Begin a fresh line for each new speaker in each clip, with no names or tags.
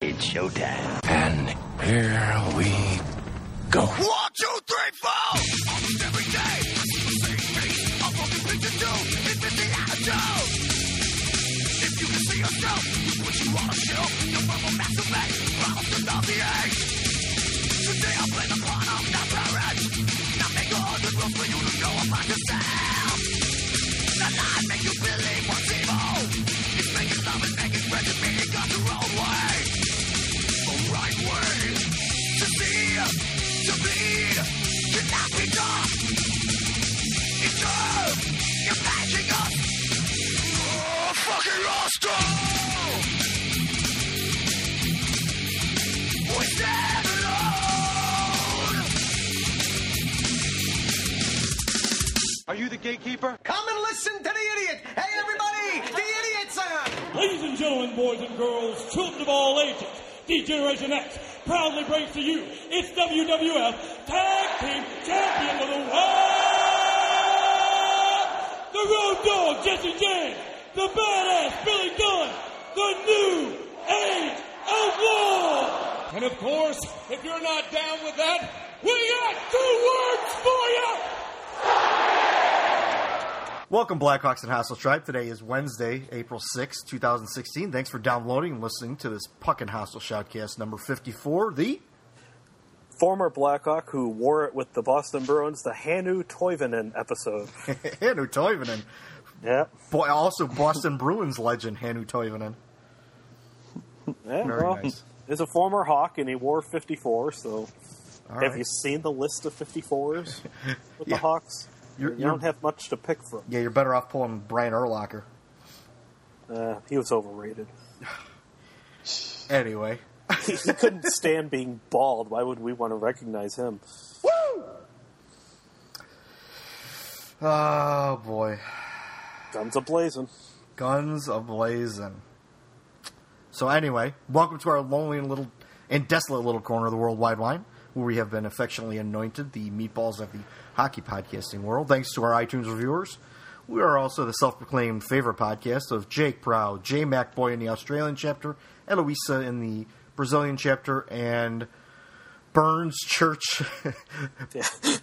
It's showtime.
And here we go.
One, two, three, four. Almost every day. Same thing. All of these things to do. It's in the attitude. If you can see yourself, you what you wanna show. You're from a massive age. Problems to love the age. Today I'm playing the part of the parent. Nothing good is wrong for you to know about yourself. The lie make you believe what's evil. It's making love and making friends and meeting God's the wrong way. The right way. To see to be cannot be done. It's all you're bashing us. Oh, fucking lost all. We stand alone.
Are you the gatekeeper?
Come and listen to the idiot. Hey, everybody, the idiot song.
Ladies and gentlemen, boys and girls, children of all ages, D-Generation X proudly brings to you its WWF Tag Team Champion of the World, the Road Dog Jesse James, the Badass Billy Gunn, the New Age Outlaw, and of course, if you're not down with that, we got two words for you.
Welcome, Blackhawks and Hostile Tribe. Today is Wednesday, April sixth, two 2016. Thanks for downloading and listening to this Puckin' Hostile Shoutcast number 54, the
former Blackhawk who wore it with the Boston Bruins, the Hanu Toivonen episode.
Hannu Toivonen.
Yeah.
Boy, also Boston Bruins legend Hannu Toivonen.
yeah
Very
well,
nice.
He's a former Hawk and he wore 54, so
All
have
right.
you seen the list of 54s with the
Yeah.
Hawks?
You're-
you
you're-
don't have much to pick from.
Yeah, you're better off pulling Brian Urlacher.
Uh, he was overrated.
Anyway,
He, he couldn't stand being bald. Why would we want to recognize him?
oh boy,
Guns ablazing.
guns ablazing. So anyway, welcome to our lonely and little and desolate little corner of the world wide line, where we have been affectionately anointed the meatballs of the hockey podcasting world. Thanks to our iTunes reviewers, we are also the self-proclaimed favorite podcast of Jake Proud, J MacBoy in the Australian chapter, Eloisa in the Brazilian chapter, and Burns Church,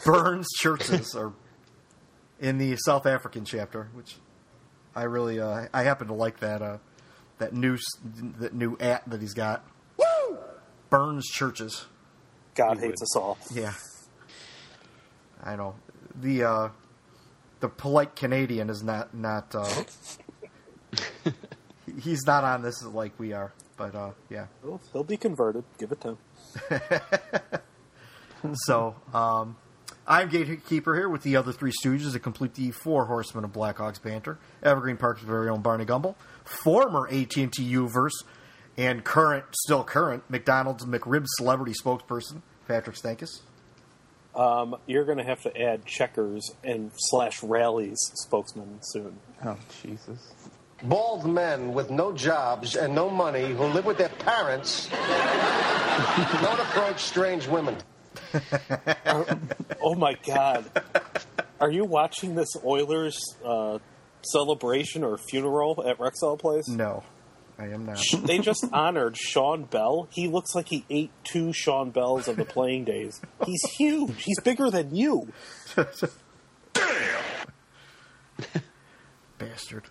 Burns Churches are in the South African chapter, which I really uh, I happen to like that uh, that new s- that new at that he's got. Woo! Burns churches.
God hates us all.
Yeah. I know the uh, the polite Canadian is not not uh, he- he's not on this like we are, but uh, yeah.
He'll, he'll be converted. Give it to him.
So, um, I'm Gatekeeper here with the other three Stooges to complete the four horsemen of Blackhawks banter. Evergreen Park's very own Barney Gumble, former AT&T Uverse, and current, still current, McDonald's McRib celebrity spokesperson, Patrick Stankus.
Um, you're going to have to add checkers and slash rallies spokesman soon.
Oh, Jesus.
bald men with no jobs and no money who live with their parents don't approach strange women.
Oh my God. Are you watching this Oilers uh, celebration or funeral at Rexall Place?
No, I am not.
They just honored Sean Bell. He looks like he ate two Sean Bells of the playing days. He's huge. He's bigger than you.
Bastard.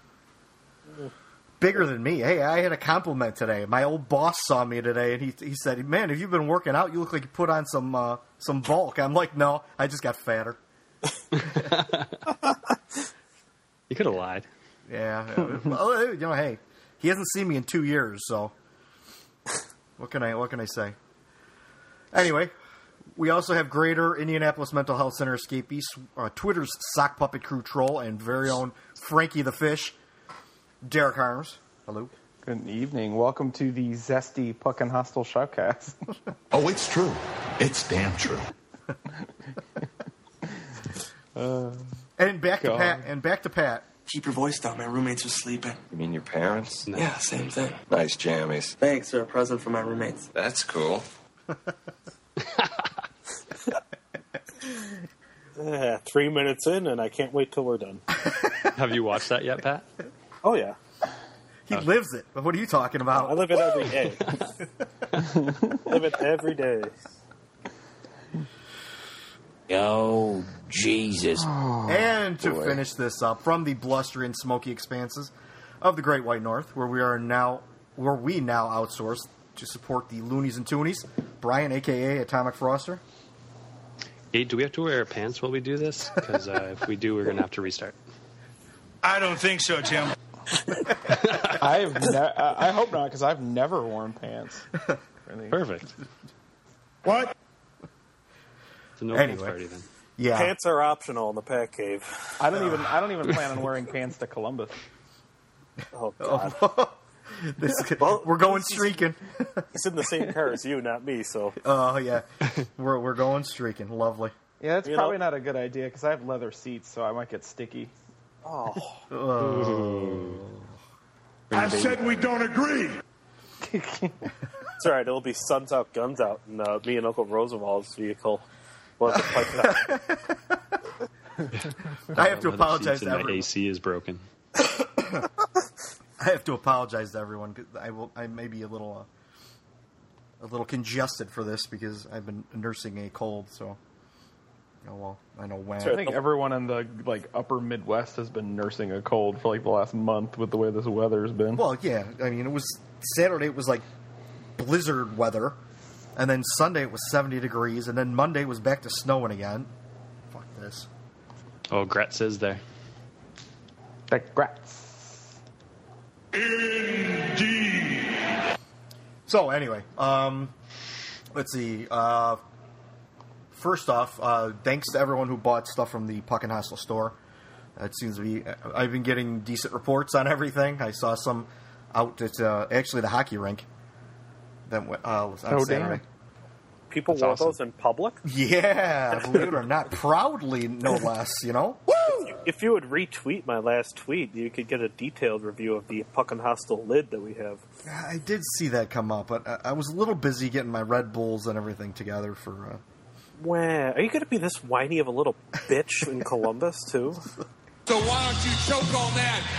Bigger than me. Hey, I had a compliment today. My old boss saw me today, and he, he said, "Man, have you been working out? You look like you put on some uh, some bulk." I'm like, "No, I just got fatter."
You could have lied.
Yeah. well, uh, you know, hey, he hasn't seen me in two years, so what can I what can I say? Anyway, we also have Greater Indianapolis Mental Health Center escapees, uh, Twitter's sock puppet crew troll, and very own Frankie the Fish, Derek Harms. Hello.
Good evening. Welcome to the Zesty Puck and Hostile Shoutcast.
oh, it's true. It's damn true.
uh, and back God. to Pat. And back to Pat.
Keep your voice down. My roommates are sleeping.
You mean your parents?
No. Yeah, same thing.
Nice jammies.
Thanks. They're a present for my roommates.
That's cool.
Uh, three minutes in, and I can't wait till we're done.
Have you watched that yet, Pat?
Oh yeah,
he oh. lives it. What are you talking about?
I live it every day. live it every day.
Oh Jesus!
Oh, and to boy. finish this up, from the blustery and smoky expanses of the Great White North, where we are now, where we now outsource to support the Loonies and Toonies, Brian, aka Atomic Froster.
Hey, do we have to wear pants while we do this? Because uh, if we do, we're going to have to restart.
I don't think so, Tim.
I've ne- I-, I hope not, because I've never worn pants.
Perfect.
What?
It's a no anyway. party then.
Yeah. Pants are optional in the Pat Cave.
I don't even I don't even plan on wearing pants to Columbus.
Oh God.
This, well, we're going streaking.
It's in the same car as you, not me. So.
Oh uh, yeah, we're we're going streaking. Lovely.
Yeah, that's you probably know? not a good idea because I have leather seats, so I might get sticky.
Oh.
oh.
I said we don't agree.
it's all right. It'll be suns out, guns out, and uh, me and Uncle Roosevelt's vehicle. We'll have
I have to apologize. To
my AC is broken.
I have to apologize to everyone. I will. I may be a little, uh, a little congested for this because I've been nursing a cold. So, oh well. I know when.
I think everyone in the like upper Midwest has been nursing a cold for like the last month with the way this weather's been.
Well, yeah. I mean, it was Saturday. It was like blizzard weather, and then Sunday it was seventy degrees, and then Monday was back to snowing again. Fuck this.
Oh, Gretz is there.
That Gretz.
Indeed.
So anyway, um, let's see. Uh, first off, uh, thanks to everyone who bought stuff from the Puck and Hostel store. It seems to be. I've been getting decent reports on everything. I saw some out at uh, actually the hockey rink that went, uh, was on oh, Saturday. Damn.
People That's wore awesome. those in public.
Yeah, believe it or not, proudly, no less. You know.
if you would retweet my last tweet, you could get a detailed review of the Puck and Hostel lid that we have.
I did see that come up, but I, I was a little busy getting my Red Bulls and everything together for. Uh...
Wow, are you going to be this whiny of a little bitch in Columbus too?
So why don't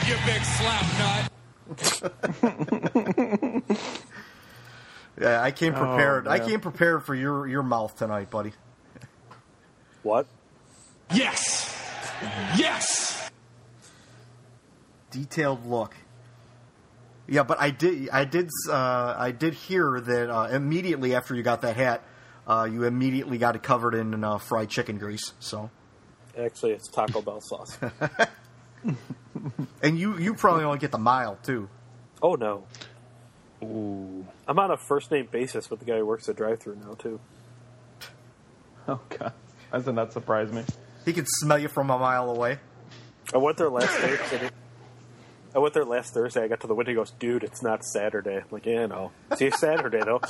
you choke on that, you big slap
nut? yeah, I came prepared. Oh, I came prepared for your your mouth tonight, buddy.
What?
Yes. Yes.
Detailed look. Yeah, but I did. I did. Uh, I did hear that uh, immediately after you got that hat, uh, you immediately got it covered in uh, fried chicken grease. So,
actually, it's Taco Bell sauce.
and you you probably only get the mild too.
Oh no.
Ooh.
I'm on a first name basis with the guy who works the drive through now too.
Oh god, that does not surprise me.
He can smell you from a mile away.
I went there last Thursday. I went there last Thursday. I got to the window. He goes, "Dude, it's not Saturday." I'm like, "Yeah, no. See you Saturday, though."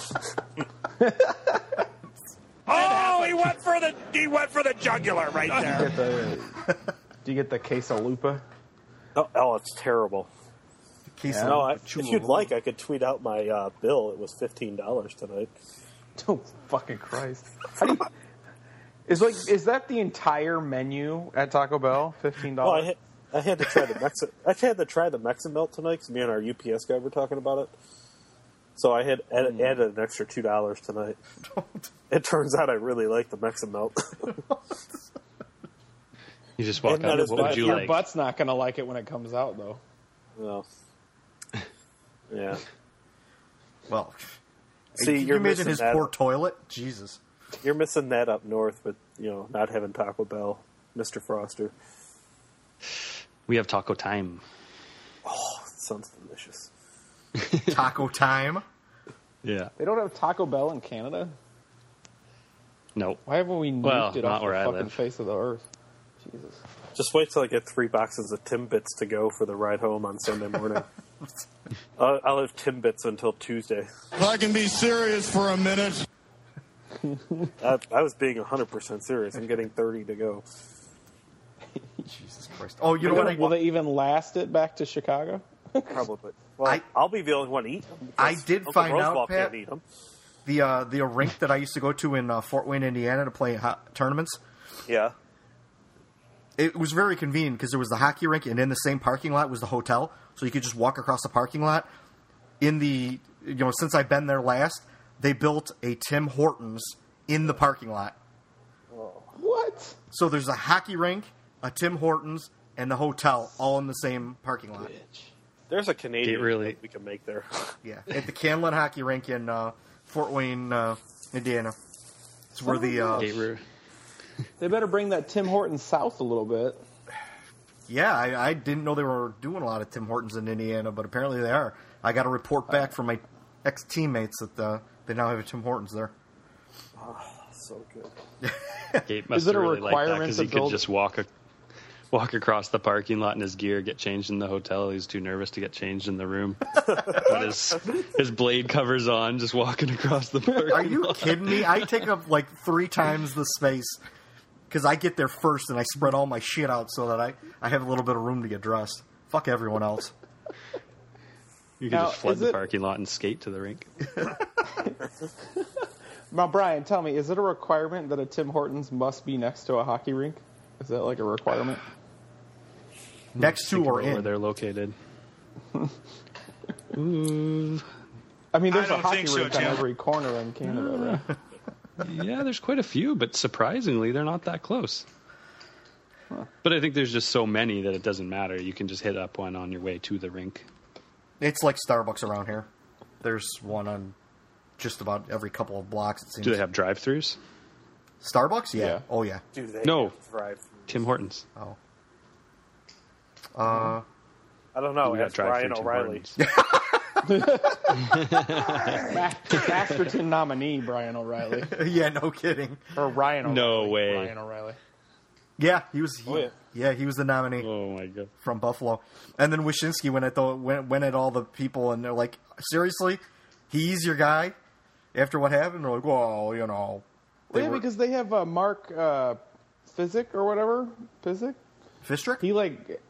oh, he went for the he went for the jugular right there.
The, do you get the quesalupa?
Oh, oh, it's terrible.
Yeah.
No, I, if you'd like, I could tweet out my uh, bill. It was fifteen dollars tonight.
Oh, fucking Christ! How do you? Is like is that the entire menu at Taco Bell? Fifteen
Oh,
dollars.
Well, Oh, I, ha- I, had to try the Mexi- I had to try the Mexican melt tonight because me and our UPS guy were talking about it. So I had added, mm. added an extra two dollars tonight. it turns out I really like the Mexican melt.
you just walk and out. What would you
Your
like?
butt's not going to like it when it comes out, though.
No. Yeah.
Well, see, you imagine his poor up. toilet. Jesus.
You're missing that up north, but you know, not having Taco Bell, Mr. Froster.
We have taco time.
Oh, sounds delicious.
taco time.
Yeah.
They don't have Taco Bell in Canada.
No. Nope.
Why haven't we nuked well, it off the I fucking live. face of the earth? Jesus.
Just wait till I get three boxes of Timbits to go for the ride home on Sunday morning. I'll, I'll have Timbits until Tuesday.
If I can be serious for a minute.
I, I was being 100% serious. I'm getting 30 to go.
Jesus Christ. Oh, you know what? I-
Will they even last it back to Chicago?
Probably. Well, I, will be the only one to eat them. because
I did
Uncle
find out,
Roosevelt
Pat,
can't eat them.
the uh, the rink that I used to go to in uh, Fort Wayne, Indiana, to play ho- tournaments.
Yeah.
It was very convenient because there was the hockey rink, and in the same parking lot was the hotel, so you could just walk across the parking lot. In the you know, since I've been there last, they built a Tim Hortons in the parking lot.
What?
So there's a hockey rink, a Tim Hortons, and the hotel all in the same parking lot.
There's a Canadian really... we can make there.
Yeah, at the Canlin Hockey Rink in uh, Fort Wayne, uh, Indiana. It's where the uh,
They better bring that Tim Horton south a little bit.
yeah, I, I didn't know they were doing a lot of Tim Hortons in Indiana, but apparently they are. I got a report
Uh,
back from my ex teammates that uh, they now have a Tim Hortons there.
so good.
Gate must
Is it a
really like that
requirement
because
to
he could
build-
just walk a, walk across the parking lot in his gear, get changed in the hotel. He's too nervous to get changed in the room. But his his blade covers on, just walking across the parking.
Are you kidding me? I take up like three times the space because I get there first and I spread all my shit out so that I, I have a little bit of room to get dressed. Fuck everyone else.
You could
Now,
just flood
is
the
it-
parking lot and skate to the rink.
Now, Brian, tell me, is it a requirement that a Tim Hortons must be next to a hockey rink? Is that like a requirement?
Next to
Think
or
about where
in.
they're located. Ooh.
I mean, there's a
I don't
hockey
think so,
rink on
Jim.
every corner in Canada, right?
yeah, there's quite a few, but surprisingly, they're not that close. But I think there's just so many that it doesn't matter. You can just hit up one on your way to the rink.
It's like Starbucks around here. There's one on just about every couple of blocks. It seems.
Do they have drive-throughs?
Starbucks? Yeah. Oh yeah.
Do they
No.
thrive?
Tim Hortons.
Oh. Uh,
I don't know.
We got
Ask
drive-through
Brian
Tim
O'Reilly.
Masterton nominee Brian O'Reilly
yeah, no kidding.
or Ryan O'Reilly.
No way.
Ryan O'Reilly.
Yeah, he was. He,
Oh,
yeah.
yeah.
he was the nominee.
Oh my god.
From Buffalo, and then Wyszynski went at the went, went at all the people, and they're like, "Seriously, he's your guy." After what happened, they're like, "Well, you know,
yeah, because they have uh, Mark uh, Physic or whatever Physic.
Fistrick."
He like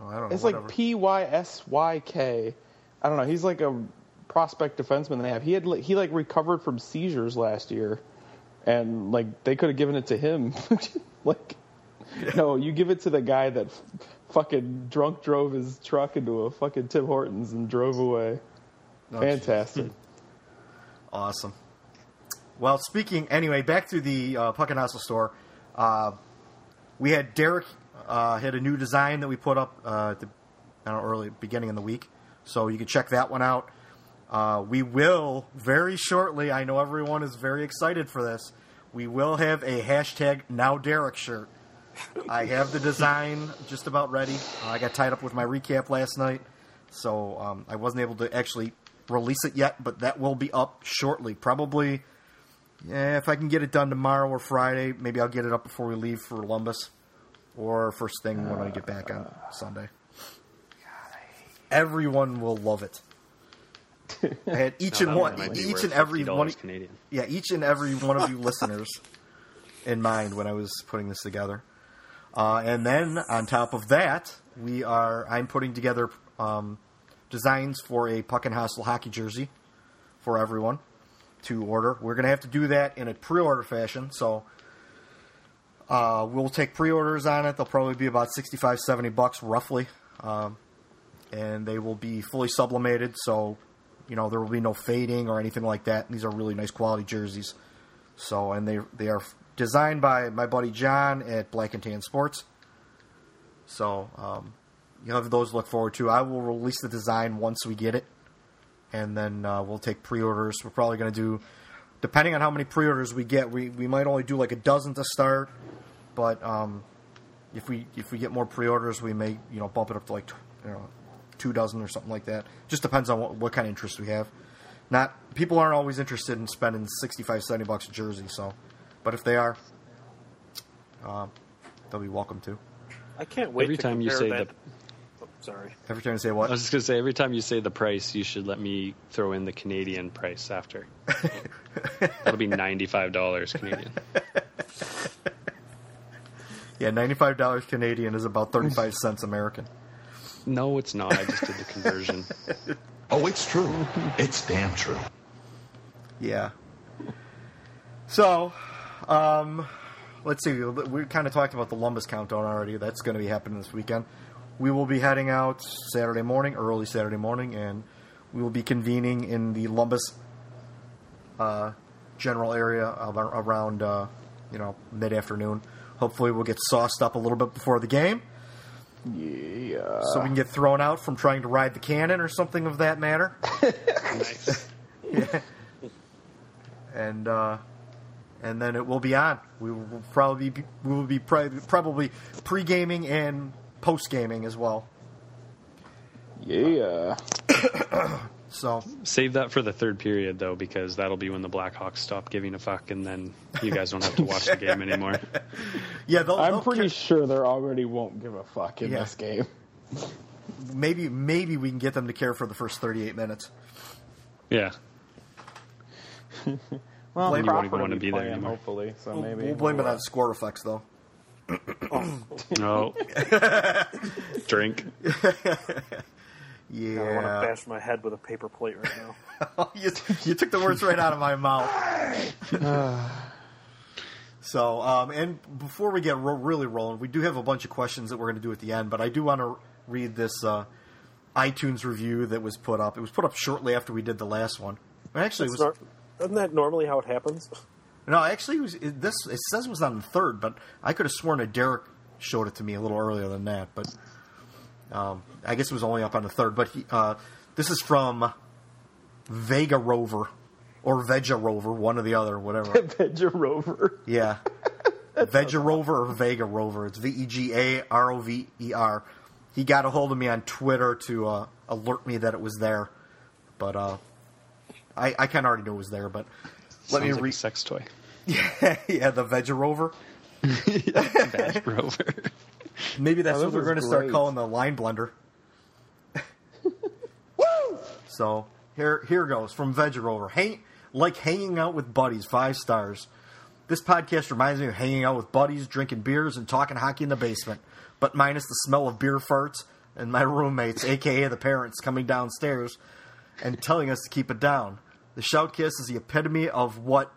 Oh, I don't know.
it's
whatever.
like P Y S Y K. I don't know. He's like a prospect defenseman they have. He had li- he like recovered from seizures last year, and like they could have given it to him. like, no, you give it to the guy that f- fucking drunk drove his truck into a fucking Tim Hortons and drove away.
Oh,
Fantastic.
Awesome. Well, speaking anyway, back to the uh, Puck and Hustle store. Uh, we had Derek uh, had a new design that we put up uh, at the I don't know, early beginning of the week, so you can check that one out. Uh, we will very shortly. I know everyone is very excited for this. We will have a hashtag now Derek shirt. I have the design just about ready. Uh, I got tied up with my recap last night, so um, I wasn't able to actually release it yet. But that will be up shortly, probably. Yeah, if I can get it done tomorrow or Friday, maybe I'll get it up before we leave for Columbus, or first thing when I get back on Sunday. Everyone will love it. I had each
Now
and
that
one,
might be
each
worth
and every
$50
one, e-,
Canadian.
yeah, each and every one of you listeners in mind when I was putting this together. Uh, and then on top of that, we are I'm putting together um, designs for a Puck and Hostel hockey jersey for everyone to order. We're going to have to do that in a pre-order fashion, so uh, we'll take pre-orders on it. They'll probably be about 65, 70 bucks roughly, um, and they will be fully sublimated. So, you know, there will be no fading or anything like that. These are really nice quality jerseys. So, and they they are designed by my buddy John at Black and Tan Sports. So, um, you have those to look forward to. I will release the design once we get it, and then uh, we'll take pre-orders. We're probably going to do, depending on how many pre-orders we get, we, we might only do like a dozen to start, but um, if we if we get more pre-orders, we may you know bump it up to like tw- you know two dozen or something like that. Just depends on what, what kind of interest we have. Not people aren't always interested in spending 65, 70 bucks a jersey. So, but if they are, uh, they'll be welcome to.
I can't wait
Every
to
time you
compare
say
that. Oh,
the-
Sorry.
Every time you say what?
I was just gonna say every time you say the price, you should let me throw in the Canadian price after. That'll be ninety five dollars Canadian.
Yeah, ninety-five dollars Canadian is about thirty-five cents American.
No, it's not. I just did the conversion.
Oh, it's true. It's damn true.
Yeah. So, um, let's see. We kind of talked about the Lumbus countdown already. That's going to be happening this weekend. We will be heading out Saturday morning, early Saturday morning, and we will be convening in the Lumbus uh, general area of- around uh, you know mid afternoon. Hopefully, we'll get sauced up a little bit before the game.
Yeah.
so we can get thrown out from trying to ride the cannon or something of that matter.
nice.
yeah. And uh, and then it will be on. We will probably be, we will be pre- probably pre gaming and post gaming as well.
Yeah.
So
Save that for the third period though, because that'll be when the Blackhawks stop giving a fuck, and then you guys don't have to watch the game anymore.
yeah, they'll,
I'm
they'll
pretty sure they already won't give a fuck in
Yeah.
this game.
maybe maybe we can get them to care for the first 38 minutes.
Yeah.
Well,
Blame- You
won't even
Crawford
wanna
will
be there
playing,
anymore.
hopefully. So
We'll,
maybe
we'll blame it
we'll,
on score effects though.
No. Drink.
Yeah,
I want to bash my head with a paper plate right now.
you, you took the words right out of my mouth. so, um, and before we get ro- really rolling, we do have a bunch of questions that we're going to do at the end, but I do want to read this uh, iTunes review that was put up. It was put up shortly after we did the last one. And Actually, it was,
That's not- isn't that normally how it happens?
no, actually, it was, it, this it says it was on the third, but I could have sworn that Derek showed it to me a little earlier than that. But um, I guess it was only up on the third. But he, uh, this is from Vega Rover or Vega Rover, one or the other, whatever.
Veggie Rover.
Yeah. Vega Rover or Vega Rover. It's V E G A R O V E R. He got a hold of me on Twitter to uh, alert me that it was there. But uh, I, I kind of already knew it was there. But let
Sounds
me
like
re-
a sex toy.
yeah, the Vega Rover.
Badge rover.
Maybe that's
Oh,
what
this
we're
is
going to start
great.
calling the line blender. So here here goes from Vegarover. Hang, like hanging out with buddies, five stars. This podcast reminds me of hanging out with buddies, drinking beers, and talking hockey in the basement, but minus the smell of beer farts and my roommates, aka the parents, coming downstairs and telling us to keep it down. The shoutcast is the epitome of what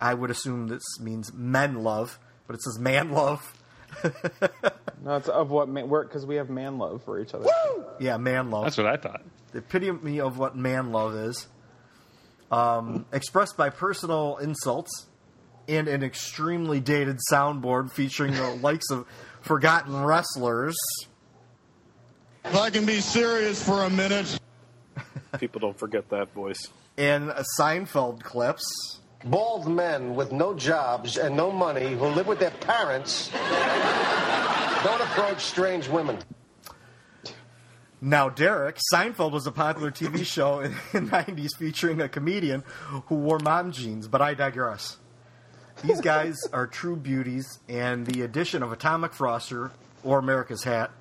I would assume this means men love, but it says man love.
No, it's of what man, work because we have man love for each other.
Yeah, man love.
That's what I thought.
the epitome of what man love is, um, expressed by personal insults and an extremely dated soundboard featuring the likes of forgotten wrestlers.
If I can be serious for a minute.
People don't forget that voice.
And uh, Seinfeld clips.
Bald men with no jobs and no money who live with their parents don't approach strange women.
Now, Derek, Seinfeld was a popular TV show in the 90s featuring a comedian who wore mom jeans, but I digress. These guys are true beauties, and the addition of Atomic Froster, or America's Hat,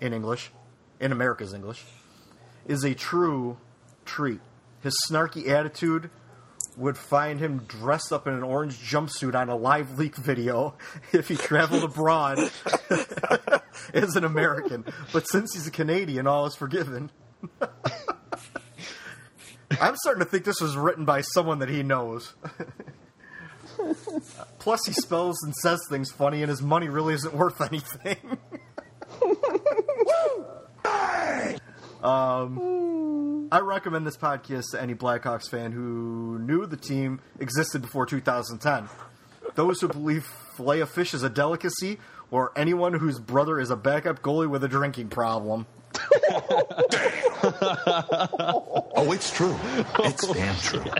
in English, in America's English, is a true treat. His snarky attitude would find him dressed up in an orange jumpsuit on a live leak video if he traveled abroad as an American. But since he's a Canadian, all is forgiven. I'm starting to think this was written by someone that he knows. Plus, he spells and says things funny, and his money really isn't worth anything. I recommend this podcast to any Blackhawks fan who knew the team existed before 2010. Those who believe filet of fish is a delicacy, or anyone whose brother is a backup goalie with a drinking problem.
Oh, it's true. It's damn true.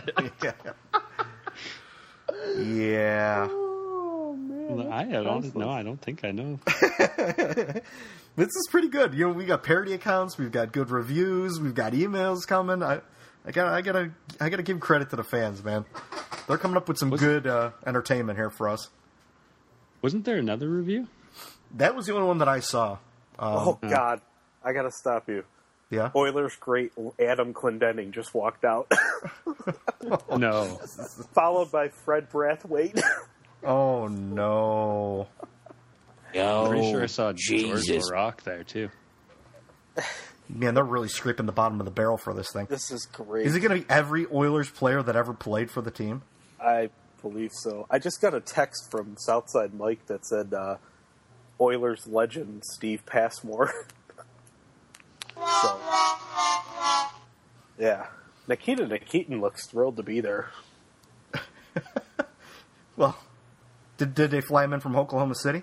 Yeah.
I don't. No, I don't think I know.
This is pretty good. You know, we got parody accounts, we've got good reviews, we've got emails coming. I, I gotta, I gotta, I gotta give credit to the fans, man. They're coming up with some good uh, entertainment here for us.
Wasn't there another review?
That was the only one that I saw.
oh God, I gotta stop you.
Oh, Yeah.
Oilers great Adam Clendenning just walked out.
no.
Followed by Fred Brathwaite.
oh no.
Oh,
Yo,
Pretty sure I saw George
Jesus.
LaRock there too.
Man, they're really scraping the bottom of the barrel for this thing.
This is great.
Is it going to be every Oilers player that ever played for the team?
I believe so. I just got a text from Southside Mike that said uh, Oilers legend Steve Passmore. so, yeah, Nikita Nikitin looks thrilled to be there.
Well, did, did they fly him in from Oklahoma City?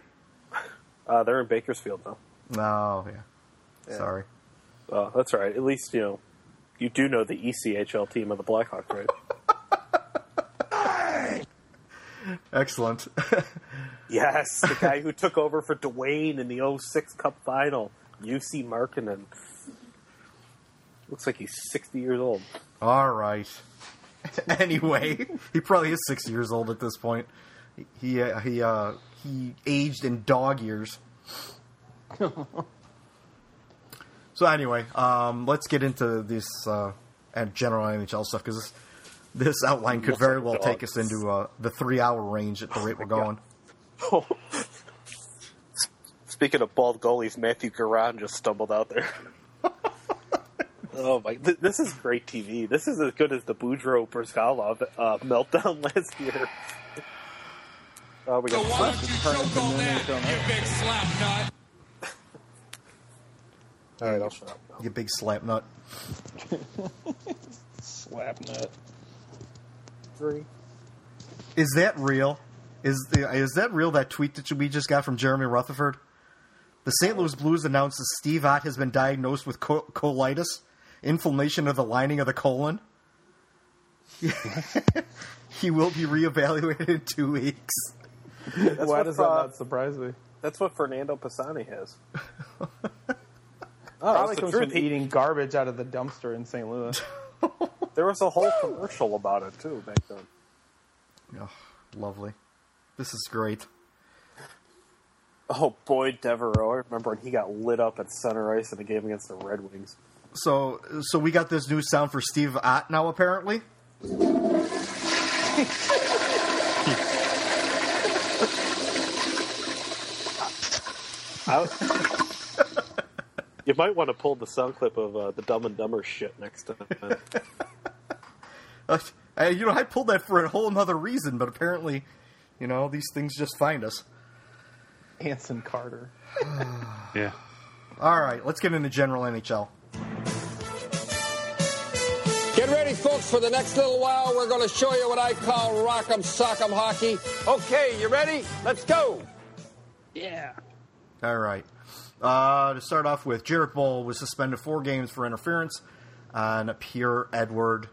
Uh, they're in Bakersfield now.
No, yeah. Sorry.
Uh, that's all right. At least you know you do know the E ECHL team of the Blackhawks, right?
Excellent.
yes, the guy who took over for Dwayne in the 06 Cup final, UC Markinen. Looks like he's 60 years old.
All right. anyway, he probably is six years old at this point. He uh, he uh, he aged in dog years. so anyway, um, let's get into this uh, and general NHL stuff because this, this outline could very well take us into uh, the three-hour range at the rate we're going.
Speaking of bald goalies, Matthew Garon just stumbled out there. oh my! Th- this is great TV. This is as good as the Boudreaux Brzgalov uh, meltdown last year. Oh, we got
big slap nut.
All right, I'll shut up.
You big slap nut.
Slap nut.
Three.
Is that real? Is the, is that real? That tweet that we just got from Jeremy Rutherford. The St. Louis Blues announced that Steve Ott has been diagnosed with co- colitis, inflammation of the lining of the colon. he will be reevaluated in two weeks.
That's
Why
what,
does that
uh,
not surprise me?
That's what Fernando Pisani has. oh,
Probably
that's the
comes
truth.
from
He-
eating garbage out of the dumpster in St. Louis.
There was a whole commercial about it too back then.
Oh, lovely. This is great.
Oh boy, Devereaux! I remember when he got lit up at center ice in a game against the Red Wings.
So so we got this new sound for Steve Ott now apparently.
you might want to pull the sound clip of uh, the Dumb and Dumber shit next time.
Uh, I- you know, I pulled that for a whole nother reason, but apparently, you know, these things just find us.
Anson Carter.
Yeah.
All right, let's get into general NHL.
Get ready, folks, for the next little while. We're going to show you what I call rock'em sock'em hockey. Okay, you ready? Let's go.
Yeah.
All right. Uh, to start off with, Jared Bull was suspended four games for interference on Pierre Edward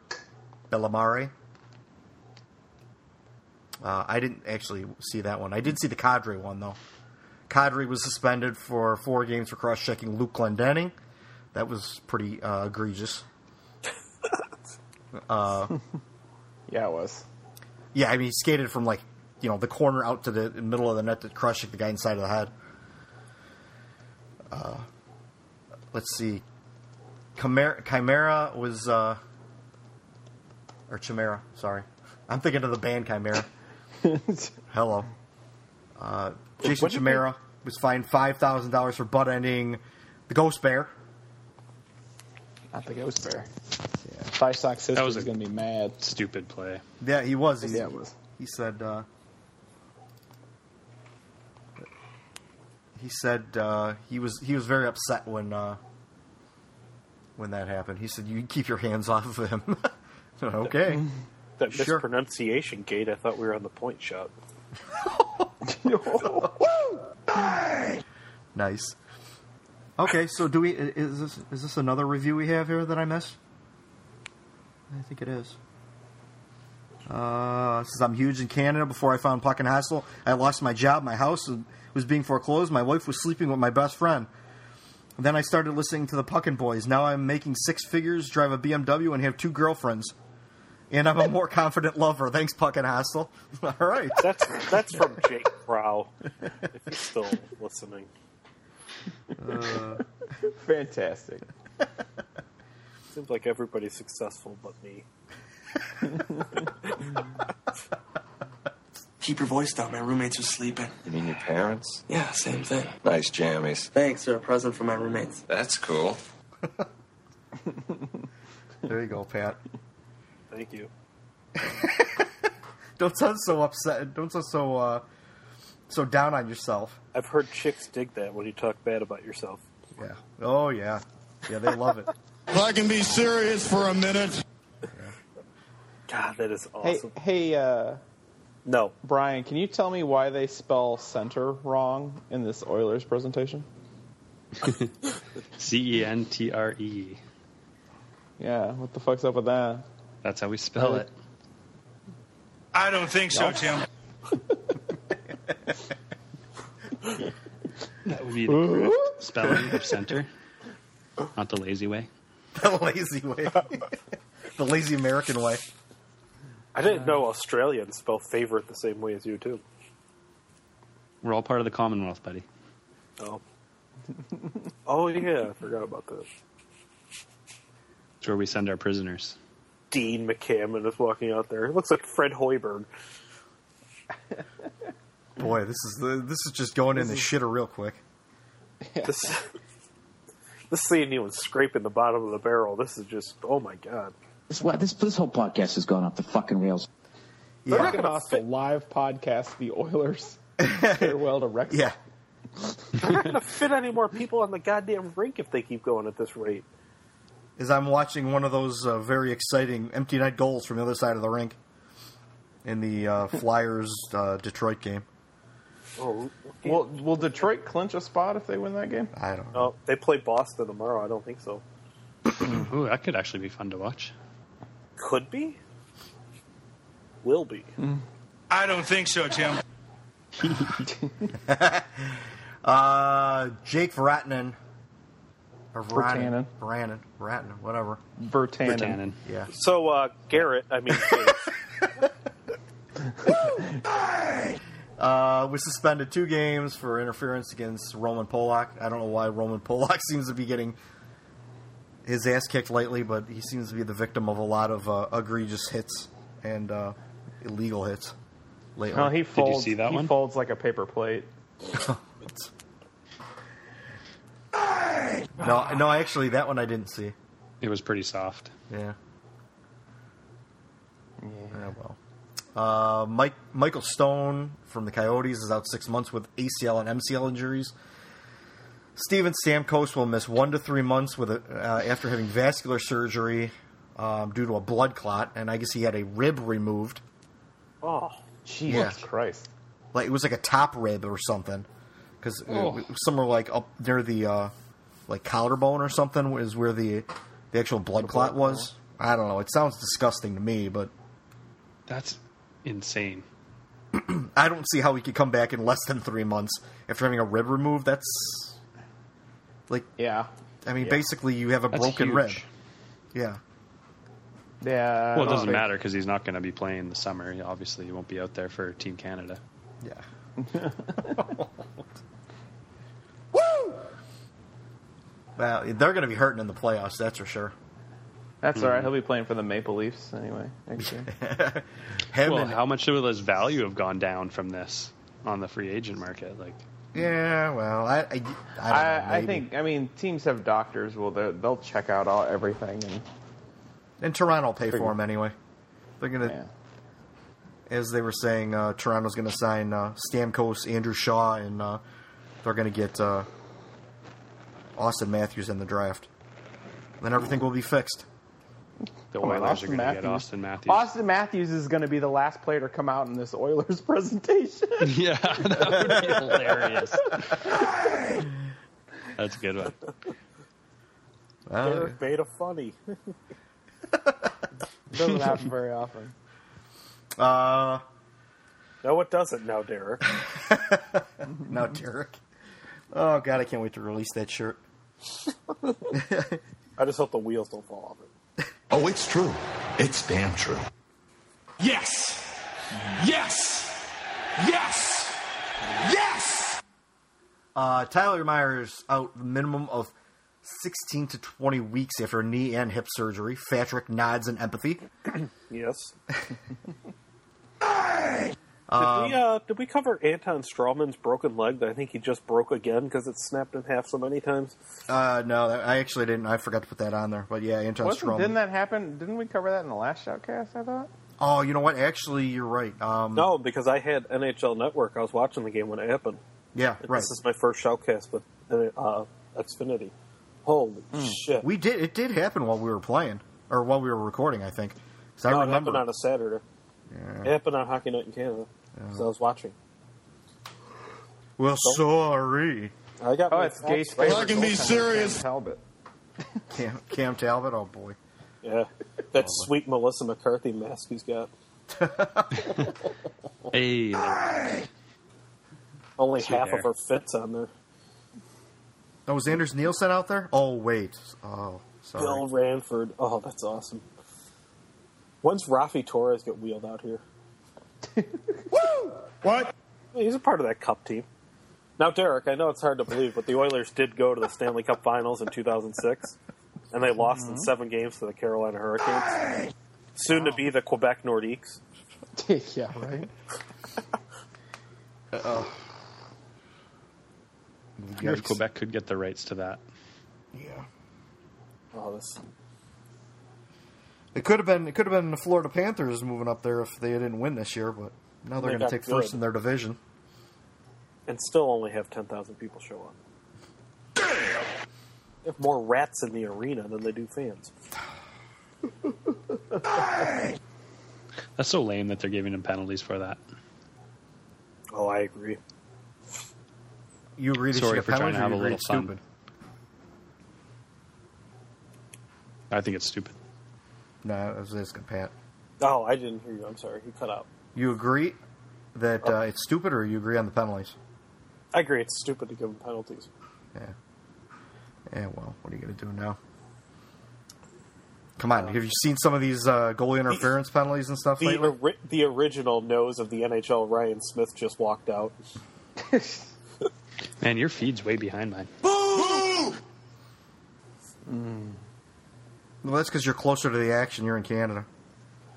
Bellamare. Uh, I didn't actually see that one. I did see the Cadre one, though. Cadre was suspended for four games for cross checking Luke Glendening. That was pretty uh, egregious. uh,
Yeah, it was.
yeah, I mean, he skated from like, you know, the corner out to the middle of the net to crush the guy inside of the head. Uh, let's see. Chimera, Chimera was, uh, or Chimera, sorry. I'm thinking of the band Chimera. Hello. Uh, Jason
What did
Chimera was fined $5,000 for butt ending the Ghost Bear.
Not the ghost bear. Yeah. Five Sox sister is going to be mad.
Stupid play.
Yeah, he was. He,
Yeah, it was.
He said. Uh, he said uh, he was he was very upset when uh, when that happened. He said, "You keep your hands off of him." okay.
that
Sure.
mispronunciation gate. I thought we were on the point shot.
nice. Okay, so do we? i- Is this is this another review we have here that I missed? I think it is. Uh, since I'm huge in Canada, before I found Puck and Hassel, I lost my job, my house was- was being foreclosed, my wife was sleeping with my best friend. Then I started listening to the Puckin' Boys. Now I'm making six figures, drive a BMW, and have two girlfriends. And I'm a more confident lover. Thanks, Puckin' Hassel. All right.
That's that's from Jake Crow. if he's still listening.
Uh,
Fantastic.
Seems like everybody's successful but me.
Keep your voice down. My roommates are sleeping.
You mean your parents?
Yeah, same thing.
Nice jammies.
Thanks. They're a present for my roommates.
That's cool.
There you go, Pat.
Thank you.
Don't sound so upset. Don't sound so uh, so down on yourself.
I've heard chicks dig that when you talk bad about yourself.
Yeah. Oh yeah. Yeah, they love it.
If I can be serious for a minute.
God, that is
Hey,
awesome.
hey, uh,
no,
Brian, can you tell me why they spell center wrong in this Oilers presentation?
C E N T R E.
Yeah, what the fuck's up with that?
That's how we spell it.
I don't think so, Tim.
That would be the correct spelling of center, not the lazy way.
The lazy way. the lazy American way.
I didn't know Australians spell favorite the same way as you too.
We're all part of the Commonwealth, buddy.
Oh. oh yeah, I forgot about that.
It's where we send our prisoners.
Dean McCammon is walking out there. It looks like Fred Hoiberg.
Boy, this is the, this is just going in the shitter real quick.
This, this seeing you and scraping the bottom of the barrel. This is just oh my god.
This, what, this this whole podcast has gone off the fucking rails.
They're not
Fucking
gonna
off the live podcast, the Oilers. Farewell to Rex.
Yeah.
They're not going to fit any more people on the goddamn rink if they keep going at this rate.
Is I'm watching one of those uh, very exciting empty net goals from the other side of the rink in the uh, Flyers uh, Detroit game.
Oh,
Will Will Detroit clinch a spot if they win that game?
I don't.
no, they play Boston tomorrow. I don't think so.
Ooh, that could actually be fun to watch.
Could be. Will be.
I don't think so, Tim.
Uh, Jake Vratnan. Or Vratnan.
Vertanen.
Vratnan. Vratnan. Whatever.
Vertanen.
Vertanen.
Yeah.
So uh, Garrett, I mean,
Uh, was suspended two games for interference against Roman Polak. I don't know why Roman Polak seems to be getting his ass kicked lately, but he seems to be the victim of a lot of uh, egregious hits and uh, illegal hits lately.
No, he folds.
see that
he
one?
folds like a paper plate.
no, no, actually, that one I didn't see.
It was pretty soft.
Yeah. Yeah. Well, uh, Mike Michael Stone from the Coyotes is out six months with ACL and MCL injuries. Steven Stamkos will miss one to three months with a, uh, after having vascular surgery um, due to a blood clot, and I guess he had a rib removed.
oh,
Jesus
Yeah.
Christ!
Like it was like a top rib or something, because
Oh.
somewhere like up near the uh, like collarbone or something is where the the actual blood clot was. I don't know. It sounds disgusting to me, but
That's insane.
I don't see how he could come back in less than three months after having a rib removed. That's like,
Yeah,
I mean,
Yeah.
basically you have a
That's
broken
huge.
rib. Yeah,
yeah. Oh, I
Well, it
don't
doesn't
think-
matter because he's not going to be playing the summer. He Obviously, he won't be out there for Team Canada.
yeah. Woo! Well, they're going to be hurting in the playoffs, that's for sure.
That's all
Mm.
right. He'll be playing for the Maple Leafs anyway. Next year.
Him
Well,
and-
how much will his value have gone down from this on the free agent market? Like,
yeah, well, I, I, I, don't know,
I, I
maybe.
think. I mean, teams have doctors. Well, they'll- they'll check out all everything. And
and Toronto will pay for him anyway. They're going to,
yeah.
as they were saying, uh, Toronto's going to sign uh, Stamkos, Andrew Shaw, and uh, they're going to get uh, Austin Matthews in the draft. Then everything will be fixed.
the
Come on,
Oilers Oh, are
Austin
going to get
Matthews.
Austin Matthews.
Austin Matthews is going to be the last player to come out in this Oilers presentation.
Yeah, that would be hilarious. That's a good one.
Uh,
Garrett made a funny.
doesn't happen very often.
uh,
No, it doesn't now, Derek.
no, Derek. Oh God, I can't wait to release that shirt.
I just hope the wheels don't fall off it.
Oh, it's true. It's damn true.
Yes. Yes. Yes. Yes.
Uh, Tyler Myers out the minimum of 16 to 20 weeks after knee and hip surgery. Fatrick nods in empathy.
yes. did, we, uh, did we cover Anton Strawman's broken leg that I think he just broke again because it snapped in half so many times?
Uh, no, I actually didn't. I forgot to put that on there. But yeah, Anton
Wasn't,
Strawman.
didn't that happen? Didn't we cover that in the last shoutcast? I thought.
Oh, you know what? Actually, you're right. Um,
no, because I had NHL Network. I was watching the game when it happened.
Yeah,
And
right.
This is my first shoutcast with uh, Xfinity. Holy shit!
We did. It did happen while we were playing or while we were recording. I think. 'Cause I
No, it
remember.
happened on a Saturday.
Yeah.
It happened on Hockey Night in Canada.
Yeah.
So I was watching.
Well, sorry.
I got.
Oh,
my
it's
facts
Gates.
right.
favorite goaltender, Cam Talbot.
Cam, Cam Talbot. Oh boy.
Yeah, that sweet Melissa McCarthy mask he's got.
Hey.
Only
See
half
there.
of her fits on there.
Oh, was Anders Nielsen out there? Oh wait. Oh, sorry.
Bill Ranford. Oh, that's awesome. When's Rafi Torres get wheeled out here? Woo! What? He's a part of that Cup team. Now, Derek, I know it's hard to believe, but the Oilers did go to the Stanley Cup Finals in 2006, and they lost in seven games to the Carolina Hurricanes, soon to be the Quebec Nordiques.
yeah, right.
oh
I wonder if Quebec could get the rights to that.
yeah.
Oh, this.
It could have been. It could have been the Florida Panthers moving up there if they didn't win this year. But now they're
They
going to
got
take first
good.
in their division.
and still only have 10,000 people show up. They have more rats in the arena than they do fans.
That's so lame that they're giving him penalties for that.
Oh, I agree.
You agree that
Sorry
you
for
got
trying
penalties
to
or
have
you
a
agree
little
it's
fun.
stupid?
I think it's stupid.
No, I was asking Pat.
Oh, I didn't hear you. I'm sorry. You cut out.
You agree that uh, it's stupid, or you agree on the penalties?
I agree. It's stupid to give them penalties.
Yeah. Yeah. Well, what are you going to do now? Come on. Have you seen some of these uh, goalie interference penalties and stuff
The,
lately?
ori- the original nose of the NHL, Ryan Smith, just walked out.
Man, your feed's way behind mine.
Well, that's because you're closer to the action. You're in Canada.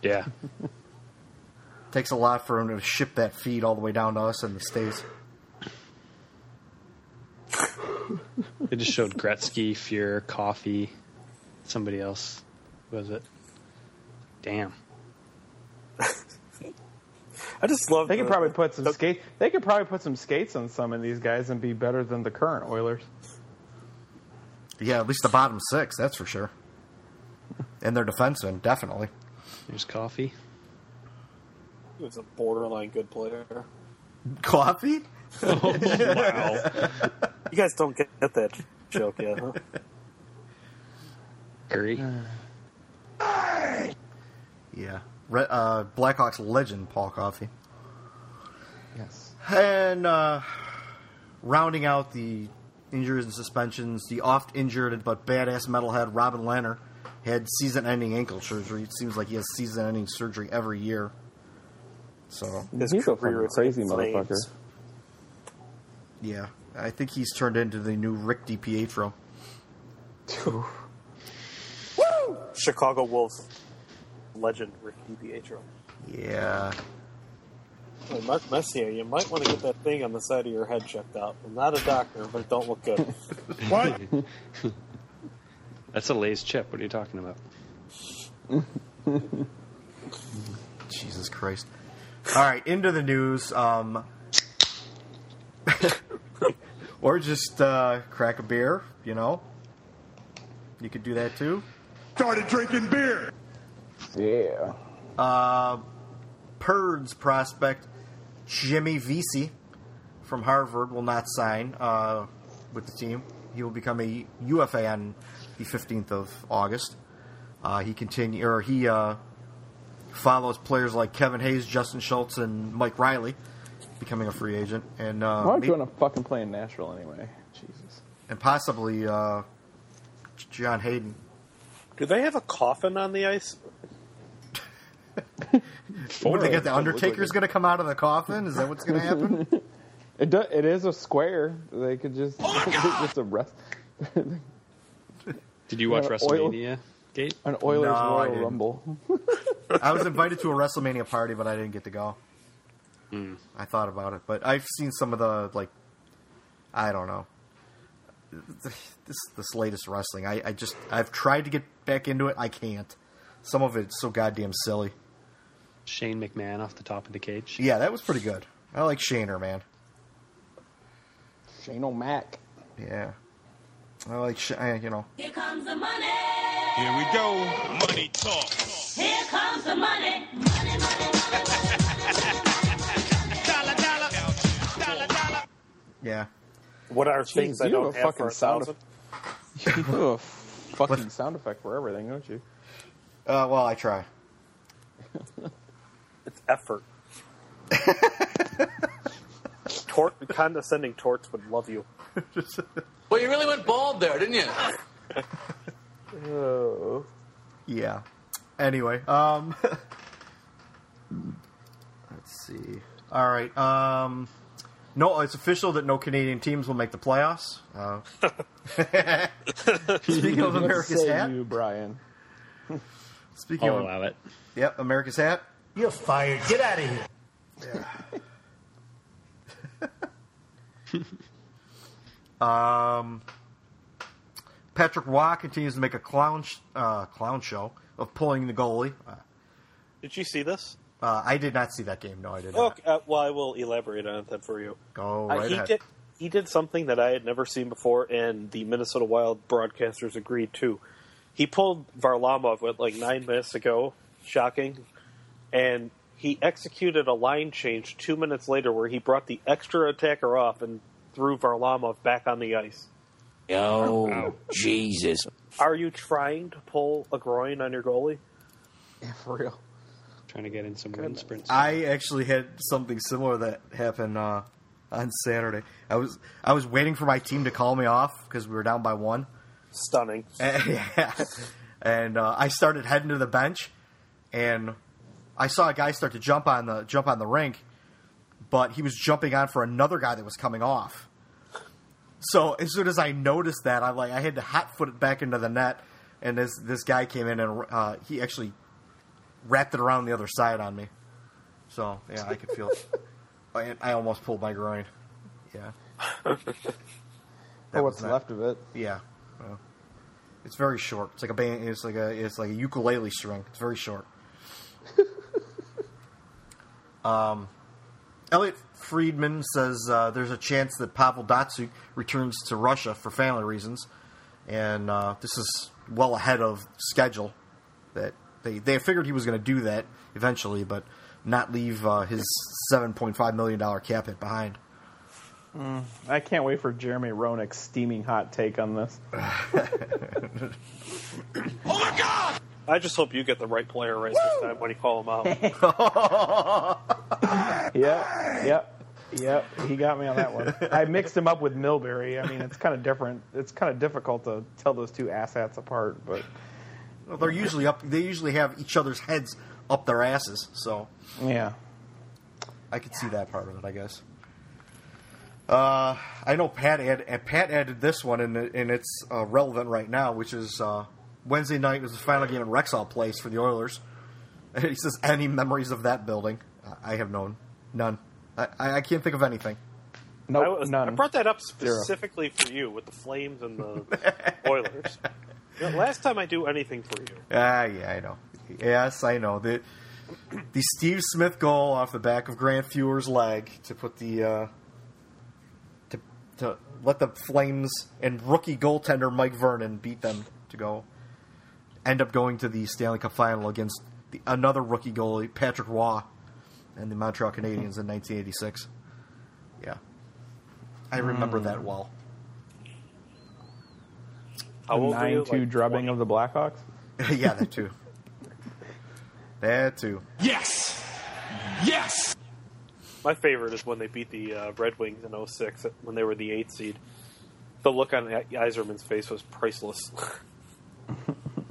Yeah.
Takes a lot for him to ship that feed all the way down to us in the states.
They just showed Gretzky, Fuhrer, Coffee, somebody else. Who was it? Damn.
I just love.
They could probably put some skate. They could probably put some skates on some of these guys and be better than the current Oilers.
Yeah, at least the bottom six, that's for sure. And their defenseman, definitely.
There's Coffee.
He was a borderline good player.
Coffee?
Oh, wow.
You guys don't get that joke yet, huh?
Curry.
Yeah. Re- uh, Blackhawks legend, Paul Coffee.
Yes.
And uh, rounding out the injuries and suspensions, the oft injured but badass metalhead Robin Lehner had season ending ankle surgery. It seems like he has season ending surgery every year. So,
His
He's a
career
fucking
is
crazy
in flames.
motherfucker.
yeah. I think he's turned into the new Rick DiPietro.
Chicago Wolves legend Ricky Pietro.
Yeah.
Hey, Mark Messier, you might want to get that thing on the side of your head checked out. I'm not a doctor, but it don't look good.
What? That's a Lay's chip. What are you talking about?
Jesus Christ. All right, into the news. Um, or just uh, crack a beer, you know. You could do that too.
Started drinking beer.
Yeah.
Uh, Perd's prospect, Jimmy Vesey from Harvard, will not sign uh, with the team. He will become a UFA on the 15th of August. Uh, he continue or he uh, follows players like Kevin Hayes, Justin Schultz, and Mike Riley, becoming a free agent, and uh,
Why aren't
may-
you want to fucking play in Nashville anyway? Jesus.
and possibly uh, John Hayden.
Do they have a coffin on the ice?
What do they get? The
Doesn't look like
Undertaker's
it.
going to come out of the coffin? Is that what's going to happen?
Oh It do, it is a square. They could just just arrest.
Did you watch WrestleMania? Gate?
An Oilers
No, I
Royal
didn't.
Rumble.
I was invited to a WrestleMania party, but I didn't get to go.
Hmm.
I thought about it, but I've seen some of the like, I don't know, this this latest wrestling. I, I just I've tried to get back into it. I can't. Some of it's so goddamn silly.
Shane McMahon off the top of the cage.
Yeah, that was pretty good. I like Shaner, man.
Shane O'Mac.
Yeah, I like Sh- I, you know.
Here comes the money.
Here we go.
Money talk. Here comes the money. Dollar, dollar. Dollar, dollar.
Yeah.
What are
Jeez,
things I
you have
don't
a
have
fucking
for a
sound
thousand?
You have a fucking sound effect for everything, don't you?
Uh, well, I try.
It's effort. Tort, condescending torts would love you.
Well, you really went bald there, didn't you?
Oh.
Yeah. Anyway, um let's see. All right. Um no, it's official that no Canadian teams will make the playoffs. Uh, speaking of
What
America's
say
hat,
you, Brian.
speaking
I'll
of
allow it.
Yep, America's hat. You're fired. Get out of here. Yeah. um, Patrick Waugh continues to make a clown sh- uh, clown show of pulling the goalie. Uh,
Did you see this?
uh, I did not see that game. No, I did not.
Okay, uh, well, I will elaborate on it then for you.
Go
Uh,
right
he
ahead.
did. He did something that I had never seen before, and the Minnesota Wild broadcasters agreed to. He pulled Varlamov with like nine minutes ago, shocking, and he executed a line change two minutes later where he brought the extra attacker off and threw Varlamov back on the ice.
Yo, Jesus.
Are you trying to pull a groin on your goalie?
Yeah, for real.
Trying to get in some wind sprints.
I actually had something similar that happened uh, on Saturday. I was I was waiting for my team to call me off because we were down by one.
Stunning.
And, and uh, I started heading to the bench, and I saw a guy start to jump on the jump on the rink, but he was jumping on for another guy that was coming off. So as soon as I noticed that, I like I had to hot foot it back into the net, and this this guy came in and uh, he actually wrapped it around the other side on me. So yeah, I could feel. I, I almost pulled my groin. Yeah. That
Or what's
was not-
left of it.
Yeah. Well, it's very short. It's like a band. It's like a. It's like a ukulele string. It's very short. um, Elliot Friedman says uh, there's a chance that Pavel Datsuk returns to Russia for family reasons, and uh, this is well ahead of schedule. That they they figured he was going to do that eventually, but not leave uh, his seven point five million dollar cap hit behind.
Mm, I can't wait for Jeremy Roenick's steaming hot take on this.
I just hope you get the right player right this time when you call him out.
Yep, yep, yep. He got me on that one. I mixed him up with Milbury. I mean, it's kind of different. It's kind of difficult to tell those two asshats apart, but
Well, they're usually up. They usually have each other's heads up their asses. So
yeah.
I could see that part of it, I guess. Uh, I know Pat add, and Pat added this one, and, it- and it's uh, relevant right now, which is uh, Wednesday night was the final game in Rexall Place for the Oilers. He says, "Any memories of that building? I I have known none. I, I I can't think of anything."
No,
I, was- I brought that up specifically for you with the Flames and the Oilers. You know, last time I do anything for you.
Ah, yeah, I know. Yes, I know. The the Steve Smith goal off the back of Grant Fuhrer's leg to put the uh, to to let the Flames and rookie goaltender Mike Vernon beat them to go end up going to the Stanley Cup final against the, another rookie goalie Patrick Waugh and the Montreal Canadiens in 1986. Yeah, I remember that well.
How old were you?
Nine-two
Like
drubbing of the Blackhawks.
yeah, that too. That too.
Yes! Yes! My favorite is when they beat the uh, Red Wings in 06 when they were the eighth seed. The look on Eiserman's face was priceless.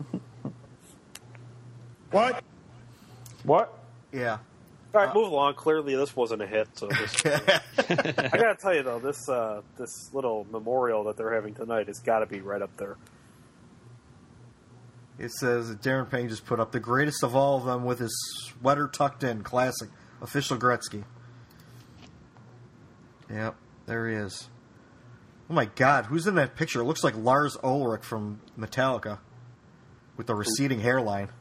what?
What?
Yeah.
All right, move along. Clearly, this wasn't a hit. So this, I gotta tell you though, this uh, this little memorial that they're having tonight has got to be right up there.
It says that Darren Payne just put up the greatest of all of them with his sweater tucked in. Classic. Official Gretzky. Yep, there he is. Oh my god, who's in that picture? It looks like Lars Ulrich from Metallica with the receding hairline.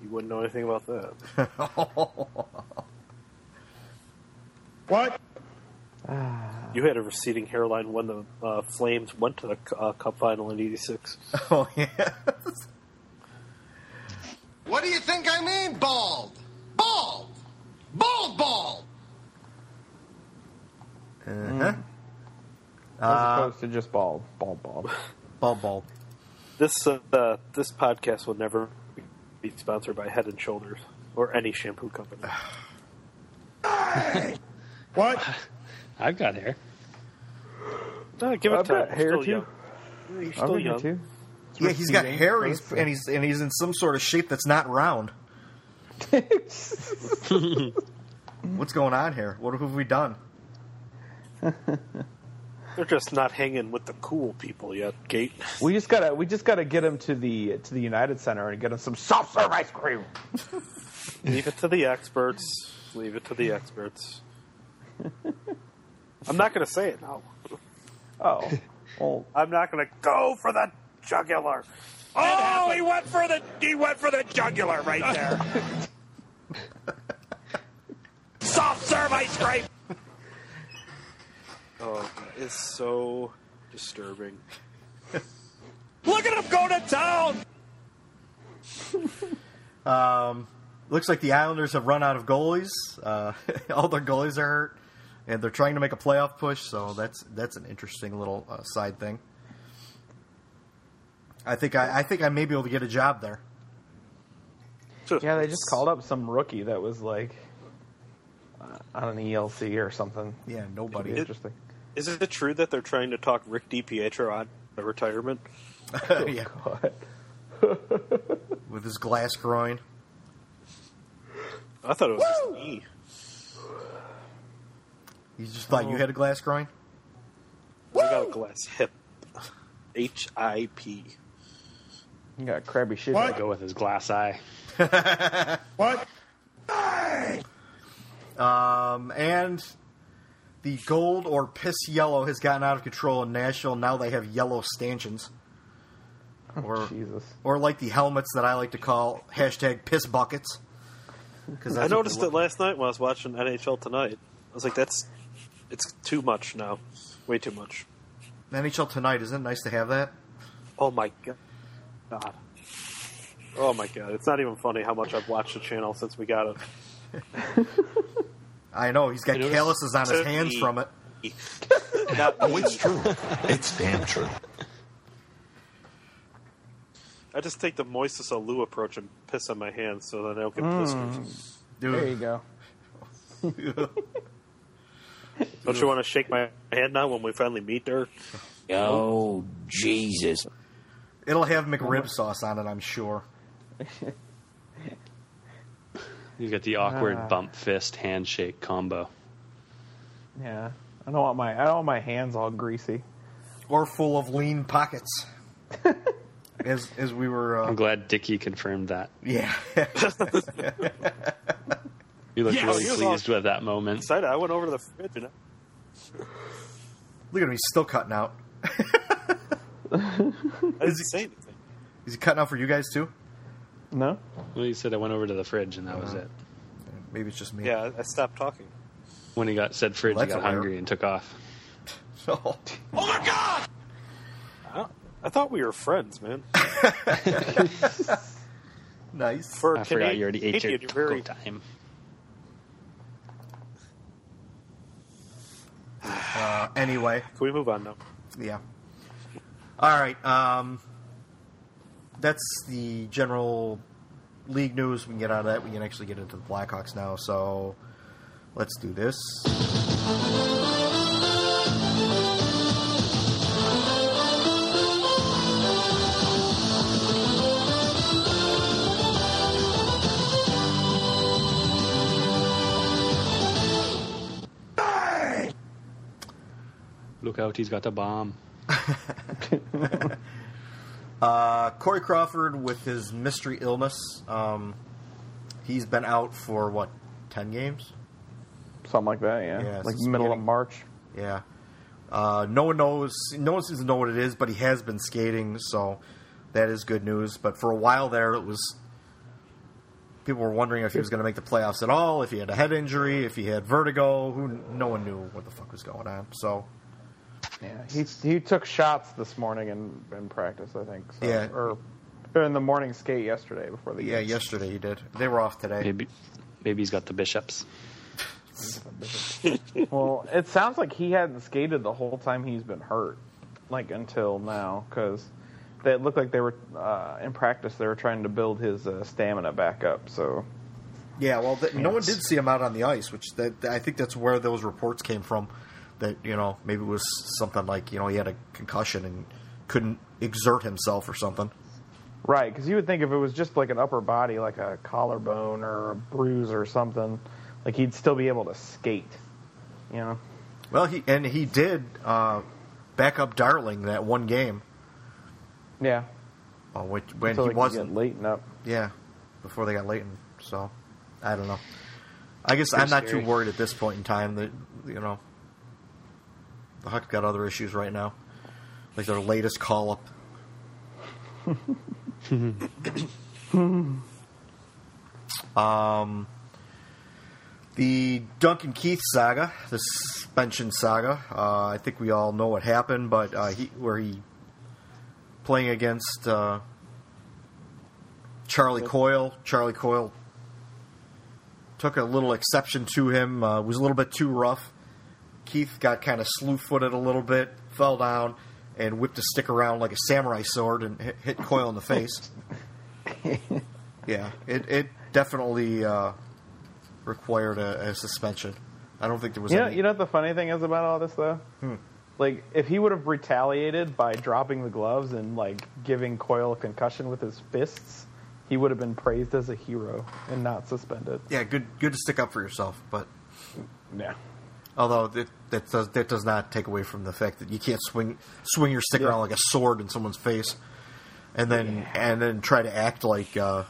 You wouldn't know anything about that.
what?
You had a receding hairline when the uh, Flames went to the uh, Cup final in '86.
Oh yeah.
What do you think I mean, bald? Bald! Bald, bald!
Uh-huh.
Hmm. As opposed to just bald, bald, bald,
Uh, bald, bald.
This uh, uh, this podcast will never be sponsored by Head and Shoulders or any shampoo company.
what?
I've got hair.
No, Uh, give it
I've got
time. You're
hair,
still
too.
young. Yeah, You're
I've
still
got
young.
too.
Yeah, he's got hair, and he's, and he's and he's in some sort of shape that's not round. What's going on here? What have we done?
They're just not hanging with the cool people yet. Gate.
We just gotta we just gotta get him to the to the United Center and get him some soft serve ice cream.
Leave it to the experts. Leave it to the experts. I'm not going to say it now.
Oh, well,
I'm not going to go for the jugular.
Oh, he went for the he went for the jugular right there. Soft serve ice cream.
Oh, that is so disturbing.
Look at him go to town.
Um, looks like the Islanders have run out of goalies. Uh, all their goalies are hurt, and they're trying to make a playoff push. So that's that's an interesting little uh, side thing. I think I, I think I may be able to get a job there.
yeah, they just called up some rookie that was like uh, on an ELC or something.
Yeah, nobody.
Should be interesting.
Is it true that they're trying to talk Rick DiPietro out of retirement?
yeah. With his glass groin.
I thought it was just me.
You just
Oh.
thought you had a glass groin?
I got a glass hip. H I P.
He got crabby shit.
Gotta Go with his glass eye.
What? Um, and the gold or piss yellow has gotten out of control in Nashville. Now they have yellow stanchions. Or,
Oh, Jesus.
or like the helmets that I like to call hashtag piss buckets. Because
I noticed it last night when I was watching NHL Tonight. I was like, that's. It's too much now. Way too much.
NHL tonight isn't it nice to have that.
Oh my god. god. Oh my god. It's not even funny how much I've watched the channel since we got it.
I know he's got
It was
calluses on his
to
hands
me.
from it.
oh,
it's true. It's damn true.
I just take the moistest of Lou approach and piss on my hands so that I don't get blisters.
There you go.
Don't you want to shake my hand now when we finally meet there?
Oh, Jesus.
It'll have McRib sauce on it, I'm sure.
You get the awkward
Ah.
bump fist handshake combo.
Yeah, I don't want my I don't want my hands all greasy.
Or full of lean pockets. as as we were, uh,
I'm glad Dickie confirmed that.
yeah.
You looked
Yeah,
really
he was
pleased with that moment.
Excited. I went over to the fridge and
Look at him, he's still cutting out.
I didn't say anything.
Is he cutting out for you guys too?
No,
Well, you said I went over to the fridge and that was it.
Maybe it's just me.
Yeah, I stopped talking.
When he got said fridge,
Well,
he
that's
got
a rare.
hungry and took off.
Oh,
I, I thought we were friends, man.
nice.
For a
I forgot
Canadian,
you already ate your
you're very,
taco time.
Uh, anyway,
Can we move on now?
yeah. All right. Um, that's the general league news. We can get out of that. We can actually get into the Blackhawks now. So let's do this.
Look out, he's got a bomb.
Uh, Corey Crawford with his mystery illness. Um, he's been out for what ten games,
something like that. Yeah,
Yeah,
like
since
middle of
beginning.
March.
Yeah. Uh, no one knows. No one seems to know what it is, but he has been skating, so that is good news. But for a while there, it was people were wondering if he was going to make the playoffs at all, if he had a head injury, if he had vertigo. Who? No one knew what the fuck was going on. So
Yeah, he he took shots this morning in, in practice, I think. So,
Yeah.
or, or in the morning skate yesterday before the
yeah,
game.
yesterday he did. They were off today.
Maybe, maybe he's got the bishops.
well, it sounds like he hadn't skated the whole time he's been hurt, like until now, because it looked like they were uh, in practice. They were trying to build his uh, stamina back up. So
Yeah, well, th no one did see him out on the ice, which that, I think that's where those reports came from. That you know maybe it was something like you know he had a concussion and couldn't exert himself or something.
right, because you would think if it was just like an upper body, like a collarbone or a bruise or something, like he'd still be able to skate. You know.
Well, he and he did uh, back up Darling that one game
Yeah.
uh, which, when
Until
he
they could get
wasn't
Leighton up.
Yeah, before they got Leighton. So I don't know. I guess
Pretty
I'm not
scary.
too worried at this point in time. That you know, the Huck's got other issues right now, like their latest call up. Um, the Duncan Keith saga, the suspension saga. Uh, I think we all know what happened, but uh, he where he playing against uh, Charlie Coyle. Charlie Coyle took a little exception to him. Uh, was a little bit too rough. Keith got kind of slew-footed a little bit, fell down, and whipped a stick around like a samurai sword and hit, hit Coyle in the face. yeah, it it definitely uh, required a, a suspension. I don't think there was
You know,
any.
you know what the funny thing is about all this though?
Hmm.
Like, if he would have retaliated by dropping the gloves and like giving Coyle a concussion with his fists, he would have been praised as a hero and not suspended.
yeah, good good to stick up for yourself, but
yeah.
Although that that does that does not take away from the fact that you can't swing swing your stick around like a sword in someone's face, and then and then try to act like uh,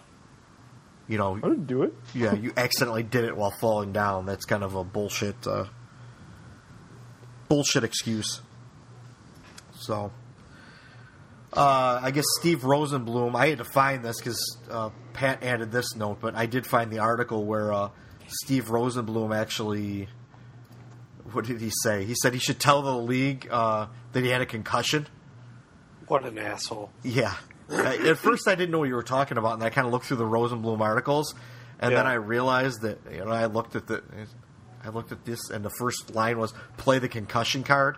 you know I
didn't do it.
Yeah, you accidentally did it while falling down. That's kind of a bullshit uh, bullshit excuse. So. Uh, I guess Steve Rosenblum. I had to find this because uh, Pat added this note, but I did find the article where uh, Steve Rosenblum actually. What did he say? He said he should tell the league uh, that he had a concussion.
What an asshole.
Yeah. I- At first, I didn't know what you were talking about, and I kind of looked through the Rosenblum articles, and then
Yeah.
I realized that you know I looked at the, I looked at this, and the first line was "play the concussion card."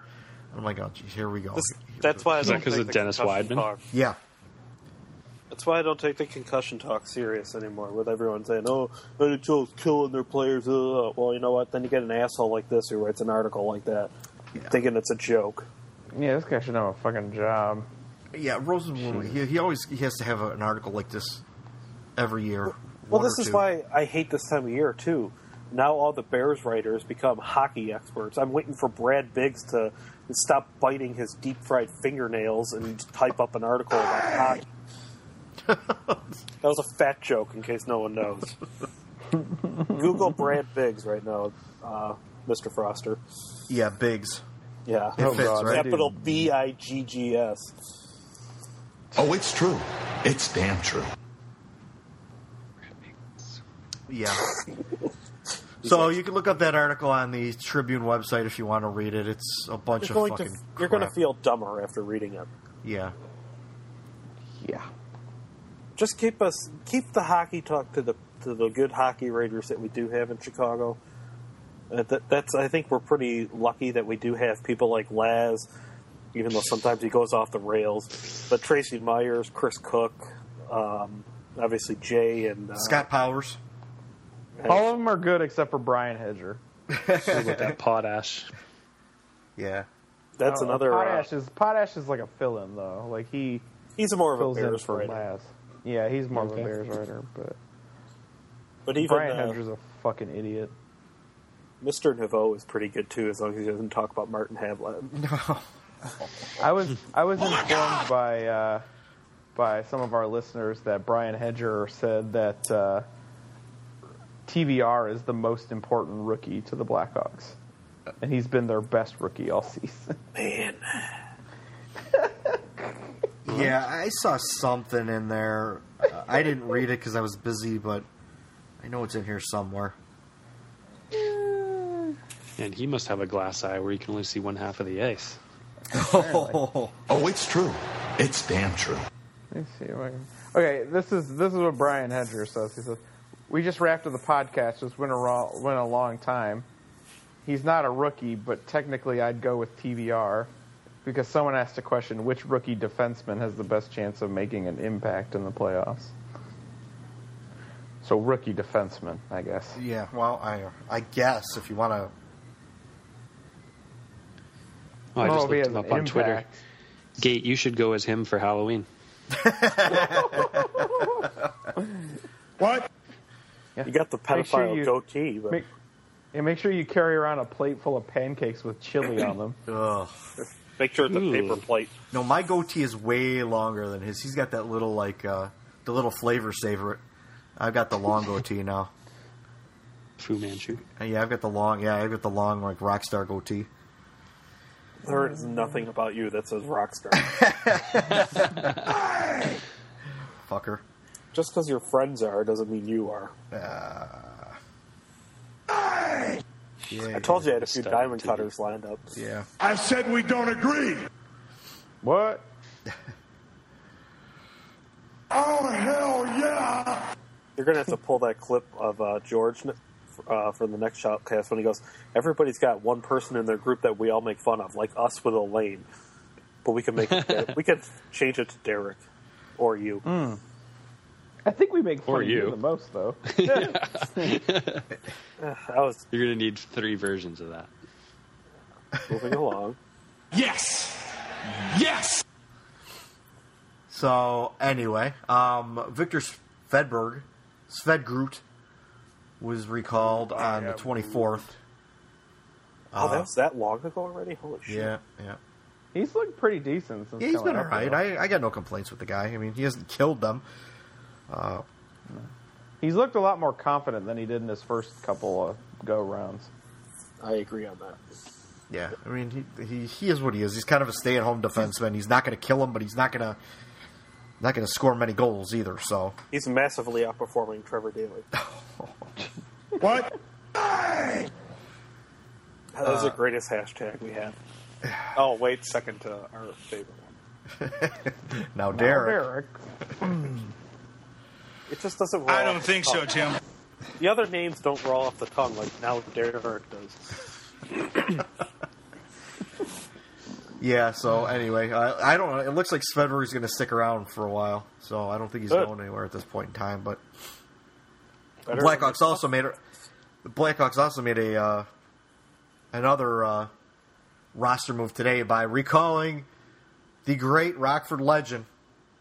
I'm like, oh, geez, here we go.
That's why I
Is that
don't
'cause
take
of
the
Dennis
concussion
Weidman?
Talk.
Yeah.
That's why I don't take the concussion talk serious anymore. With everyone saying, "Oh, NHL's killing their players," ugh." well, you know what? Then you get an asshole like this who writes an article like that, thinking it's a joke.
Yeah, this guy should have a fucking job.
Yeah, Rosenblum. He, he always he has to have a, an article like this every year.
Well,
one
this
or
is
two.
why I hate this time of year too. Now all the Bears writers become hockey experts. I'm waiting for Brad Biggs to stop biting his deep fried fingernails and type up an article about hockey. that was a fat joke, in case no one knows. Google Brad Biggs right now, uh, Mr. Froster.
Yeah, Biggs.
Yeah,
It Oh, fits, God, right?
capital
dude.
B I G G S.
Oh, it's true. It's damn true.
Yeah. so you can look up that article on the Tribune website if you want to read it. It's a bunch
You're going
of
to
fucking.
you're going to
crap.
feel dumber after reading it.
Yeah.
Yeah.
just keep us keep the hockey talk to the to the good hockey raiders that we do have in Chicago. Uh, that, that's I think we're pretty lucky that we do have people like Laz, even though sometimes he goes off the rails. But Tracy Myers, Chris Cook, um, obviously Jay and uh,
Scott Powers.
All of them are good except for Brian Hedger.
With that potash.
Yeah.
That's
I don't know,
another, uh,
Potash is Potash is like a fill-in though. Like he
He's more of a
fills in
Bears
for
writer.
Laz. Yeah, he's more
Okay.
of a Bears writer, but
But even,
Brian
uh,
Hedger's a fucking idiot.
Mr. Naveau is pretty good too, as long as he doesn't talk about Martin Hamlet.
Oh
I was I was informed by uh, by some of our listeners that Brian Hedger said that uh, TVR is the most important rookie to the Blackhawks, and he's been their best rookie all season.
Man.
Yeah, I saw something in there. Uh, I didn't read it because I was busy, but I know it's in here somewhere.
And he must have a glass eye where he can only see one half of the ice.
Oh,
it's true. It's damn true.
Let me see. if I can- Okay, this is this is what Brian Hedger says. He says, "We just wrapped up the podcast. Just went a ro- went a long time. He's not a rookie, but technically, I'd go with TVR because someone asked a question: which rookie defenseman has the best chance of making an impact in the playoffs? So rookie defenseman, I guess.
Yeah, well, I I guess if you want to.
Oh, I
Well,
just
he
looked
has
him
an
up on Twitter.
impact.
Gate, you should go as him for Halloween.
What? You got the
Make sure
pedophile
you-
goatee. But
Make, and make sure you carry around a plate full of pancakes with chili on them.
Ugh.
Make sure it's a paper plate.
No, my goatee is way longer than his. He's got that little like uh, the little flavor saver. I've got the long goatee now.
Fu Manchu.
Yeah, I've got the long. Yeah, I've got the long like rock star goatee.
There is nothing about you that says rock star.
Fucker.
Just because your friends are doesn't mean you are. I told you I had a few
Stuff
diamond
to
cutters lined up.
Yeah.
I said we don't agree.
What?
Oh, hell yeah.
You're going to have to pull that clip of uh, George uh, from the next shotcast when he goes, Everybody's got one person in their group that we all make fun of, like us with Elaine. But we can make it, we can change it to Derek or you.
I think we make fun
Or
of you
you.
the most, though.
I was
You're going to need three versions of that.
moving along.
Yes. Yes.
So anyway, um, Victor Svedberg, Svedgroot, was recalled on the twenty fourth.
Oh, that was that long ago already? Holy shit.
Uh-huh. Uh, Yeah, yeah.
He's looked pretty decent since
Yeah, he's
coming
been all
up,
right.
though.
I, I got no complaints with the guy. I mean, he hasn't killed them. Uh,
He's looked a lot more confident than he did in his first couple of go rounds.
I agree on that.
yeah, I mean, he, he he is what he is. He's kind of a stay at home defenseman. He's not going to kill him, but he's not going to not going to score many goals either. So
He's massively outperforming Trevor Daly.
What?
That is the greatest hashtag we have. Oh, wait, second to our favorite one.
now Derek,
It just doesn't roll
I
off
don't
the
think so, Tim.
tongue. The other names don't roll off the tongue like now Derek does.
yeah. So anyway, I, I don't know. It looks like Svedberg's going to stick around for a while. So I don't think he's
Good.
going anywhere at this point in time. But
Better
Blackhawks also made a, the Blackhawks also made a uh, another uh, roster move today by recalling the great Rockford legend,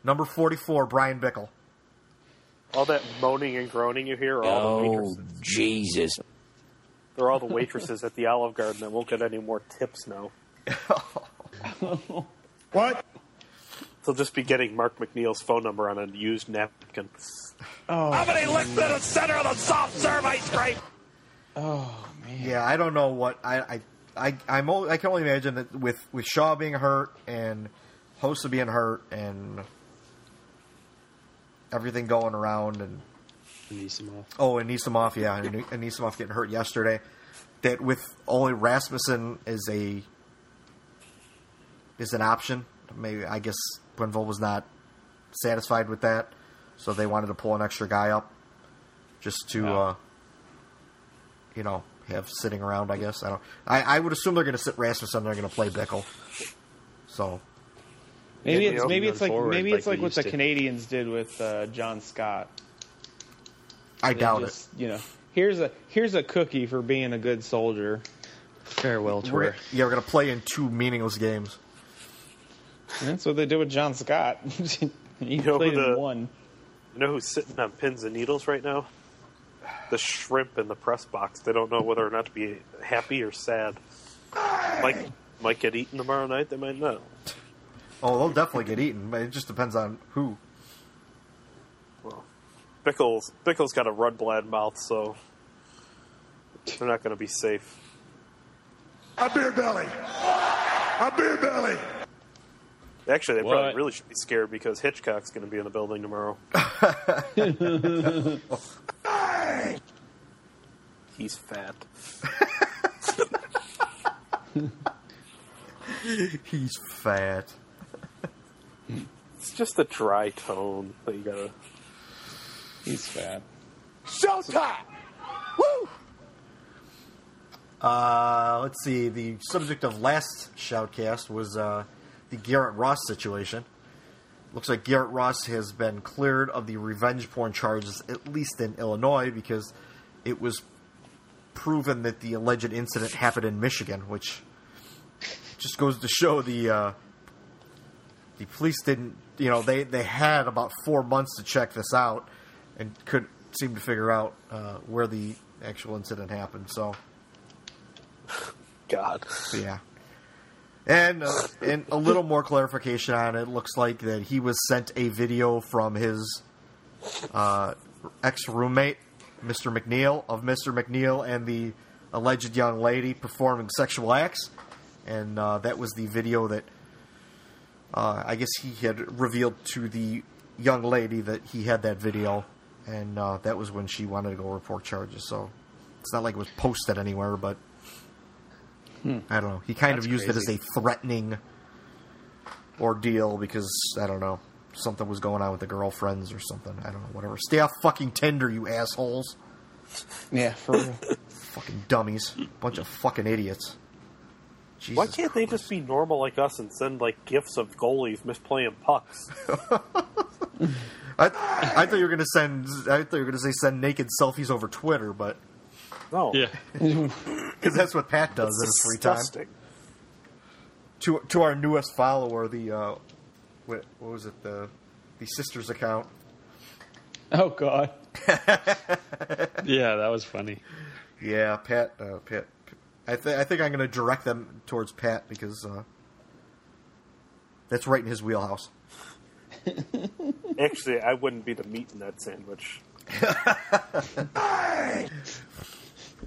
number forty four, Brian Bickle.
All that moaning and groaning you hear are all the
Oh,
waitresses.
Jesus.
They're all the waitresses at the Olive Garden that won't get any more tips now.
What?
They'll just be getting Mark McNeil's phone number on a used napkin.
How many licks to the center of the soft serve ice cream?
Yeah, I don't know what I I I I'm only, I can only imagine that with with Shaw being hurt and Hossa being hurt and everything going around and
Anisimov.
Oh, and Anisimov, yeah, and and Anisimov getting hurt yesterday. That with only Rasmussen is a is an option. Maybe I guess Quinville was not satisfied with that, so they wanted to pull an extra guy up just to, uh, you know, have sitting around. I guess I don't. I, I would assume they're going to sit Rasmussen. They're going to play Bickle. So
Maybe
Yeah,
it's
they
maybe
open
it's like
forward
maybe
like
it's
we
like what
used
the
to.
Canadians did with uh, John Scott.
I
They
doubt
just, You know, here's a here's a cookie for being a good soldier.
Farewell
it.
tour.
We're, yeah, we're going to play in two meaningless games.
And that's what they did with John Scott. he
know
played
who the-
in one.
You know who's sitting on pins and needles right now? The shrimp in the press box. They don't know whether or not to be happy or sad. Might might get eaten tomorrow night. They might not.
Oh, they'll definitely get eaten, but it just depends on who.
Well, Bickle's Bickle's got a red blood mouth, so they're not going to be safe.
A beer belly. A beer belly.
Actually, they probably really should be scared because Hitchcock's going to be in the building tomorrow. He's fat.
He's fat.
It's just a dry tone that you gotta.
He's fat.
Showtime! Woo!
Uh, let's see. The subject of last shoutcast was uh, the Garrett Ross situation. Looks like Garrett Ross has been cleared of the revenge porn charges, at least in Illinois, because it was proven that the alleged incident happened in Michigan, which just goes to show the uh, the police didn't. You know, they they had about four months to check this out, and couldn't seem to figure out uh, where the actual incident happened. So,
God.
yeah. And uh, and a little more clarification on it. Looks like that he was sent a video from his uh, ex roommate, Mr. McNeil, of Mr. McNeil and the alleged young lady performing sexual acts, and uh, that was the video that uh, I guess he had revealed to the young lady that he had that video, and uh, that was when she wanted to go report charges. So it's not like it was posted anywhere, but
Hmm.
I don't know. He kind
That's
of used it
crazy.
as a threatening ordeal because I don't know something was going on with the girlfriends or something. I don't know. Whatever. Stay off fucking Tinder, you assholes.
Yeah, for real.
fucking dummies. Bunch of fucking idiots. Jesus
Why can't they just be normal like us and send like gifts of goalies misplaying pucks?
I, I thought you were gonna send. I thought you were gonna say send naked selfies over Twitter, but
No.
Yeah.
because that's what Pat does in his free
disgusting.
time. To to our newest follower, the uh, what, what was it the the sisters account?
Oh God.
Yeah, that was funny.
Yeah, Pat. Uh, Pat. I, th- I think I'm going to direct them towards Pat because uh, that's right in his wheelhouse.
Actually, I wouldn't be the meat in that sandwich.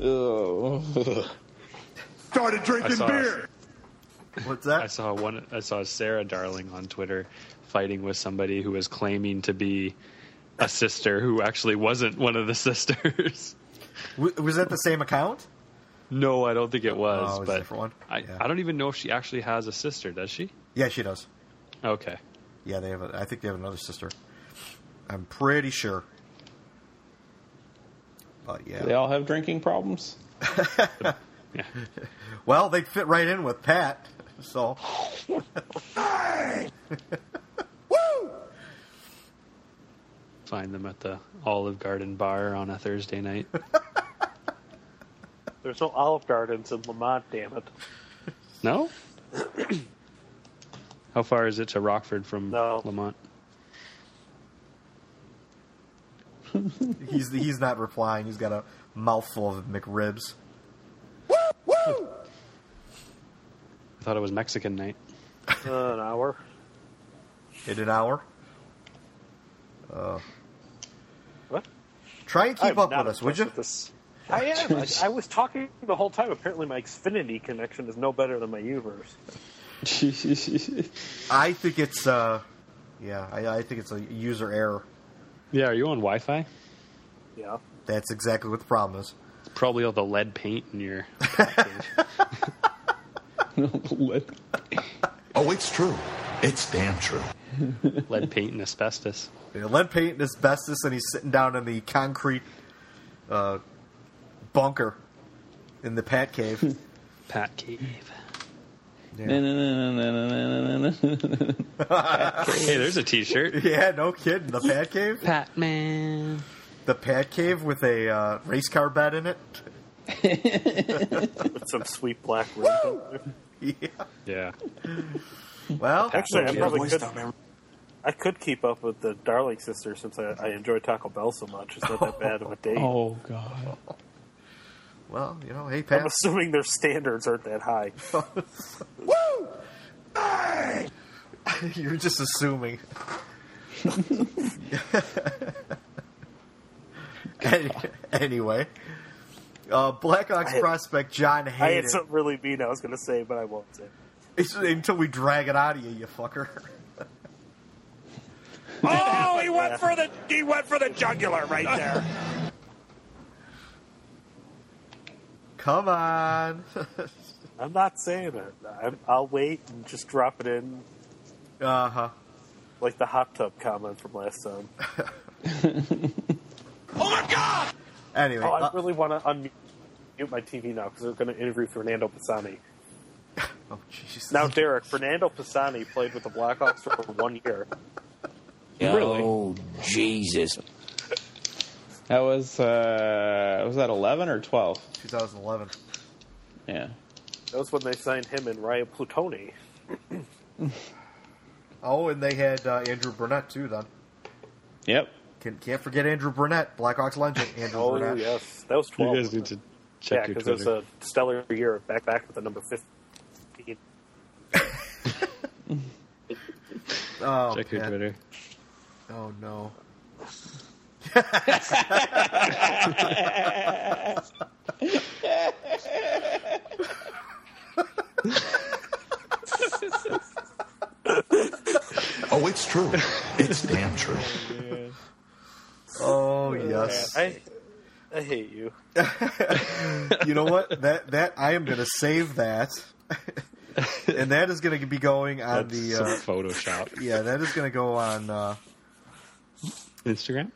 Oh.
Started
I
drinking
saw-
beer.
What's that?
I saw one. I saw Sarah Darling on Twitter fighting with somebody who was claiming to be a sister who actually wasn't one of the sisters.
W- was that the same account?
No, I don't think it was.
Oh, it was a
but
different one?
I,
Yeah.
I don't even know if she actually has a sister. Does she?
Yeah, she does.
Okay.
Yeah, they have. A, I think they have another sister. I'm pretty sure. But yeah.
They all have drinking problems.
Well, they fit right in with Pat. So.
Find them at the Olive Garden bar on a Thursday night.
There's no Olive Gardens in Lamont, damn it.
No. How far is it to Rockford from
No.
Lamont?
He's he's not replying. He's got a mouthful of McRibs.
I thought it was Mexican night.
Uh, an hour.
In an hour. Uh,
What?
try and keep
I'm
up
not
with us, would you?
impressed with this. I am. I, I was talking the whole time. Apparently, my Xfinity connection is no better than my Uverse.
I think it's uh, yeah, I, I think it's a user error.
Yeah, are you on Wi-Fi?
Yeah.
That's exactly what the problem is.
Probably all the lead paint in your.
lead,
Oh, it's true. It's damn true.
lead paint and asbestos.
Yeah, lead paint and asbestos, and he's sitting down in the concrete uh, bunker in the Pat
Hmm.
cave.
Pat Cave.
Na, na, na, na, na, na, na, na, na.
Hey, there's a T-shirt.
yeah, no kidding. The Pat cave.
Pat man.
The Pat cave with a uh, race car bed in it.
With some sweet black ribbon.
yeah.
Yeah.
Well,
Actually, I
Yeah,
probably
voice
could.
down, man.
I could keep up with the Darling sisters since I, I enjoy Taco Bell so much. It's not that bad of a date.
Oh God.
well, you know, hey
I'm
Pat.
assuming their standards aren't that high.
You're just assuming. Any- anyway, uh, Blackhawks prospect John
I had
Hayden.
something really mean I was going to say, but I won't say.
It's- until we drag it out of you, you fucker.
Oh, he went for the he went for the jugular right there.
Come on.
I'm not saying it. I'm, I'll wait and just drop it in.
Uh huh.
Like the hot tub comment from last time.
Anyway,
oh, I
uh,
really want to unmute my TV now because we're going to interview Fernando Pisani.
oh, Jesus.
Now, Derek, Fernando Pisani played with the Blackhawks for one year.
Oh, Jesus.
That was uh, was that eleven or twelve?
2011.
Yeah.
That was when they signed him and Ryan Plutoni.
Oh, and they had uh, Andrew Burnett too. Then
Yep.
Can, can't forget Andrew Burnett, Blackhawks legend. Andrew
Oh,
Burnett.
yes. That was 12.
You guys need to
yeah,
check your
because it was
Twitter.
a stellar year back back with the number 15.
Oh,
check your
man.
Twitter.
Oh no.
Oh, it's true. It's damn true.
Oh yes.
I, I hate you.
you know what? That that I am going to save that, and that is going to be going on
That's
the. Uh,
some Photoshop.
yeah, that is going to go on. Uh,
Instagram?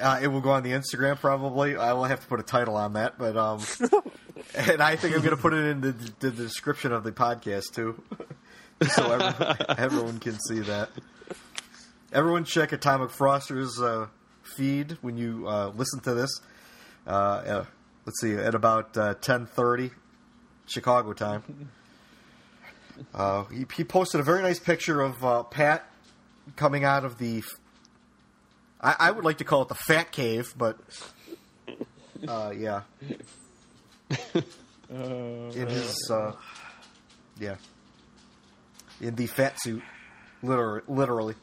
uh, it will go on the Instagram probably. I will have to put a title on that, but um, and I think I'm going to put it in the, the description of the podcast too, so everyone, everyone can see that. Everyone, check Atomic Froster's uh, feed when you uh, listen to this. Uh, uh, let's see, at about uh, 10:30 Chicago time. Uh, he, he posted a very nice picture of uh, Pat coming out of the I, I would like to call it the Fat Cave, but uh, yeah, it is. Uh, yeah, in the fat suit, literally. literally.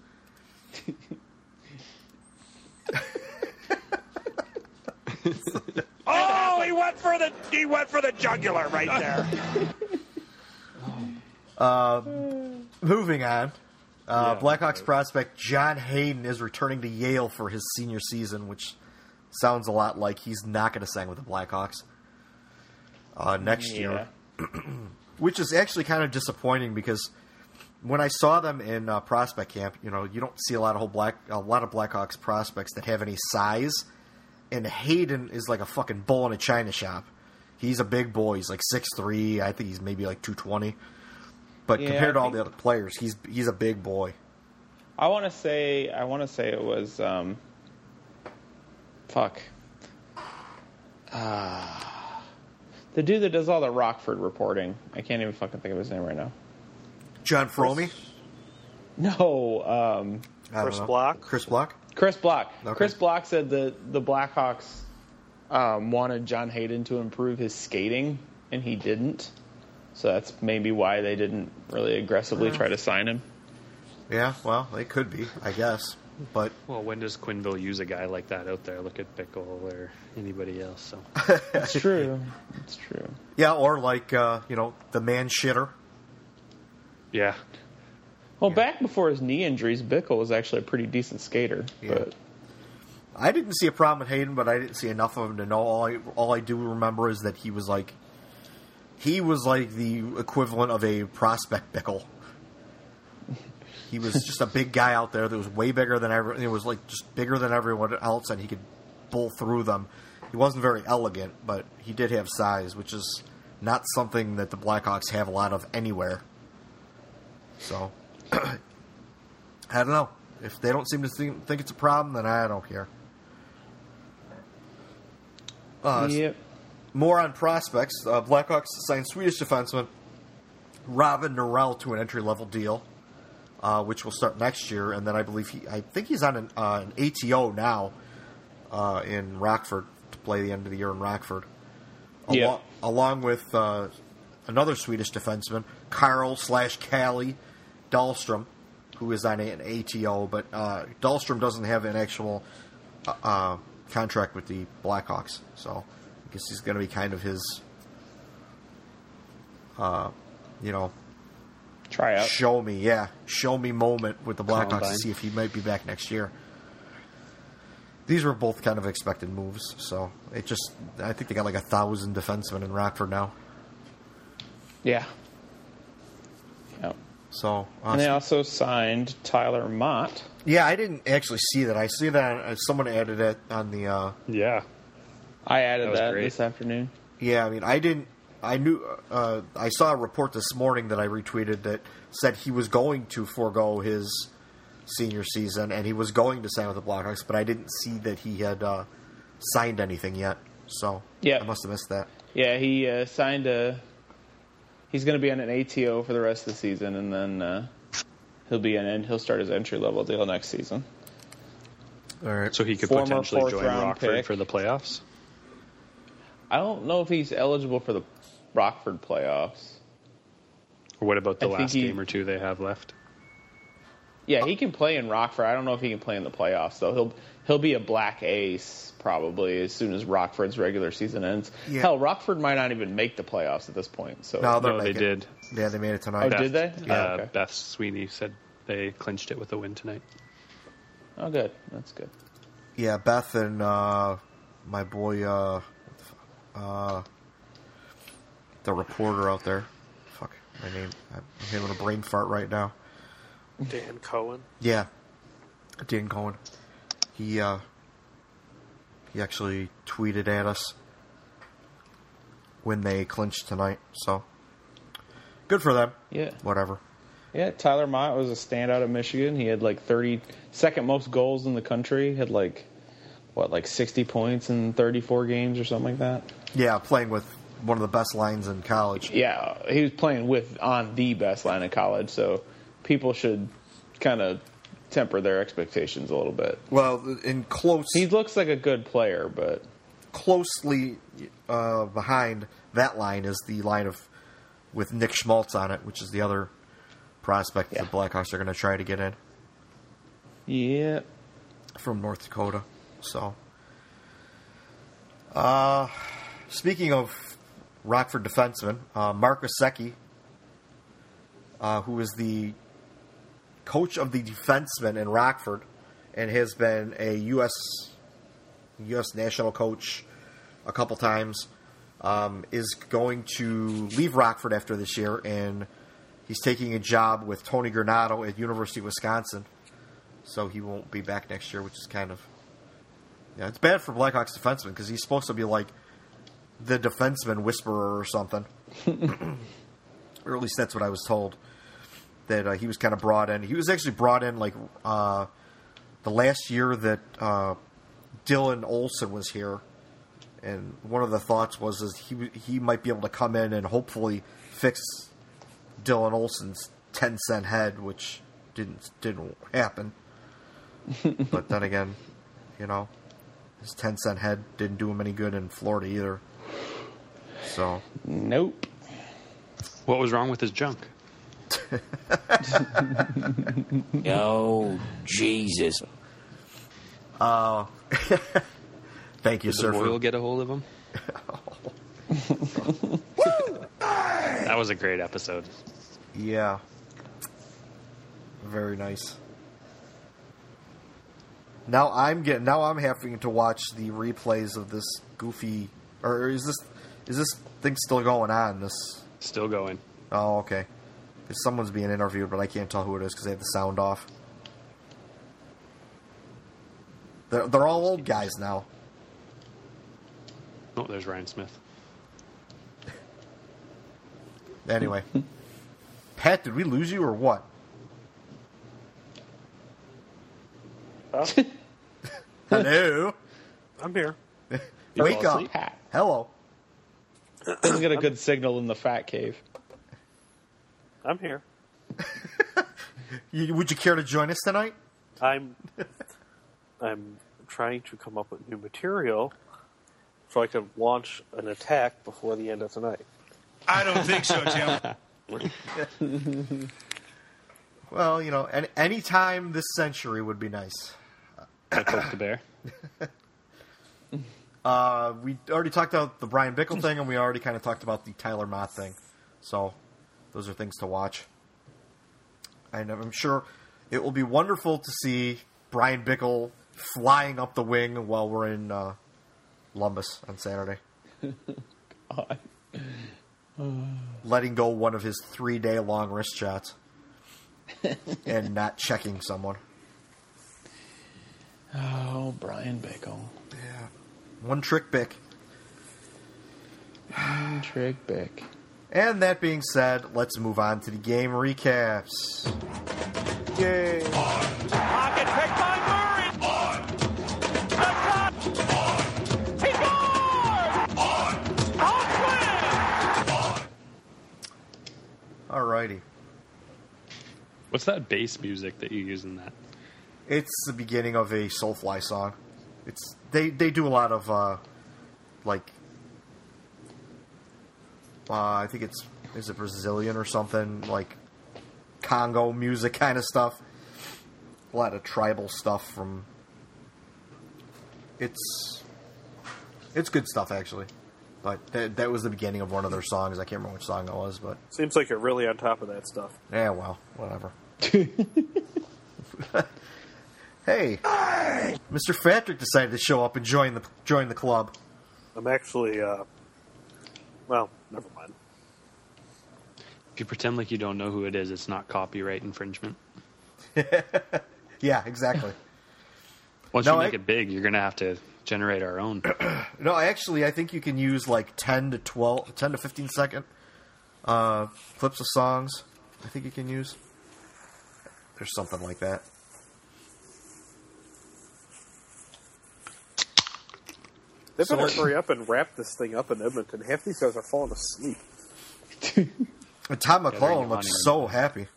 Oh, he went for the he went for the jugular right there.
Uh, moving on, uh, Blackhawks prospect John Hayden is returning to Yale for his senior season, which sounds a lot like he's not going to sign with the Blackhawks uh, next
Mm,
year. which is actually kind of disappointing because when I saw them in uh, prospect camp, you know, you don't see a lot of whole black a lot of Blackhawks prospects that have any size, and Hayden is like a fucking bull in a china shop. He's a big boy. He's like six three. I think he's maybe like two twenty. But
Yeah,
compared to
I
all the other players, he's he's a big boy.
I want to say I want to say it was um, fuck. Uh, the dude that does all the Rockford reporting. I can't even fucking think of his name right now.
John Fromey,
No, um,
I don't
Chris
know.
Block?
Chris Block.
Chris Block.
Okay.
Chris Block said the the Blackhawks um, wanted John Hayden to improve his skating, and he didn't. So that's maybe why they didn't really aggressively try to sign him.
Yeah, well, they could be, I guess. But
Well, when does Quinville use a guy like that out there? Look at Pickle or anybody else. So
It's true. It's true.
yeah, or like uh, you know the man shitter.
yeah,
Well, back before his knee injuries, Bickle was actually a pretty decent skater.
Yeah.
But
I didn't see a problem with Hayden, but I didn't see enough of him to know. All I all I do remember is that he was like he was like the equivalent of a prospect pickle. He was just a big guy out there that was way bigger than everyone. It was like just bigger than everyone else, and he could bull through them. He wasn't very elegant, but he did have size, which is not something that the Blackhawks have a lot of anywhere. So I don't know. If they don't seem to think, think it's a problem, then I don't care. Uh,
yep.
More on prospects. Uh, Blackhawks signed Swedish defenseman Robin Norell to an entry level deal, uh, which will start next year. And then I believe he, I think he's on an, uh, an ATO now uh, in Rockford to play the end of the year in Rockford. Alo-
Yeah.
Along with uh, another Swedish defenseman, Carl slash Callie Dahlstrom who is on an ATO, but uh, Dahlstrom doesn't have an actual uh, uh, contract with the Blackhawks, so I guess he's going to be kind of his, uh, you know,
try out,
show me, yeah, show me moment with the Blackhawks
Combine.
to see if he might be back next year. These were both kind of expected moves, so it just I think they got like a thousand defensemen in Rockford now.
Yeah.
So
And they also signed Tyler Mott.
Yeah, I didn't actually see that. I see that uh, someone added it on the. Uh,
yeah, I added
That
that,
was great.
this afternoon.
yeah, I mean, I didn't. I knew. Uh, I saw a report this morning that I retweeted that said he was going to forego his senior season and he was going to sign with the Blackhawks, but I didn't see that he had uh, signed anything yet. So
Yeah.
I must have missed that.
Yeah, he uh, signed a. He's going to be on an ATO for the rest of the season, and then uh, he'll be an he'll start his entry level deal next season.
All right.
So he could
Former
potentially
fourth
join
round
Rockford
pick.
for the playoffs.
I don't know if he's eligible for the Rockford playoffs.
Or what about the
I think
last
he-
game or two they have left?
Yeah, he can play in Rockford. I don't know if he can play in the playoffs though. He'll he'll be a black ace probably as soon as Rockford's regular season ends.
Yeah.
Hell, Rockford might not even make the playoffs at this point. So
No, they're making- Yeah, they made it tonight.
Oh, did they?
Uh,
Oh, okay.
Beth Sweeney said they clinched it with a win tonight.
Oh, good. That's good.
Yeah, Beth and uh, my boy, uh, what the fu- uh, the reporter out there. Fuck my name. I'm having a brain fart right now.
Dan Cohen.
Yeah, Dan Cohen. He uh, he actually tweeted at us when they clinched tonight. So good for them.
Yeah.
Whatever.
Yeah, Tyler Mott was a standout at Michigan. He had like 30 second most goals in the country. Had like what like 60 points in 34 games or something like that.
Yeah, playing with one of the best lines in college.
Yeah, he was playing with on the best line in college, so people should kind of temper their expectations a little bit.
Well, in close,
he looks like a good player, but
closely uh, behind that line is the line of with Nick Schmaltz on it, which is the other prospect the Blackhawks are going to try to get in.
Yeah.
From North Dakota. So, uh, speaking of Rockford defenseman, uh, Marcus Secchi, uh, who is the coach of the defensemen in Rockford and has been a U.S. U.S. national coach a couple times, um, is going to leave Rockford after this year, and he's taking a job with Tony Granado at University of Wisconsin. So he won't be back next year, which is kind of yeah, it's bad for Blackhawks defenseman because he's supposed to be like the defenseman whisperer or something, or at least that's what I was told. That uh, he was kind of brought in. He was actually brought in like uh, the last year that uh, Dylan Olson was here, and one of the thoughts was is he w- he might be able to come in and hopefully fix Dylan Olson's ten cent head, which didn't didn't happen. but then again, you know, his ten cent head didn't do him any good in Florida either. So
nope.
What was wrong with his junk?
Oh, Jesus.
Oh. Thank you,
Did
sir,
The
for-
oil get a hold of him. that was a great episode.
yeah, very nice. Now I'm getting now I'm having to watch the replays of this goofy or is this is this thing still going on? This
Still going.
Oh, okay. 'Cause someone's being interviewed, but I can't tell who it is because they have the sound off. They're, they're all old guys now.
Oh, there's Ryan Smith.
Anyway, Pat, did we lose you or what? Hello.
I'm here.
You
Wake
fall
up,
asleep? Pat.
Hello.
Doesn't get a good signal in the fat cave.
I'm here.
You, would you care to join us tonight?
I'm I'm trying to come up with new material so I can launch an attack before the end of tonight.
I don't think so, Jim.
Well, you know, and any time this century would be nice.
I poked a bear.
uh, we already talked about the Brian Bickle thing, and we already kind of talked about the Tyler Mott thing. So, those are things to watch. And I'm sure it will be wonderful to see Brian Bickle flying up the wing while we're in uh, Columbus on Saturday.
God.
Letting go one of his three day long wrist shots and not checking someone.
Oh, Brian Bickle.
Yeah. One trick pick.
One trick pick.
And that being said, let's move on to the game recaps. Yay.
Pocket pick by Murray. On. The shot. On. He scores. On. Home win. On.
Alrighty.
What's that bass music that you use in that?
It's the beginning of a Soulfly song. It's they they do a lot of uh, like uh, I think it's is it Brazilian or something like Congo music kind of stuff. A lot of tribal stuff from. It's it's good stuff actually, but that, that was the beginning of one of their songs. I can't remember which song it was, but
Seems like you're really on top of that stuff.
yeah, well, whatever. hey, Mr. Patrick decided to show up and join the join the club.
I'm actually, uh, well, never mind.
If you pretend like you don't know who it is, it's not copyright infringement.
Yeah, exactly.
Once
No,
you make
I-
it big, you're going to have to generate our own.
No, actually, I think you can use like 10 to 12, 10 to 15 second uh, clips of songs. I think you can use. There's something like that.
They better
So-
hurry up and wrap this thing up in Edmonton. Half these guys are falling asleep.
And Tom
Yeah, there you
McClellan
go,
looks
honey.
so happy.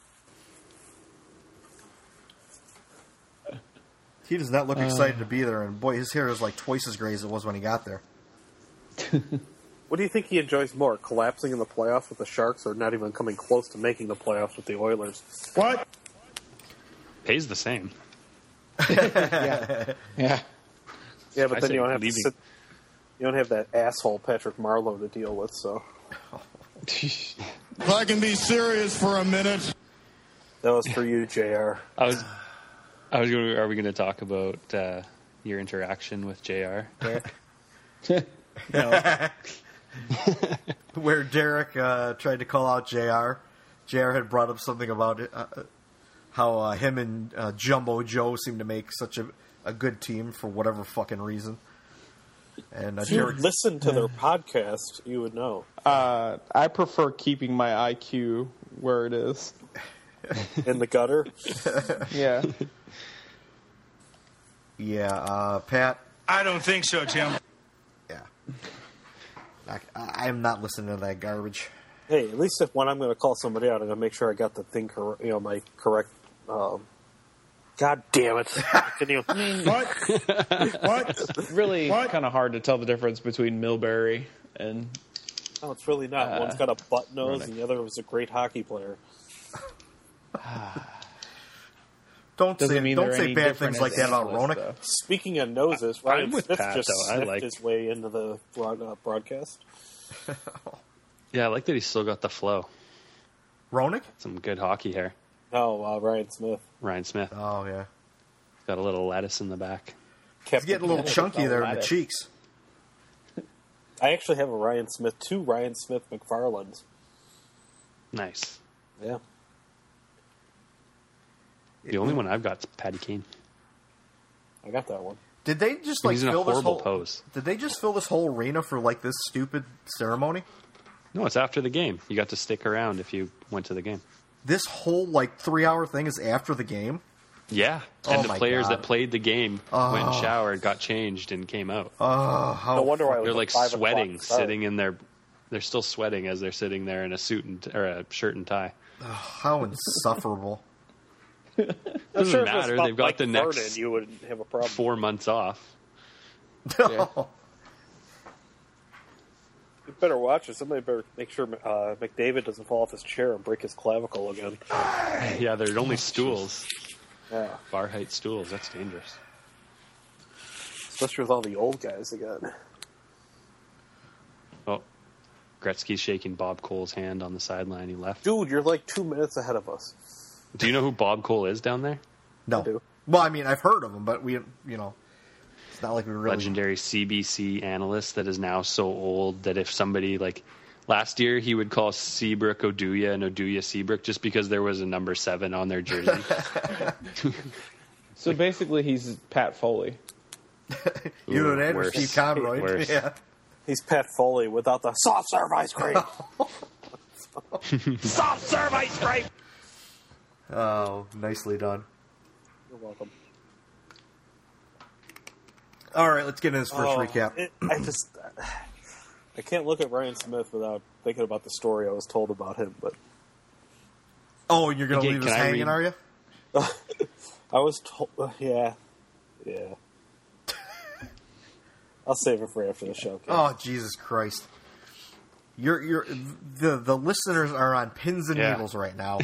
He does not look
Uh.
excited to be there, and boy, his hair is like twice as gray as it was when he got there.
What do you think he enjoys more, collapsing in the playoffs with the Sharks or not even coming close to making the playoffs with the Oilers? What?
Pays the same.
yeah.
Yeah.
Yeah, but
I
then
say
you don't have to
leaving.
sit, you don't have that asshole Patrick Marlowe to deal with, so
If I can be serious for a minute.
that was for you, JR.
I was, I was. Gonna, are we going to talk about uh, your interaction with Jr?
Where Derek uh, tried to call out JR. JR had brought up something about it, uh, how uh, him and uh, Jumbo Joe seem to make such a, a good team for whatever fucking reason. And uh,
If you
Derek,
listen to their podcast, you would know.
Uh, I prefer keeping my IQ where it is.
In the gutter.
yeah.
yeah, uh, Pat,
I don't think so, Tim.
yeah. I, I am not listening to that garbage.
Hey, at least if when I'm going to call somebody out, I'm going to make sure I got the thing correct. You know, my correct. Um, God damn it! Can you?
What? really kind of hard to tell the difference between Milbury and.
No, it's really not. One's got a butt nose,
Ronick.
and the other was a great hockey player.
Don't
Doesn't
say
mean
don't
they're
say
any
bad
different
things
as
like that about
analysts,
Ronick.
though.
Speaking of noses,
I'm
Ryan
with
Smith
Pat,
just
though. I
sniffed
like-
his way into the broad, uh, broadcast.
Yeah, I like that he's still got the flow.
Ronick?
Some good hockey hair.
Oh, uh, Ryan Smith.
Ryan Smith.
Oh yeah.
Got a little lattice in the back.
Kept
He's getting a little chunky there in the cheeks.
I actually have a Ryan Smith, two Ryan Smith McFarlands.
Nice.
Yeah.
The only one I've got's Patty Kane.
I got that one.
Did they
And
just like
he's in a
fill this
horrible
whole
pose.
Did they just fill this whole arena for like this stupid ceremony?
No, it's after the game. You got to stick around if you went to the game.
This whole like three hour thing is after the game.
Yeah,
Oh
and the
my
players
God.
that played the game went and
Oh.
showered, got changed, and came out.
Oh, how
No wonder why it was
they're
a
like
five o'clock
sweating,
start.
sitting in their. They're still sweating as they're sitting there in a suit and or a shirt and tie.
how insufferable.
I'm
Doesn't
sure if it was
matter.
about
They've got
Mike
the next
Vernon, you wouldn't have a problem.
four months off.
No.
You better watch it. Somebody better make sure uh, McDavid doesn't fall off his chair and break his clavicle again.
Yeah, they're
Oh,
only stools.
Yeah.
Bar height stools. That's dangerous.
Especially with all the old guys they got.
Oh, Gretzky's shaking Bob Cole's hand on the sideline. He left.
Dude, you're like two minutes ahead of us.
Do you know who Bob Cole is down there?
No. Well, I mean, I've heard of him, but we, you know, it's not like we really.
legendary CBC analyst that is now so old that if somebody like last year he would call Seabrook Oduya and Oduya Seabrook just because there was a number seven on their jersey.
So basically, he's Pat Foley.
You know
Ooh,
that, or
worse.
Steve Conroy.
Worse.
Yeah.
He's Pat Foley without the soft serve ice cream.
Soft serve ice cream.
Oh, nicely done.
You're welcome.
All right, let's get into this first
Oh,
recap.
it- I just I can't look at Ryan Smith without thinking about the story I was told about him. But
oh, you're gonna
Again,
leave
can
us
I
hanging,
read-
are you?
I was told, uh, yeah, yeah. I'll save it for after the show. Ken.
Oh, Jesus Christ! You're you're the the listeners are on pins and
Yeah.
needles right now.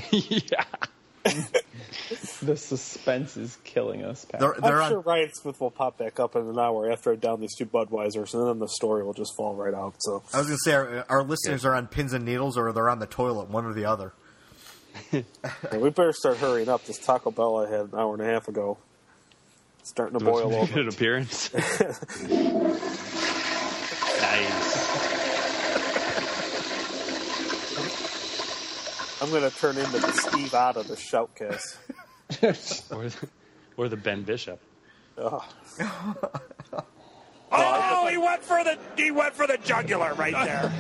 The suspense is killing us, Pat.
I'm sure Ryan Smith will pop back up in an hour after I down these two Budweisers, and then the story will just fall right out. So
I was gonna say our, our listeners are on pins and needles, or they're on the toilet, one or the other.
Yeah, we better start hurrying up. This Taco Bell I had an hour and a half ago, it's starting to boil
Must make
over.
an appearance. nice.
I'm going to turn into the Steve out of the shoutcast.
or, the, or the Ben Bishop.
Oh.
Oh, he went for the he went for the jugular right there.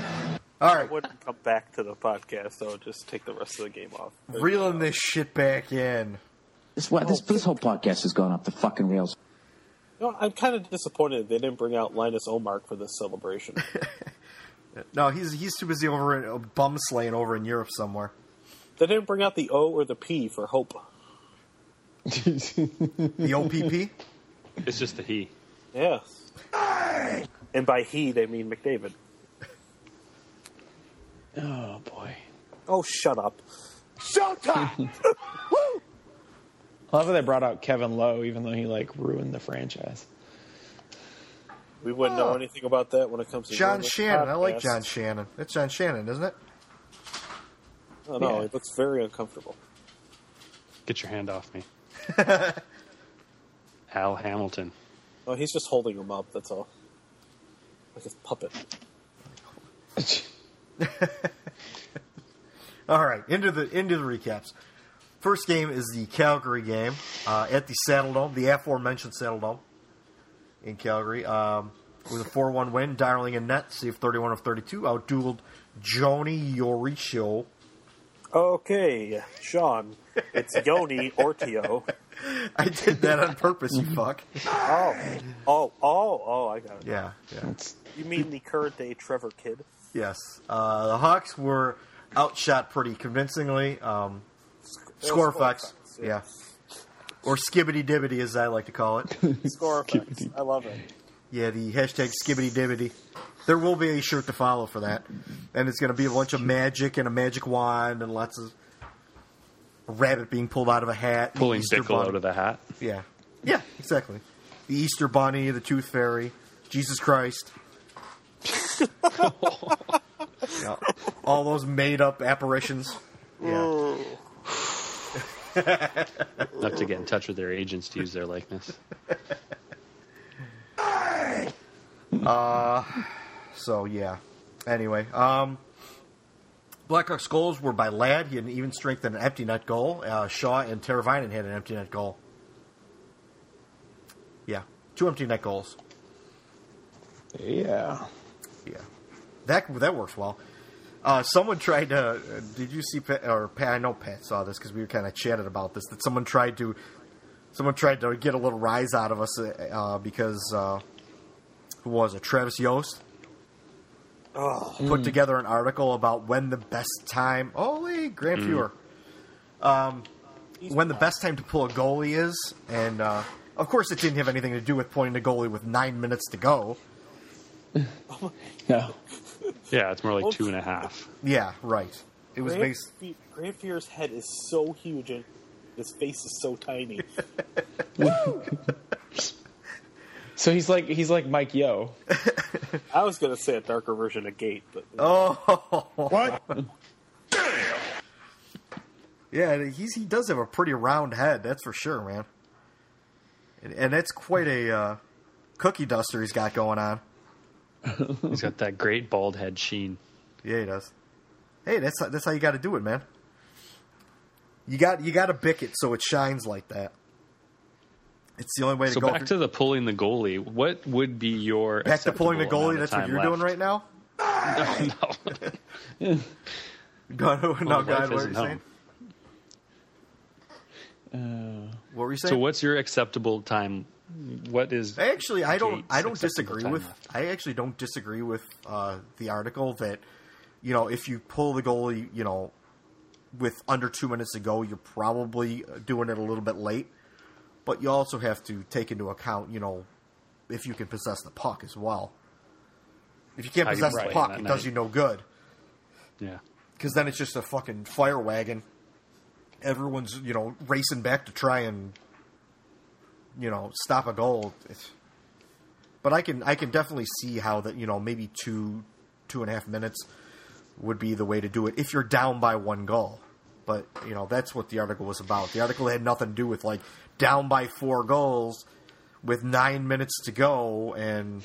All right.
I wouldn't come back to the podcast. I would just take the rest of the game off.
Reeling this shit back in.
This, what, this, this whole podcast has gone off the fucking rails.
You know, I'm kind of disappointed they didn't bring out Linus Omark for this celebration.
No, he's he's too busy over in, uh, bum slaying over in Europe somewhere.
they didn't bring out the O or the P for hope.
The OPP.
It's just the he.
Yeah. And by he, they mean McDavid.
Oh boy.
Oh, shut up.
Showtime.
I love how they brought out Kevin Lowe, even though he like ruined the franchise.
We wouldn't know anything about that when it comes to
Oh. John
Journalist
Shannon. I like
Podcast.
John Shannon. That's John Shannon, isn't it?
Oh, no,
Yeah.
it looks very uncomfortable.
Get your hand off me. Al Hamilton.
Oh, he's just holding him up. That's all. Like his puppet.
All right, into the into the recaps. First game is the Calgary game uh, at the Saddle Dome, the aforementioned Saddle Dome in Calgary. Um, with a four-one win, Darling and net saved thirty-one of thirty-two, outdueled Joni Yoricho.
Okay, Sean, it's Yoni Ortio.
I did that on purpose, you fuck.
Oh, oh, oh, oh! I got it.
Yeah, yeah.
You mean the current day Trevor Kidd?
Yes. Uh, the Hawks were outshot pretty convincingly. Um, score effects. Yeah. Or skibbity dibbity, as I like to call it.
Score effects. I love it.
yeah, the hashtag skibbity dibbity. There will be a shirt to follow for that. And it's going to be a bunch of magic and a magic wand and lots of a rabbit being pulled out of a hat. and
Pulling
Easter
Bickle
bunny.
out of the hat.
Yeah. Yeah, exactly. The Easter Bunny, the Tooth Fairy, Jesus Christ. Yeah. All those made up apparitions. Yeah.
Enough to get in touch with their agents to use their likeness.
Uh, so, yeah. Anyway, um, Blackhawks goals were by Ladd. He had an even strength and an empty net goal. Uh, Shaw and Teravainen had an empty net goal. Yeah. Two empty net goals.
Yeah.
Yeah, that that works well. Uh, someone tried to. uh, Did you see Pat, or Pat? I know Pat saw this because we were kind of chatted about this. That someone tried to, someone tried to get a little rise out of us uh, uh, because uh, who was it? Travis Yost
Oh,
put together an article about when the best time. Holy Grant
Mm.
viewer. Um, when the best time to pull a goalie is, and uh, of course it didn't have anything to do with pulling the goalie with nine minutes to go.
No.
Yeah, it's more like two and a half.
Yeah, right. It was
Grand,
based.
Fe- Grand Fear's head is so huge and his face is so tiny.
So he's like he's like Mike Yo.
I was going to say a darker version of Gate, but
Oh, what? Yeah, he's he does have a pretty round head. That's for sure, man. And, and that's quite a uh, cookie duster he's got going on.
He's got that great bald head sheen.
Yeah, he does. Hey, that's that's how you got to do it, man. You got you got to bick it so it shines like that. It's the only way to
So
go.
back to the pulling the goalie. What would be your
back to pulling the
acceptable
goalie.
amount of
That's what
time
you're doing
left?
right now.
No,
God, no,
Well,
God,
life
what are
isn't
you saying? what were you saying?
Uh, So what's your acceptable time? What is
Actually, I don't.
Gates'
I don't
acceptable
disagree
time
with.
left?
I actually don't disagree with uh, the article that you know if you pull the goalie, you know, with under two minutes to go, you're probably uh, doing it a little bit late. But you also have to take into account, you know, if you can possess the puck as well. If you can't
How you
possess
play
the puck,
that
it does
night.
you no good.
Yeah.
Because then it's just a fucking fire wagon. Everyone's you know racing back to try and you know stop a goal. It's- but I can I can definitely see how that you know maybe two two and a half minutes would be the way to do it if you're down by one goal. But you know that's what the article was about. The article had nothing to do with like down by four goals with nine minutes to go and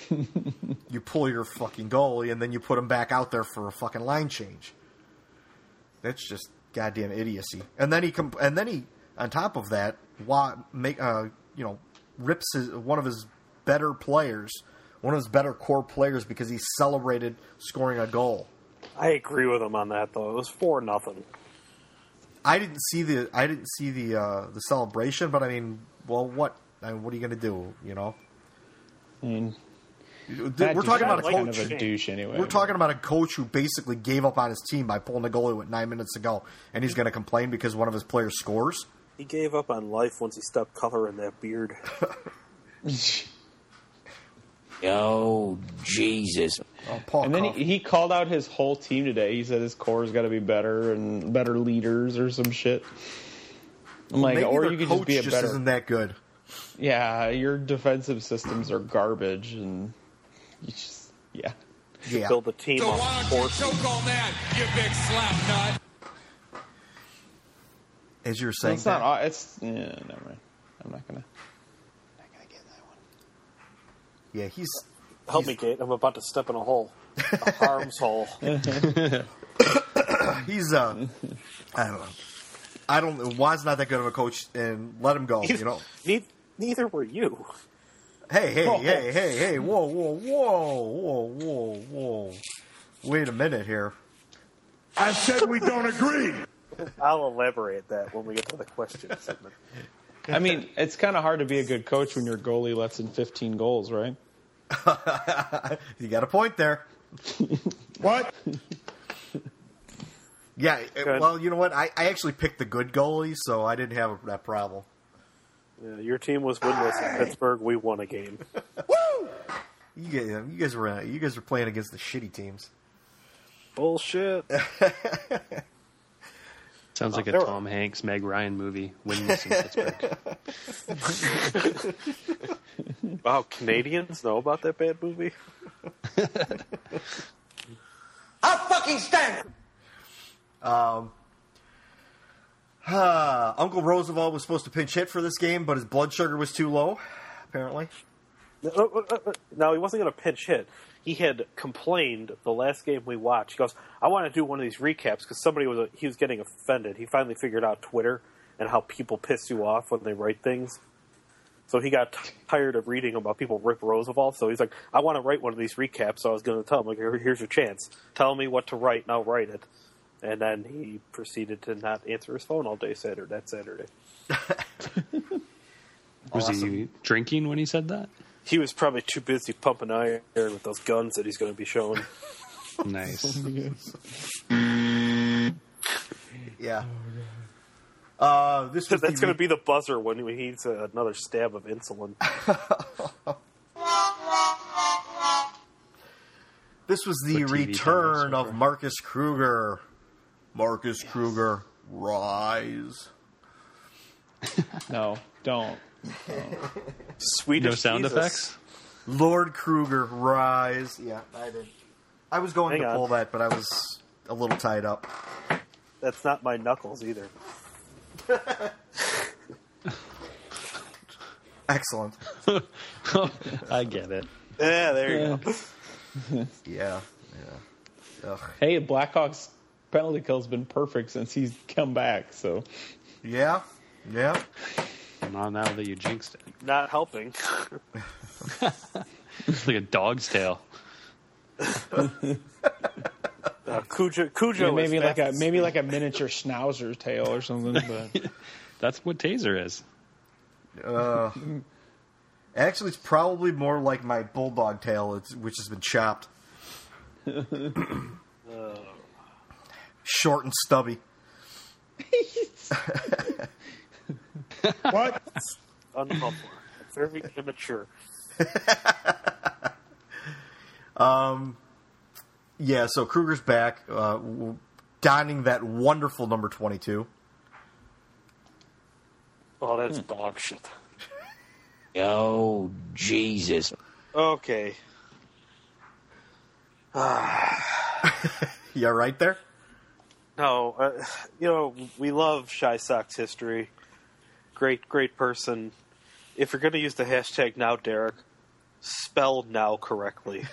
you pull your fucking goalie and then you put him back out there for a fucking line change. That's just goddamn idiocy. And then he comp- and then he on top of that, wa- make uh, you know rips his, one of his better players, one of his better core players because he celebrated scoring a goal.
I agree with him on that though. It was four nothing.
I didn't see the I didn't see the uh, the celebration, but I mean, well, what I mean, what are you going to do? You know,
I mean,
we're
Matt
talking about a
Duchene's
coach.
kind of a douche anyway.
We're talking about a coach who basically gave up on his team by pulling the goalie with nine minutes to go, and he's going to complain because one of his players scores.
He gave up on life once he stopped coloring that beard.
Oh Jesus!
Paul
and then he, he called out his whole team today. He said his core's got to be better and better leaders or some shit. I'm like,
Maybe
or
their
you could just
coach
be a better.
isn't that good.
Yeah, your defensive systems are garbage, and you just yeah.
Yeah.
Build a team
So
off
why don't you
force.
choke on that, you big slap nut?
As you were saying,
it's not. au- It's yeah, never mind. I'm not gonna.
yeah, he's.
Help me, Kate. I'm about to step in a hole, a harm's hole.
he's uh, I don't know. I don't. Juan's not that good of a coach, and let him go. You know.
Neith- Neither were you.
Hey, hey,
Whoa.
hey, hey, hey! Whoa, whoa, whoa, whoa, whoa, whoa! Wait a minute here.
I said we don't agree.
I'll elaborate that when we get to the question segment.
I mean, it's kind of hard to be a good coach when your goalie lets in 15 goals, right?
you got a point there.
What?
Yeah. eh,
Good.
Well, you know what? I, I actually picked the good goalie, so I didn't have that problem.
Yeah, your team was winless in Pittsburgh. We won a game.
You guys, you guys were uh, you guys were playing against the shitty teams.
Bullshit.
Sounds like a
There were-
Tom Hanks, Meg Ryan movie. Winless in Pittsburgh.
Wow, Canadians know about that bad movie?
I fucking stand.
Um, uh, Uncle Roosevelt was supposed to pinch hit for this game, but his blood sugar was too low. Apparently,
No, no, no, no. No, he wasn't going to pinch hit. He had complained the last game we watched. He goes, "I want to do one of these recaps because somebody was he was getting offended. He finally figured out Twitter and how people piss you off when they write things. So he got t- tired of reading about people rip Roosevelt. So he's like, "I want to write one of these recaps." So I was going to tell him, "Like, here- here's your chance. Tell me what to write, and I'll write it." And then he proceeded to not answer his phone all day Saturday. That Saturday.
Was he drinking when he said that?
He was probably too busy pumping iron with those guns that he's going to be showing.
Nice.
yeah. Uh, this was
That's
the
going to be the buzzer when he needs uh, another stab of insulin.
This was the
What TV
return of Marcus Kruger. Marcus Kruger, rise.
no, don't.
Swedish
No sound
Jesus.
effects?
Lord Kruger, rise. Yeah, I did. I was going
Hang
to
on.
pull that, but I was a little tied up.
That's not my knuckles either.
Excellent.
I get it.
Yeah, there you go.
yeah,
yeah.
Hey, Blackhawks penalty kill's been perfect since he's come back. So.
Yeah. Yeah.
Not now that you jinxed it.
Not helping.
It's like a dog's tail.
Uh, Cujo, Cujo
Yeah, maybe
is
like a
fast.
maybe like a miniature schnauzer tail or something. But
that's what taser is.
Uh, actually, it's probably more like my bulldog tail, it's, which has been chopped. Short and stubby.
what? Unhumble. Very immature.
Um, yeah, so Kruger's back, uh, w- donning that wonderful number 22.
Oh, that's
Hmm.
dog shit.
Oh, Jesus.
Okay.
Yeah, right there?
No, uh, you know we love Shy Sox history. Great, great person. If you're going to use the hashtag now, Derek, spell now correctly.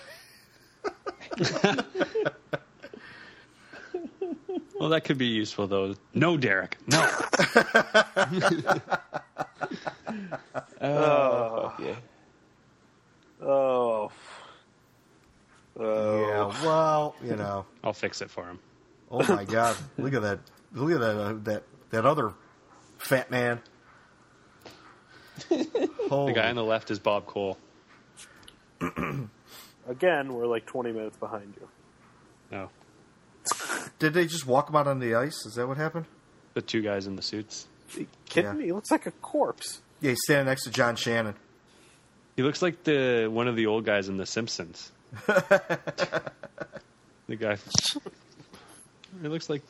Well, that could be useful though. No, Derek. No.
Oh,
fuck yeah.
Oh. Oh.
Yeah, well, you know.
I'll fix it for him.
Oh my God! Look at that! Look at that! Uh, that that other fat man. Holy.
The guy on the left is Bob Cole.
Again, we're like 20 minutes behind you.
No,
Did they just walk him out on the ice? Is that what happened?
the two guys in the suits.
Kidding
Yeah.
me? He looks like a corpse.
Yeah, he's standing next to John Shannon.
He looks like the one of the old guys in The Simpsons. the guy. He looks like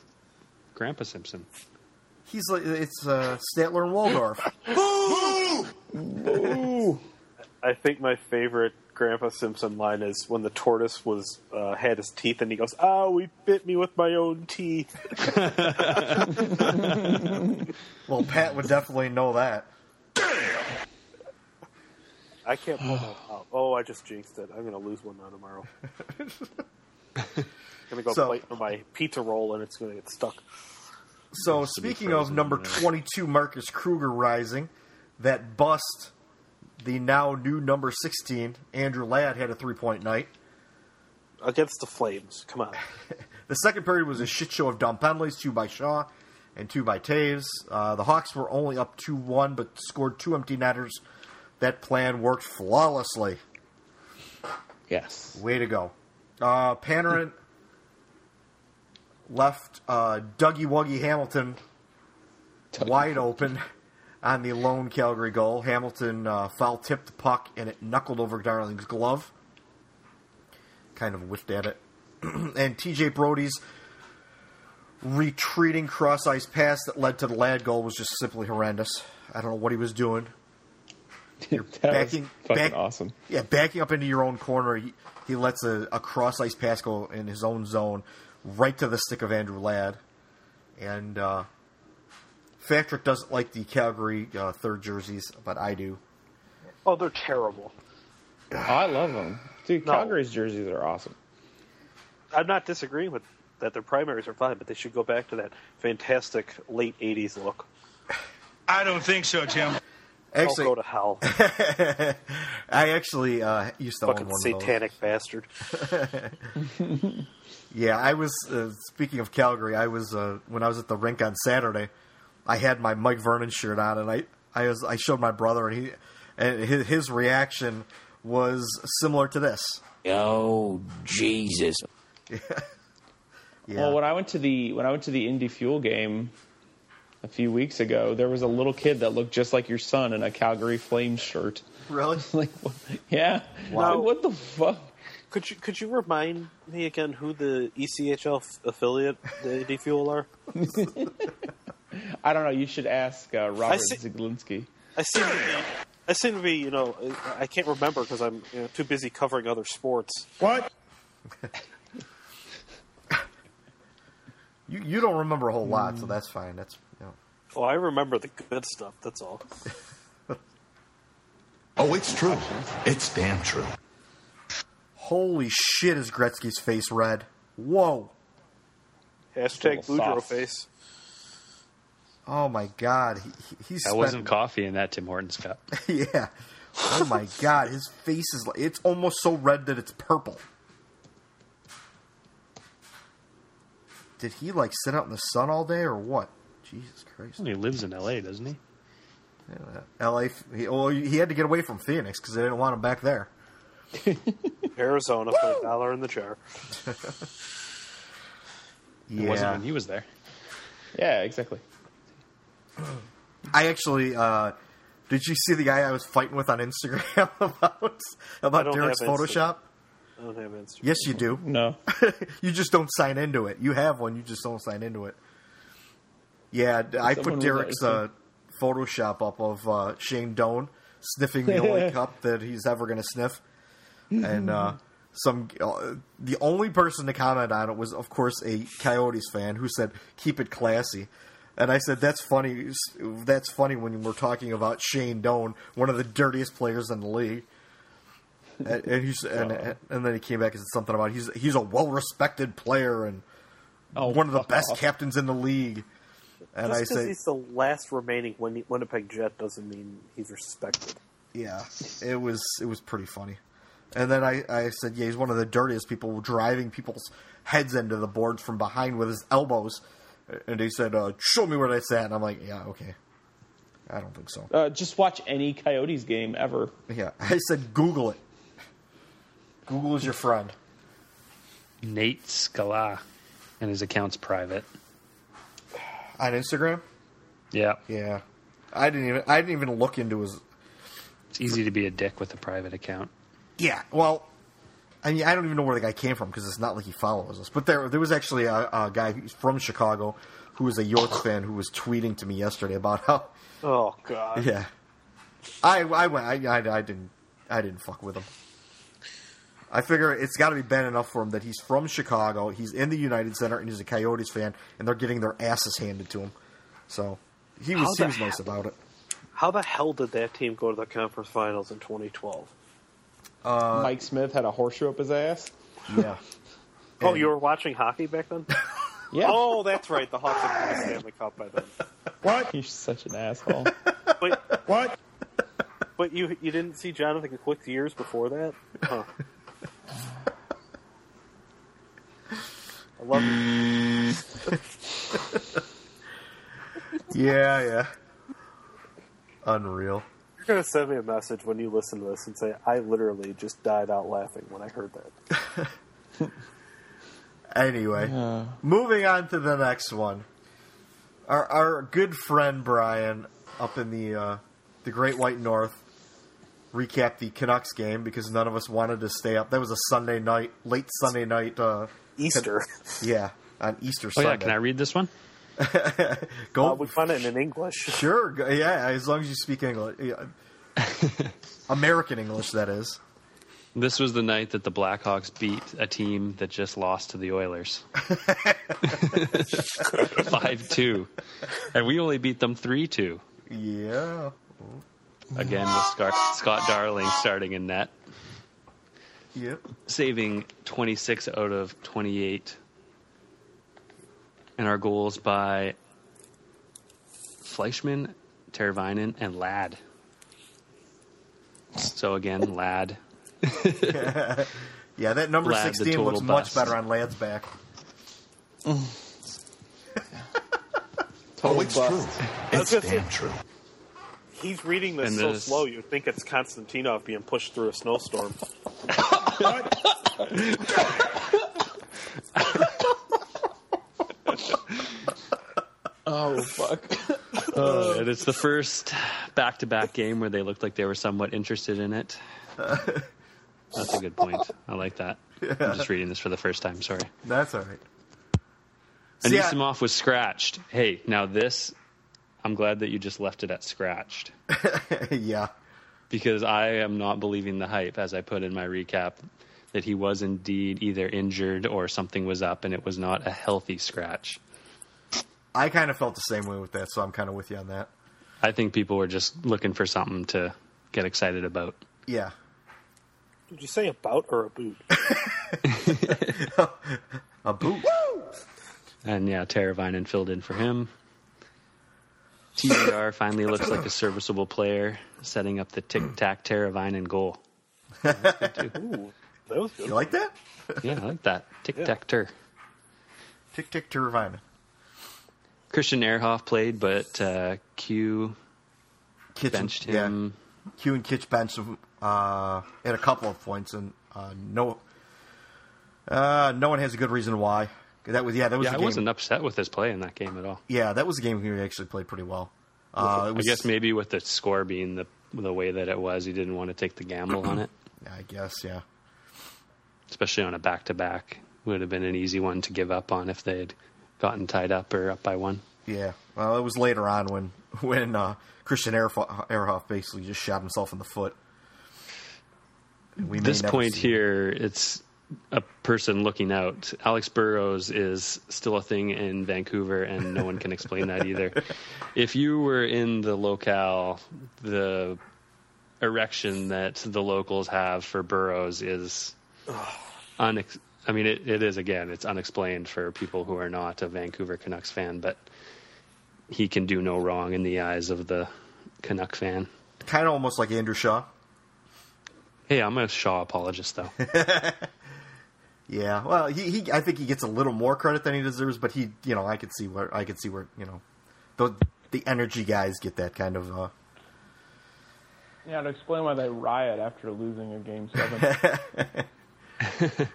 Grandpa Simpson.
He's like it's uh, Statler and Waldorf.
I think my favorite Grandpa Simpson line is when the tortoise was uh, had his teeth, and he goes, "Oh, he bit me with my own teeth."
well, Pat would definitely know that.
I can't pull that out. Oh, I just jinxed it. I'm gonna lose one now tomorrow. gonna go
So-
plate for my pizza roll, and it's gonna get stuck.
So speaking of number twenty-two, Marcus Kruger rising, that bust, the now new number sixteen, Andrew Ladd had a three-point night.
Against the Flames, come on.
The second period was a shit show of dumb penalties, two by Shaw and two by Taves. Uh, the Hawks were only up 2 1, but scored two empty netters. That plan worked flawlessly.
Yes.
Way to go. Uh, Panarin left uh, Dougie Wuggy Hamilton wide open on the lone Calgary goal. Hamilton uh, foul tipped the puck and it knuckled over Darling's glove. Kind of whiffed at it. and TJ Brody's retreating cross ice pass that led to the lad goal was just simply horrendous. I don't know what he was doing. You're
that
backing,
was fucking
back-
awesome.
yeah, backing up into your own corner, he, he lets a, a cross ice pass go in his own zone, right to the stick of Andrew Ladd. And uh, Fatrick doesn't like the Calgary uh, third jerseys, but I do.
Oh, they're terrible.
Oh, I love them, dude.
No.
Calgary's jerseys are awesome.
I'm not disagreeing with that. Their primaries are fine, but they should go back to that fantastic late '80s look.
I don't think so, Jim.
Actually-
I'll go to hell.
I actually uh, used to
Fucking
own one
satanic bastard.
of those. yeah, I was uh, speaking of Calgary. I was uh, when I was at the rink on Saturday. I had my Mike Vernon shirt on, and I I was I showed my brother, and he and his, his reaction was similar to this.
Oh, Jesus.
Well, when I went to the when I went to the Indy Fuel game a few weeks ago, there was a little kid that looked just like your son in a Calgary Flames shirt.
Really?
like, what- yeah.
Wow.
Like, what the fuck?
Could you could you remind me again who the E ECHL f- affiliate the AD Fuel are?
I don't know. You should ask uh,
I
Robert
see-
Zielinski.
I seem to be, I seem to be, you know, I- I can't remember because I'm you know, too busy covering other sports.
What? you you don't remember a whole lot, so that's fine. That's you know.
Well, Oh, I remember the good stuff. That's all.
Oh, it's true. It's damn true.
holy shit is Gretzky's face red. Whoa.
Hashtag
Full of
Boudreaux
sauce.
face.
Oh my god. He, he, he
That
spent,
wasn't coffee in that Tim Hortons cup.
yeah. Oh my god, his face is like it's almost so red that it's purple. Did he like sit out in the sun all day or what? Jesus Christ.
He lives in L.A., doesn't he?
LA f- he, well, he had to get away from Phoenix cuz they didn't want him back there.
Arizona for a dollar in the jar.
It wasn't
Yeah.
when he was there.
Yeah, exactly.
I actually uh did you see the guy I was fighting with on Instagram about
I
about
don't
Derek's
have Insta.
Photoshop?
I don't have Instagram.
Yes, you do.
No.
you just don't sign into it. You have one, you just don't sign into it. Yeah, d- I
Someone
put
was
Derek's
like-
uh, Photoshop up of uh, Shane Doan sniffing the only cup that he's ever going to sniff. And uh,
Mm-hmm.
some uh, the only person to comment on it was, of course, a Coyotes fan who said, keep it classy. And I said, that's funny. That's funny when we're talking about Shane Doan, one of the dirtiest players in the league and, and he's and, and then he came back and said something about he's he's a well respected player and Oh, one of
Oh,
the
fuck
best
off.
captains in the league. And
Just
I
because
say,
he's the last remaining Win- Winnipeg Jet doesn't mean he's respected.
yeah, it was it was pretty funny. And then I, I said, yeah, he's one of the dirtiest people, driving people's heads into the boards from behind with his elbows. And he said, uh, "Show me where that's at." And I'm like, "Yeah, okay." I don't think so.
Uh, just watch any Coyotes game ever.
Yeah, I said, "Google it. Google is your friend."
Nate Scala, and his account's private.
On Instagram,
Yeah,
yeah, I didn't even I didn't even look into his
it's easy to be a dick with a private account.
Yeah, well, I mean, I don't even know where the guy came from because it's not like he follows us. But there, there was actually a, a guy who's from Chicago who was a Yorks fan who was tweeting to me yesterday about how,
Oh God.
yeah, I, I went, I, I, I didn't, I didn't fuck with him. I figure it's got to be bad enough for him that he's from Chicago, he's in the United Center, and he's a Coyotes fan, and they're getting their asses handed to him. So he was, he
How the
was nice about it.
How the hell did that team go to the conference finals in 2012?
Mike Smith had a horseshoe up his ass.
Yeah.
Oh, you were watching hockey back then?
Yeah.
Oh, that's right. The Hawks had won the Stanley Cup by then.
What?
You're such an asshole.
But
what?
But you you didn't see Jonathan Quick the years before that? Huh. I love you.
Yeah, yeah. Unreal.
You're gonna send me a message when you listen to this and say I literally just died out laughing when I heard that.
Anyway, moving on to the next one. Our our good friend Brian up in the uh, the Great White North recapped the Canucks game because none of us wanted to stay up. That was a Sunday night, late Sunday night. Uh,
Easter.
yeah, on Easter
Oh
Sunday.
yeah, can I read this one?
Go
Uh, we found it in English.
sure. go- Yeah, as long as you speak English, yeah. American English, that is.
This was the night that the Blackhawks beat a team that just lost to the Oilers. 5 2. And we only beat them 3 2.
Yeah.
Again, with Scar- Scott Darling starting in net,
Yep.
saving 26 out of 28. And our goals by Fleischman, Teravainen, and Ladd. So again, Ladd.
Yeah, that number
Lad, the
16 looks
total
much
bust.
better on Lad's back.
Oh, it's true. It's
gonna say-
damn true.
He's reading this
And
so
this-
slow you'd think it's Konstantinov being pushed through a snowstorm.
oh fuck.
Oh,
And it's the first back to back game where they looked like they were somewhat interested in it. That's a good point. I like that.
Yeah.
I'm just reading this for the first time. Sorry.
That's all right. See, I-
Anisimov was scratched. Hey, now this, I'm glad that you just left it at scratched
yeah.
because I am not believing the hype, as I put in my recap, that he was indeed either injured or something was up and it was not a healthy scratch.
I kind of felt the same way with that, so I'm kind of with you on that.
I think people were just looking for something to get excited about.
Yeah.
Did you say about or a boot?
a boot.
And yeah, Teravainen filled in for him. TDR finally looks like a serviceable player, setting up the tic tac Teravainen goal.
Ooh, that was good.
You like that?
Yeah, I like that. Tic tac ter.
Tick tick Teravainen.
Christian Ehrhoff played, but uh, Q
Kitchen,
benched him.
Yeah. Q and Kitch bench him, uh, at a couple of points, and uh, no, uh, no one has a good reason why. That was yeah. That was
yeah,
the
I
game.
wasn't upset with his play in that game at all.
Yeah, that was a game he actually played pretty well. Uh, it was,
I guess maybe with the score being the the way that it was, he didn't want to take the gamble on it,
I guess yeah.
especially on a back to back. Would have been an easy one to give up on if they'd gotten tied up or up by one.
Yeah, well, it was later on when when uh, Christian Ehrhoff, Ehrhoff basically just shot himself in the foot. We may
this
never
point
see-
here, it's a person looking out. Alex Burrows is still a thing in Vancouver, and no one can explain that either. If you were in the locale, the erection that the locals have for Burrows is unex- I mean, it, it is again. It's unexplained for people who are not a Vancouver Canucks fan, but he can do no wrong in the eyes of the Canuck fan.
kind of almost like Andrew Shaw.
Hey, I'm a Shaw apologist, though.
Yeah, well, he, he I think he gets a little more credit than he deserves, but he you know I could see where I could see where you know the the energy guys get that kind of uh,
Yeah, to explain why they riot after losing a game seven.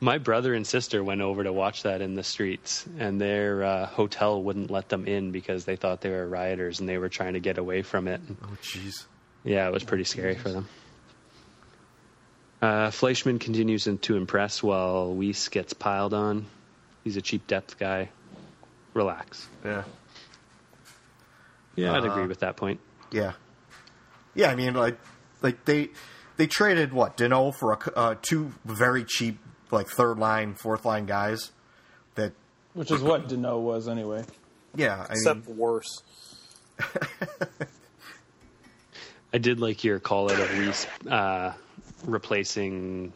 My brother and sister went over to watch that in the streets, and their uh, hotel wouldn't let them in because they thought they were rioters and they were trying to get away from it.
oh jeez
Yeah, it was pretty scary for them. Uh, Fleischman continues in- to impress while Weiss gets piled on. He's a cheap depth guy. Relax.
yeah
Yeah, I'd
Uh,
agree with that point.
yeah yeah I mean like like they they traded what Dino for a c uh, two very cheap like third line fourth line guys that
Which is what Dano was anyway.
yeah I mean,
Except worse.
I did like your call out of Weiss uh, replacing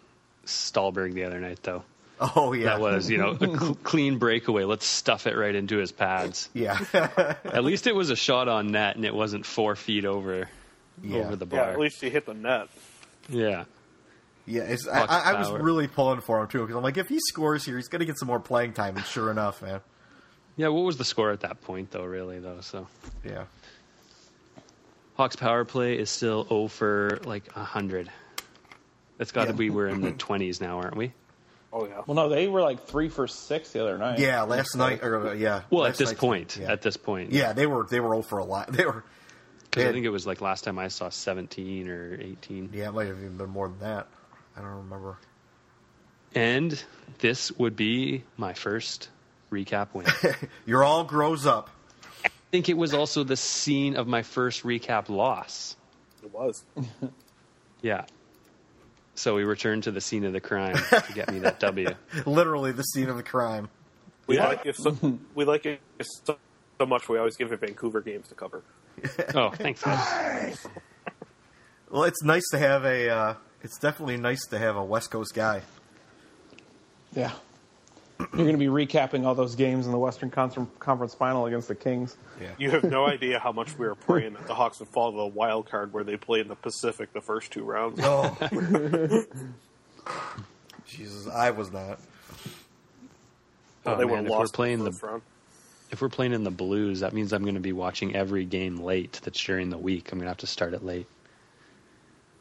Stahlberg the other night, though.
oh yeah
That was, you know, a cl- clean breakaway. Let's stuff it right into his pads.
yeah
At least it was a shot on net, and it wasn't four feet over
Yeah.
over the
Yeah,
bar.
at least you hit the net.
Yeah.
yeah it's, I,
Puck
I I was
power.
really pulling for him too because I'm like if he scores here he's gonna get some more playing time and sure enough man
Yeah, What was the score at that point, though? Really, though. So
yeah.
Hawks power play is still 0 for like hundred. That's got to
Yeah.
be we're in the twenties now, aren't we?
Oh yeah.
Well, no, they were like three for six the other night.
Yeah, last night or uh, yeah.
Well,
last
at this
night's-
point,
yeah.
at this point,
yeah, they were they were old for a lot. They were
Because
Yeah.
I think it was like last time I saw seventeen or eighteen.
yeah, it might have even been more than that. I don't remember.
And this would be my first recap win. I
You're all grows up.
think it was also the scene of my first recap loss.
It was.
Yeah. So we return to the scene of the crime to get me that W.
Literally the scene of the crime.
We like it so we like it so, so much we always give it Vancouver games to cover.
Oh, thanks. guys.
Well, it's nice to have a. Uh, it's definitely nice to have a West Coast guy.
Yeah. You're going to be recapping all those games in the Western Con- Conference Final against the Kings.
You have no idea how much we were praying that the Hawks would fall to the wild card where they played in the Pacific the first two rounds.
Oh. Jesus, I was not.
Oh,
they were
man, if
lost
we're playing
in
the
first round.
if we're playing in the Blues, that means I'm going to be watching every game late. That's during the week. I'm going to have to start it late.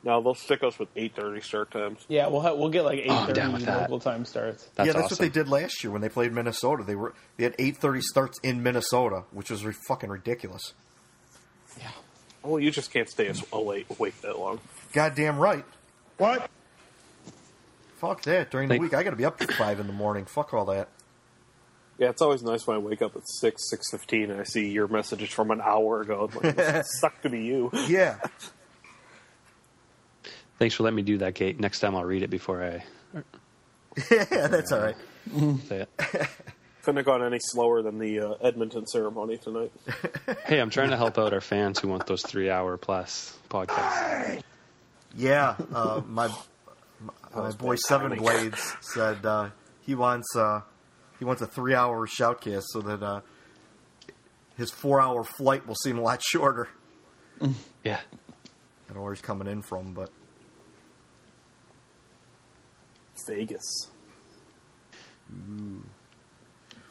No, they'll stick us with eight thirty start times.
Yeah, we'll ha- we'll get like eight
Oh, I'm
thirty
down with that.
local time starts.
That's
yeah, that's
awesome.
what they did last year when they played Minnesota. They were they had eight thirty starts in Minnesota, which was re- fucking ridiculous.
Well, you just can't stay as- awake, awake that long.
Goddamn right.
What?
Fuck that. During the week, I got to be up at five in the morning. Fuck all that.
Yeah, it's always nice when I wake up at six, six fifteen, and I see your messages from an hour ago. I'm like, this suck to be you.
Yeah.
Thanks for letting me do that, Kate. Next time I'll read it before I
yeah, that's all right.
say it.
Couldn't have gone any slower than the uh, Edmonton ceremony tonight.
Hey, I'm trying to help out our fans who want those three hour plus podcasts.
Yeah, uh, my my, my boy Seven Blades said uh, he wants uh, he wants a three hour shoutcast so that uh, his four hour flight will seem a lot shorter.
Yeah,
I don't know where he's coming in from, but
Vegas.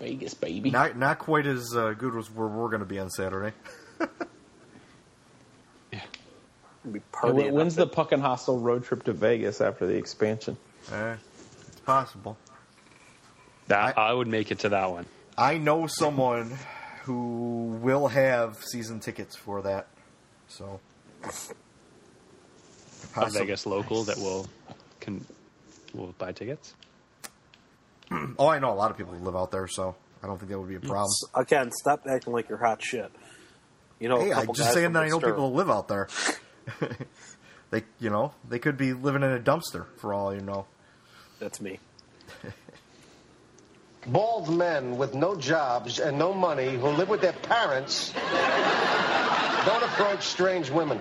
Vegas, baby.
not not quite as uh, good as where we're going to be on Saturday.
Be
And
partying
wh- when's
up
the Puck and Hostel road trip to Vegas after the expansion?
Uh, it's possible.
That I, would make it to that one.
I know someone who will have season tickets for that. So
A Vegas local that will can will buy tickets.
Oh, I know a lot of people who live out there, so I don't think that would be a problem.
S- Again, stop acting like you're hot shit. You know, a
hey, I'm
couple
just
guys
saying
from
that I know
Stir-
people who live out there. they, you know, they could be living in a dumpster for all you know.
That's me.
Bald men with no jobs and no money who live with their parents don't approach strange women.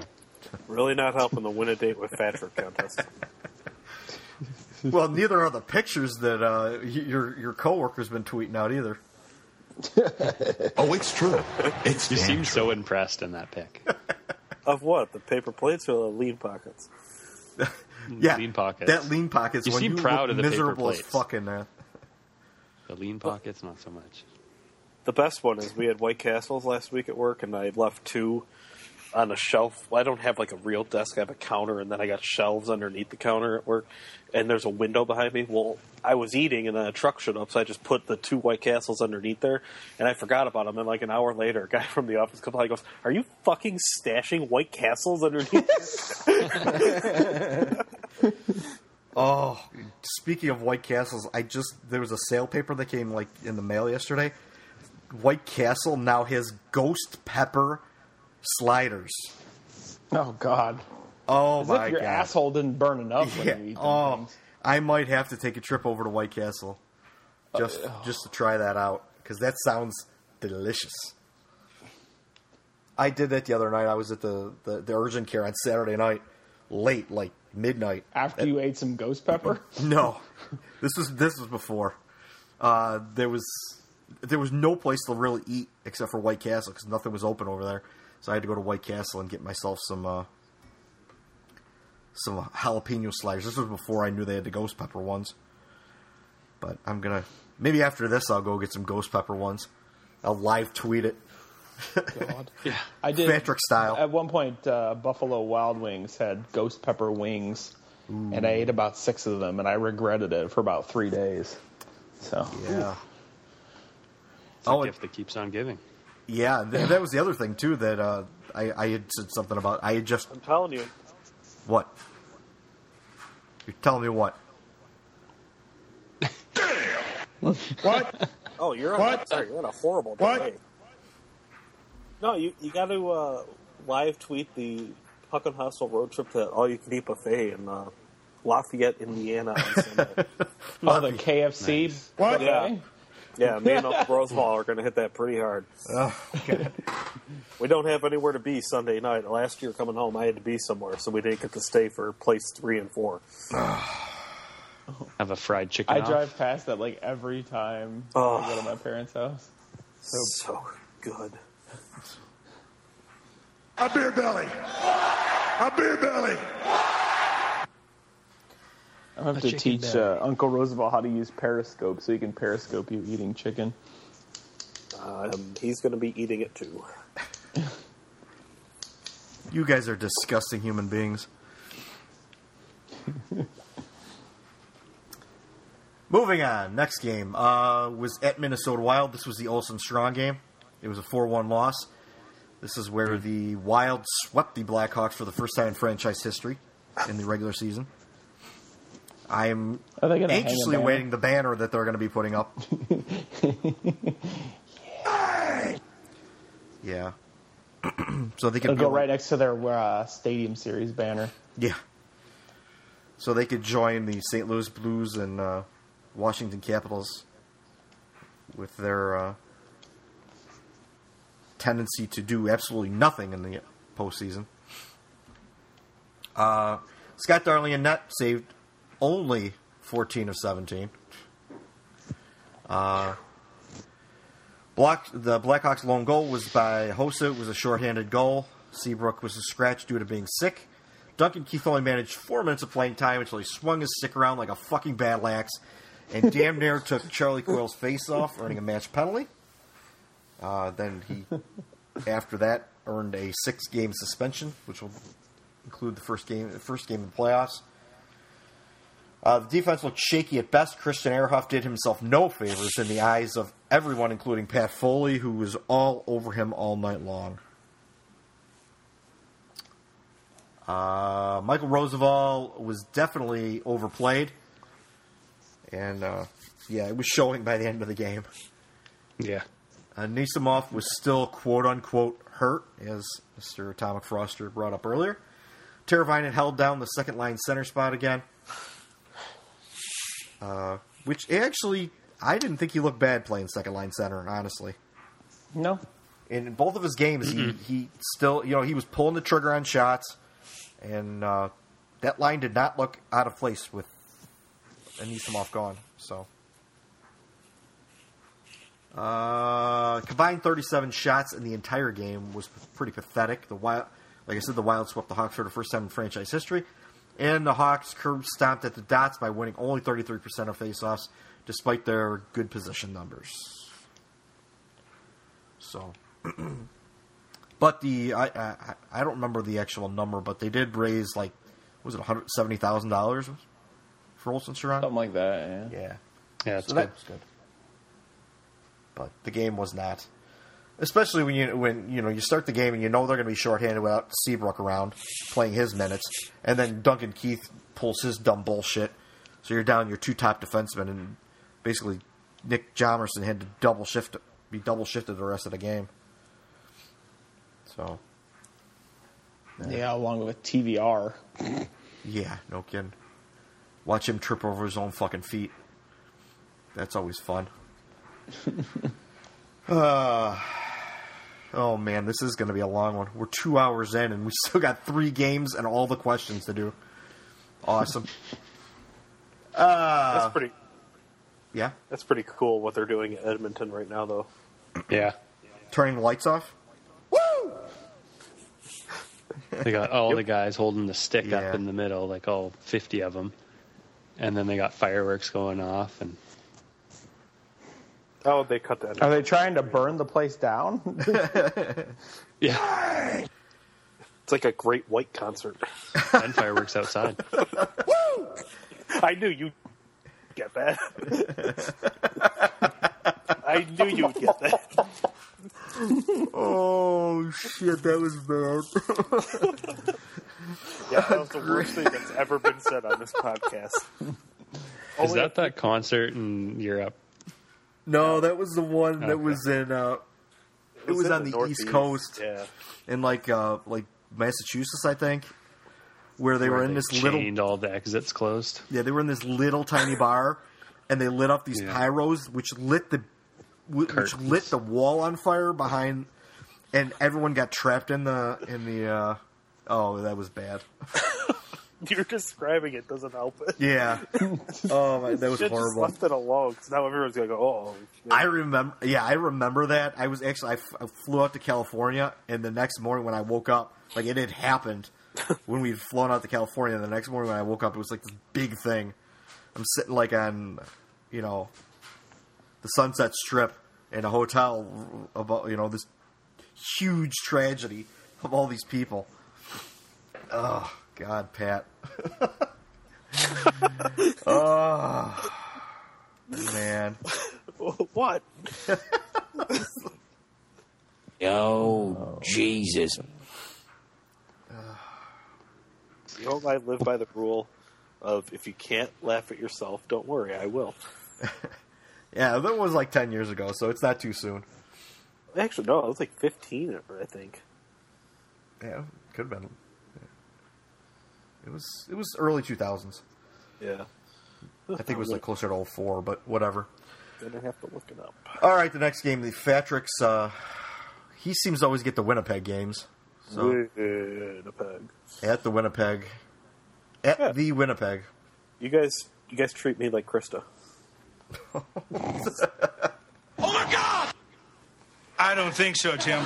Really not helping the win a date with Thatcher contest.
well, neither are the pictures that uh, y- your your coworker's been tweeting out either.
oh, it's true. It's
you seem so impressed in that pick.
Of what? The paper plates or the lean pockets?
Yeah,
lean pockets.
That lean pockets.
You
one,
seem
you
proud
look
of the
miserable
paper
as
plates.
fucking. Uh,
The lean pockets, not so much.
The best one is we had White Castles last week at work, and I left two on a shelf. I don't have like a real desk; I have a counter, and then I got shelves underneath the counter at work. And there's a window behind me. Well, I was eating, and then a truck showed up, so I just put the two White Castles underneath there, and I forgot about them. And like an hour later, a guy from the office comes by and goes, "Are you fucking stashing White Castles underneath?"
Oh, speaking of White Castles, I just there was a sale paper that came like in the mail yesterday. White Castle now has ghost pepper sliders.
Oh God!
Oh
As
my
if your
god!
asshole didn't burn enough when
Yeah.
you eat them
Oh,
things.
I might have to take a trip over to White Castle
Uh,
just just to try that out because that sounds delicious. I did that the other night. I was at the, the, the urgent care on Saturday night, late, like midnight.
After you ate some ghost pepper,
No, this was this was before. Uh, there was there was no place to really eat except for White Castle because nothing was open over there. So I had to go to White Castle and get myself some uh, some jalapeno sliders. This was before I knew they had the ghost pepper ones. But I'm gonna maybe after this I'll go get some ghost pepper ones. I'll live tweet it.
yeah,
I did
Patrick style.
At one point, uh, Buffalo Wild Wings had ghost pepper wings, and I ate about six of them, and I regretted it for about three days. So
Yeah.
It's a
Oh, it-
gift that keeps on giving.
Yeah, th- that was the other thing too that uh, I, I had said something about. I had just
I'm telling you,
What? You're telling me what?
What?
Oh, you're on,
What?
sorry, you're on a horrible
What?
day. No, you you got to uh, live tweet the Puck and Hustle road trip to All You Can Eat buffet in uh, Lafayette, Indiana. on Sunday.
oh, the KFC.
What?
yeah, yeah. Me and Uncle Roseball are going to hit that pretty hard. We don't have anywhere to be Sunday night. Last year coming home, I had to be somewhere, so we didn't get to stay for place three and four.
Have a fried chicken.
I
off.
drive past that like every time I go to my parents' house.
So good.
A beer belly. A beer belly.
I'm gonna
A
have to
chicken
teach
belly.
uh, Uncle Roosevelt how to use Periscope so he can Periscope you eating chicken.
Um, he's going to be eating it too.
You guys are disgusting human beings. Moving on. Next game uh, was at Minnesota Wild. This was the Olsen Strong game. It was a 4 1 loss. This is where the Wild swept the Blackhawks for the first time in franchise history in the regular season. I'm
Oh,
anxiously waiting the banner that they're going to be putting up. yeah. so they
It'll
could
go
be-
right next to their uh, Stadium Series banner.
Yeah. So they could join the St. Louis Blues and uh, Washington Capitals with their uh, tendency to do absolutely nothing in the postseason. Uh, Scott Darling and Net saved only 14 of 17. Uh, Block, the Blackhawks' lone goal was by Hosa. It was a shorthanded goal. Seabrook was a scratch due to being sick. Duncan Keith only managed four minutes of playing time until he swung his stick around like a fucking battle axe and damn near took Charlie Coyle's face off, earning a match penalty. Uh, then he, after that, earned a six-game suspension, which will include the first game, the first game of the playoffs. Uh, the defense looked shaky at best. Christian Ehrhoff did himself no favors in the eyes of everyone, including Pat Foley, who was all over him all night long. Uh, Michael Roosevelt was definitely overplayed, and uh, yeah, it was showing by the end of the game.
Yeah.
Uh, Nisimov was still quote unquote hurt, as Mr. Atomic Froster brought up earlier. Teravine had held down the second line center spot again, uh, which actually I didn't think he looked bad playing second line center, honestly.
No.
In both of his games, he, he still, you know, he was pulling the trigger on shots, and uh, that line did not look out of place with Anisimov gone. So. Uh, combined 37 shots in the entire game was pretty pathetic. The wild, like I said, the Wild swept the Hawks for the first time in franchise history, and the Hawks curb stomped at the dots by winning only 33% of faceoffs, despite their good position numbers. So, but the I, I I don't remember the actual number, but they did raise like was it 170 thousand dollars for Olson Sharon?
Something like that,
yeah. Yeah.
Yeah,
so that was good. But the game was not. Especially when you when you know you start the game and you know they're going to be shorthanded without Seabrook around playing his minutes, and then Duncan Keith pulls his dumb bullshit, so you're down your two top defensemen, and basically Nick Jomerson had to double shift be double shifted the rest of the game. So
Yeah, along with TVR.
yeah, no kidding. Watch him trip over his own fucking feet. That's always fun. Uh, oh man, this is going to be a long one. We're two hours in, and we still got three games and all the questions to do. Awesome. Uh,
that's pretty.
Yeah,
that's pretty cool what they're doing at Edmonton right now, though.
Yeah.
Turning the lights off.
They got all the guys holding the stick up in the middle, like all 50 of them. And then they got fireworks going off. And
Oh, they cut that.
Are they trying to burn the place down?
yeah.
It's like a great white concert.
and fireworks outside.
I knew you would get that. I knew you would get that.
oh shit, that was bad.
Yeah, that was the worst thing that's ever been said on this podcast. Oh,
Is that that concert in Europe?
no, that was the one that
Okay.
was in. Uh, it was,
in
on the,
Northeast,
East Coast.
Yeah.
in like uh, like Massachusetts, I think, where they were in this little
chained all the exits closed.
Yeah, they were in this little tiny bar, and they lit up these pyros, which lit the wh- which
Curtains.
lit the wall on fire behind, and everyone got trapped in the in the. Uh, oh, that was bad.
You're describing it doesn't help it.
Yeah. oh my, that
Should've
was
just
horrible.
left it alone 'cause now everyone's gonna go. Oh,
I remember. Yeah, I remember that. I was actually I, f- I flew out to California, and the next morning when I woke up, like it had happened. when we'd flown out to California, the next morning when I woke up, it was like this big thing. I'm sitting like on, you know, the Sunset Strip in a hotel about you know this huge tragedy of all these people. Oh God, Pat. oh man.
what?
Yo, Jesus.
You know, I live by the rule of if you can't laugh at yourself, don't worry, I will.
yeah, that was like ten years ago, so it's not too soon.
Actually, no, it was like fifteen, I think.
Yeah, could have been. It was it was early two thousands.
Yeah,
I think it was like closer to 04, but whatever.
Gonna have to look it up.
All right, the next game, the Fatrix. Uh, he seems to always get the Winnipeg games. So
Winnipeg.
At the Winnipeg, at
Yeah.
the Winnipeg.
You guys, you guys treat me like Krista.
I don't think so, Jim.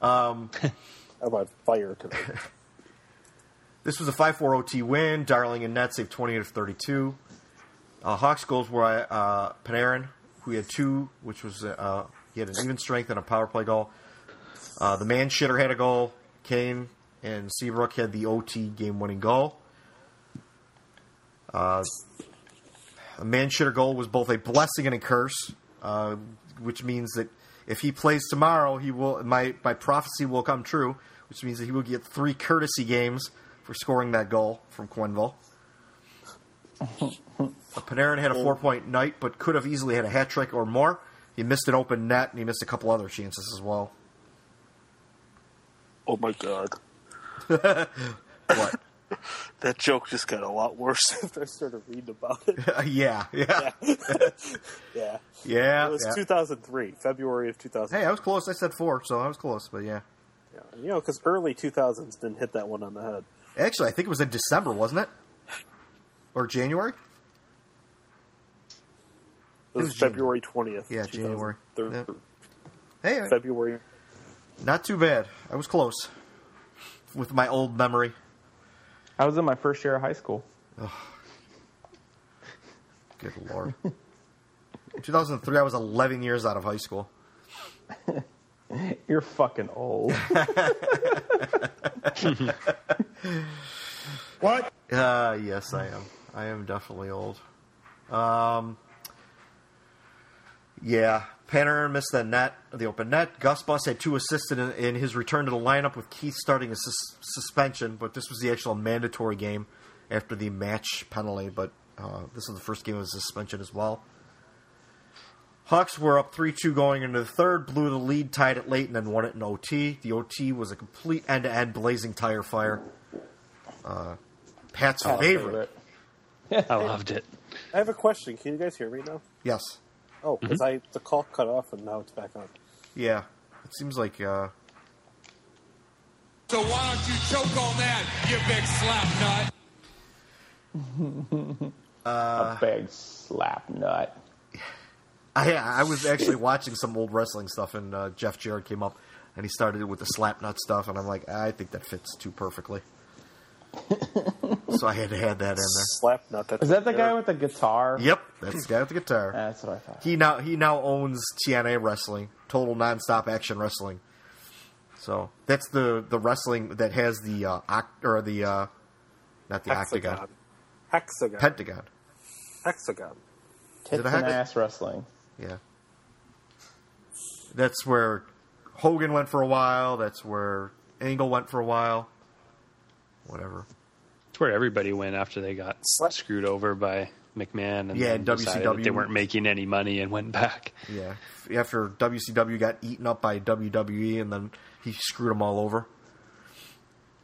Um,
I'm on fire tonight.
This was a 5 4 OT win. Darling and Nets saved 20 out of 32. Uh, Hawks goals were uh, Panarin, who had two, which was uh, he had an even strength and a power play goal. Uh, the man shitter had a goal. Kane and Seabrook had the OT game winning goal. Uh, the man shitter goal was both a blessing and a curse, uh, which means that if he plays tomorrow, he will my my prophecy will come true, which means that he will get three courtesy games for scoring that goal from Quenville. Uh, Panarin had a four point night, but could have easily had a hat trick or more. He missed an open net, and he missed a couple other chances as well.
Oh my god.
what?
That joke just got a lot worse after I started reading about it.
yeah, yeah,
yeah. yeah.
yeah.
It was
yeah.
2003, February of 2000.
Hey, I was close. I said four, so I was close, but yeah.
You know, because early 2000s didn't hit that one on the head.
Actually, I think it was in December, wasn't it? Or January?
It was,
was
February 20th.
Yeah, January.
2003.
Hey, I-
February.
not too bad. I was close with my old memory.
I was in my first year of high school.
Good lord. 2003, I was 11 years out of high school.
You're fucking old.
What? Uh, yes, I am. I am definitely old. Um, yeah, Panarin missed that net, the open net. Gus Bus had two assists in, in his return to the lineup, with Keith starting a sus- suspension. But this was the actual mandatory game after the match penalty. But uh, this was the first game of suspension as well. Hawks were up 3 2 going into the third, blew the lead, tied it late, and then won it in OT. The OT was a complete end to end blazing tire fire. Uh, Pat's
Oh,
favorite.
I loved it.
I have a question. Can you guys hear me now?
Yes.
Oh, because I the call cut off and now it's back on.
Yeah. It seems like. Uh,
So why don't you choke on that, you big slap nut?
a big slap nut.
I, I was actually watching some old wrestling stuff, and uh, Jeff Jarrett came up, and he started with the slap nut stuff, and I'm like, I think that fits too perfectly. so I had to add that in there.
Slap nut. That's
Is that the guy with the guitar?
Yep, that's the guy with the guitar.
That's what I thought.
He now he now owns TNA Wrestling, Total Nonstop Action Wrestling. So that's the the wrestling that has the uh, oct- or the uh, not the octagon,
Hexagon.
pentagon.
Hexagon.
Tits
Did
and
I have it?
ass wrestling.
Yeah. That's where Hogan went for a while. That's where Angle went for a while. Whatever.
It's where everybody went after they got screwed over by McMahon and
Yeah,
then decided that They
WCW.
weren't making any money and went back.
Yeah. After WCW got eaten up by WWE, and then he screwed them all over.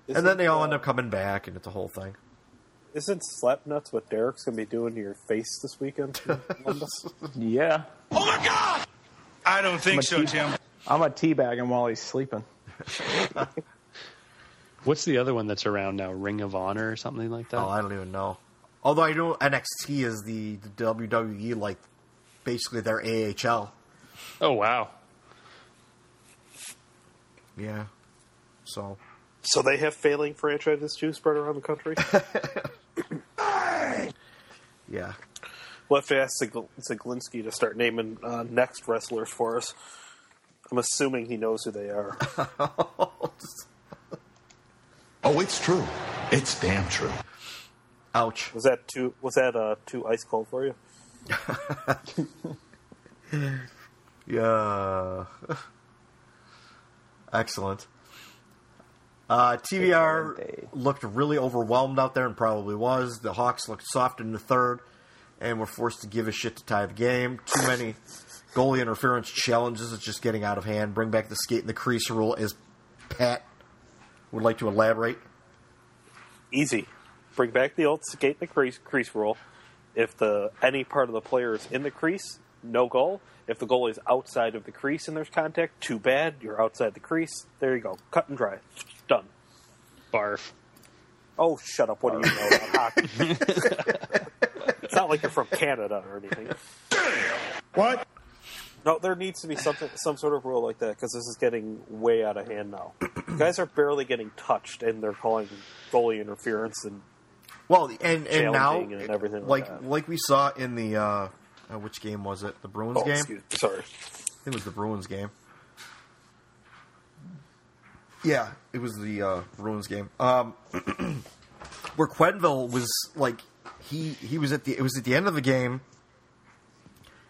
and then they all end
uh,
up coming back, and it's a whole thing.
Isn't slap nuts what Derek's gonna be doing to your face this weekend? in Columbus?
Yeah.
Oh, I don't think so, Jim.
I'm a teabag him while he's sleeping.
What's the other one that's around now? Ring of Honor or something like that?
Oh, I don't even know. Although I know NXT is the, the WWE, like basically their AHL.
Oh, wow.
Yeah. So
so they have failing franchises too, spread around the country.
yeah.
We'll have to ask Zagl- Zaglinski to start naming uh, next wrestlers for us. I'm assuming he knows who they are.
Oh, it's true. It's damn true.
Ouch.
Was that too? Was that uh, too ice cold for you?
Yeah. Excellent. Uh, TBR looked really overwhelmed out there and probably was. The Hawks looked soft in the third and were forced to give a shit to tie the game. Too many goalie interference challenges. It's just getting out of hand. Bring back the skate and the crease rule, as Pat would like to elaborate.
Easy. Bring back the old skate and the crease, crease rule. If the any part of the player is in the crease, no goal. If the goal is outside of the crease and there's contact, too bad. You're outside the crease. There you go. Cut and dry. Done.
Barf.
Oh, shut up. What do you know about hockey? it's not like you're from Canada or anything.
What?
No, there needs to be something, some sort of rule like that because this is getting way out of hand now. Guys are barely getting touched, and they're calling goalie interference and
well, and and now
challenging and everything like,
like
that.
like we saw in the uh, uh, which game was it? The Bruins
Oh,
game.
excuse- sorry.
I think it was the Bruins game. Yeah, it was the uh, Bruins game. Um, where Quenville was like he he was at the it was at the end of the game,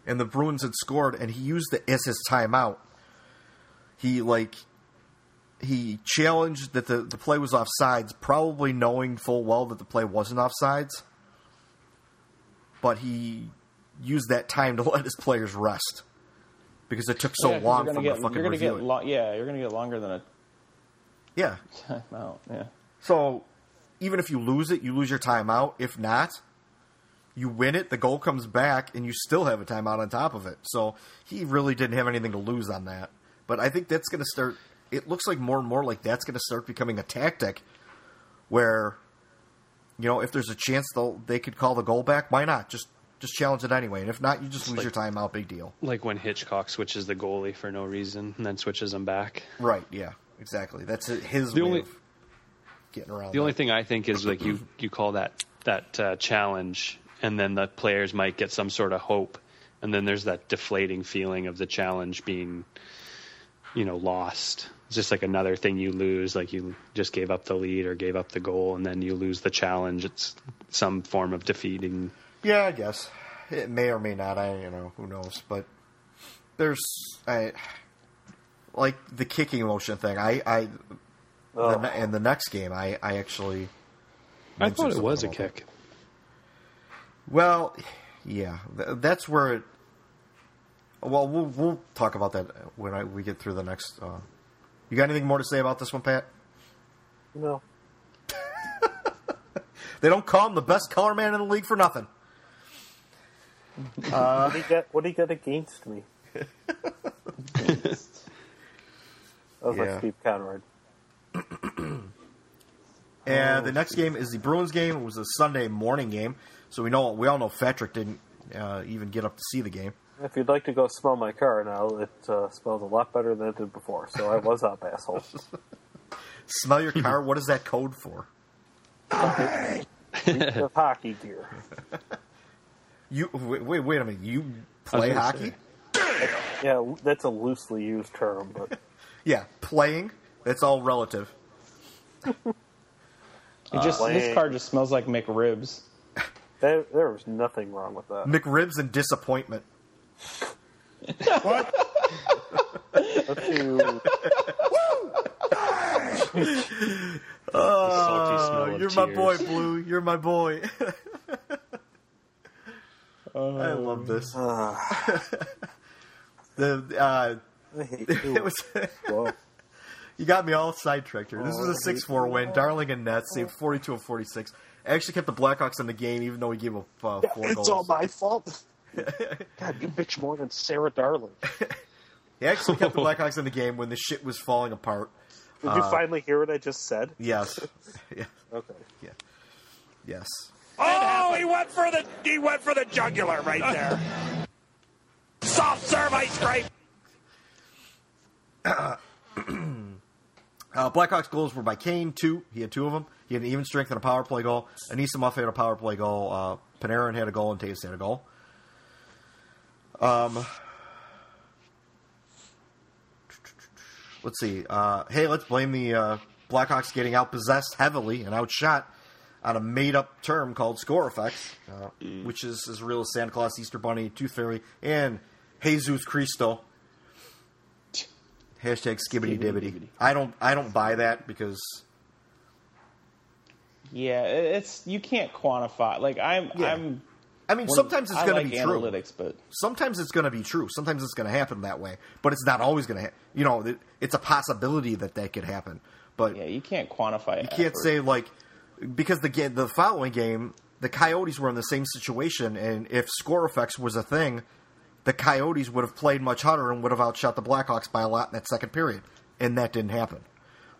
and the Bruins had scored, and he used it as his timeout. He like he challenged that the the play was offsides, probably knowing full well that the play wasn't offsides, but he used that time to let his players rest because it took so
Yeah, 'cause
long
you're gonna
for them
get,
to fucking
you're gonna
review
get
it.
lo- yeah, you're going to get longer than a
yeah,
timeout. Yeah.
So even if you lose it, you lose your timeout. If not, you win it, the goal comes back, and you still have a timeout on top of it. So he really didn't have anything to lose on that. But I think that's going to start. It looks like more and more like that's going to start becoming a tactic where, you know, if there's a chance they'll they could call the goal back, why not? Just just challenge it anyway. And if not, you just lose your timeout. Big deal.
Like when Hitchcock switches the goalie for no reason and then switches him back.
Right? Yeah. Exactly. That's his
The
way
only-
of getting around.
The
that.
only thing I think is like you you call that that uh, challenge, and then the players might get some sort of hope, and then there's that deflating feeling of the challenge being, you know, lost. It's just like another thing you lose, like you just gave up the lead or gave up the goal, and then you lose the challenge. It's some form of defeating.
Yeah, I guess it may or may not. I you know who knows, but there's I like the kicking motion thing. I I the, ne- in the next game I I actually
I thought it
mentioned
was a
something about
kick.
that. Well, yeah, th- that's where it. Well, we'll we'll talk about that when I we get through the next. Uh, you got anything more to say about this one, Pat?
No.
They don't call him the best color man in the league for nothing.
what do you get? What do you get against me? that was
Yeah.
like Steve Conrad. Oh,
And the next game is the Bruins game. It was a Sunday morning game, so we know we all know Patrick didn't uh, even get up to see the game.
If you'd like to go smell my car now, it uh, smells a lot better than it did before. So I was up, asshole.
Smell your car. what is that code for?
Reek of hockey gear.
You wait, wait, wait a minute. You
I was
play
gonna
hockey?
Yeah, that's a loosely used term, but
Yeah, playing. That's all relative.
It just
Uh,
this car just smells like McRibs.
there, there was nothing wrong with that.
McRibs and disappointment.
Let's do-
salty smell
Oh,
of
you're my boy,
tears.
Blue. You're my boy. I
Oh.
love this.
Ah.
the uh, it was. you got me all sidetracked here. This
Oh, I
was a
hate Oh.
six four win. Darling and Nets saved forty two of forty six. Actually kept the Blackhawks in the game, even though we gave up uh, four
it's
goals.
all my fault. God, you bitch more than Sarah Darling.
He actually kept the Blackhawks in the game when the shit was falling apart.
Did you
Uh,
finally hear what I just said?
Yes. yeah.
Okay.
Yeah. Yes.
Oh, he went for the he went for the jugular right there. Soft serve ice cream.
Uh, Blackhawks goals were by Kane, two. He had two of them. He had an even strength and a power play goal. Anisimov had a power play goal. Uh, Panarin had a goal, and Taves had a goal. Um, let's see. Uh, hey, let's blame the uh, Blackhawks getting outpossessed heavily and outshot on a made-up term called score effects, uh, which is as real as Santa Claus, Easter Bunny, Tooth Fairy, and Jesus Cristo. Hashtag skibbity dibbity. I don't I don't buy that because
Yeah, it- it's you can't quantify. Like I'm I'm
I mean
one-
sometimes it's
I
going
like
to be true.
analytics, but
sometimes it's going to be true. Sometimes it's going to happen that way, but it's not always going to. Ha- you know, th- it's a possibility that that could happen. But yeah,
you can't quantify.
You can't say like because the ga- the following game, the Coyotes were in the same situation, and if score effects was a thing, the Coyotes would have played much harder and would have outshot the Blackhawks by a lot in that second period, and that didn't happen.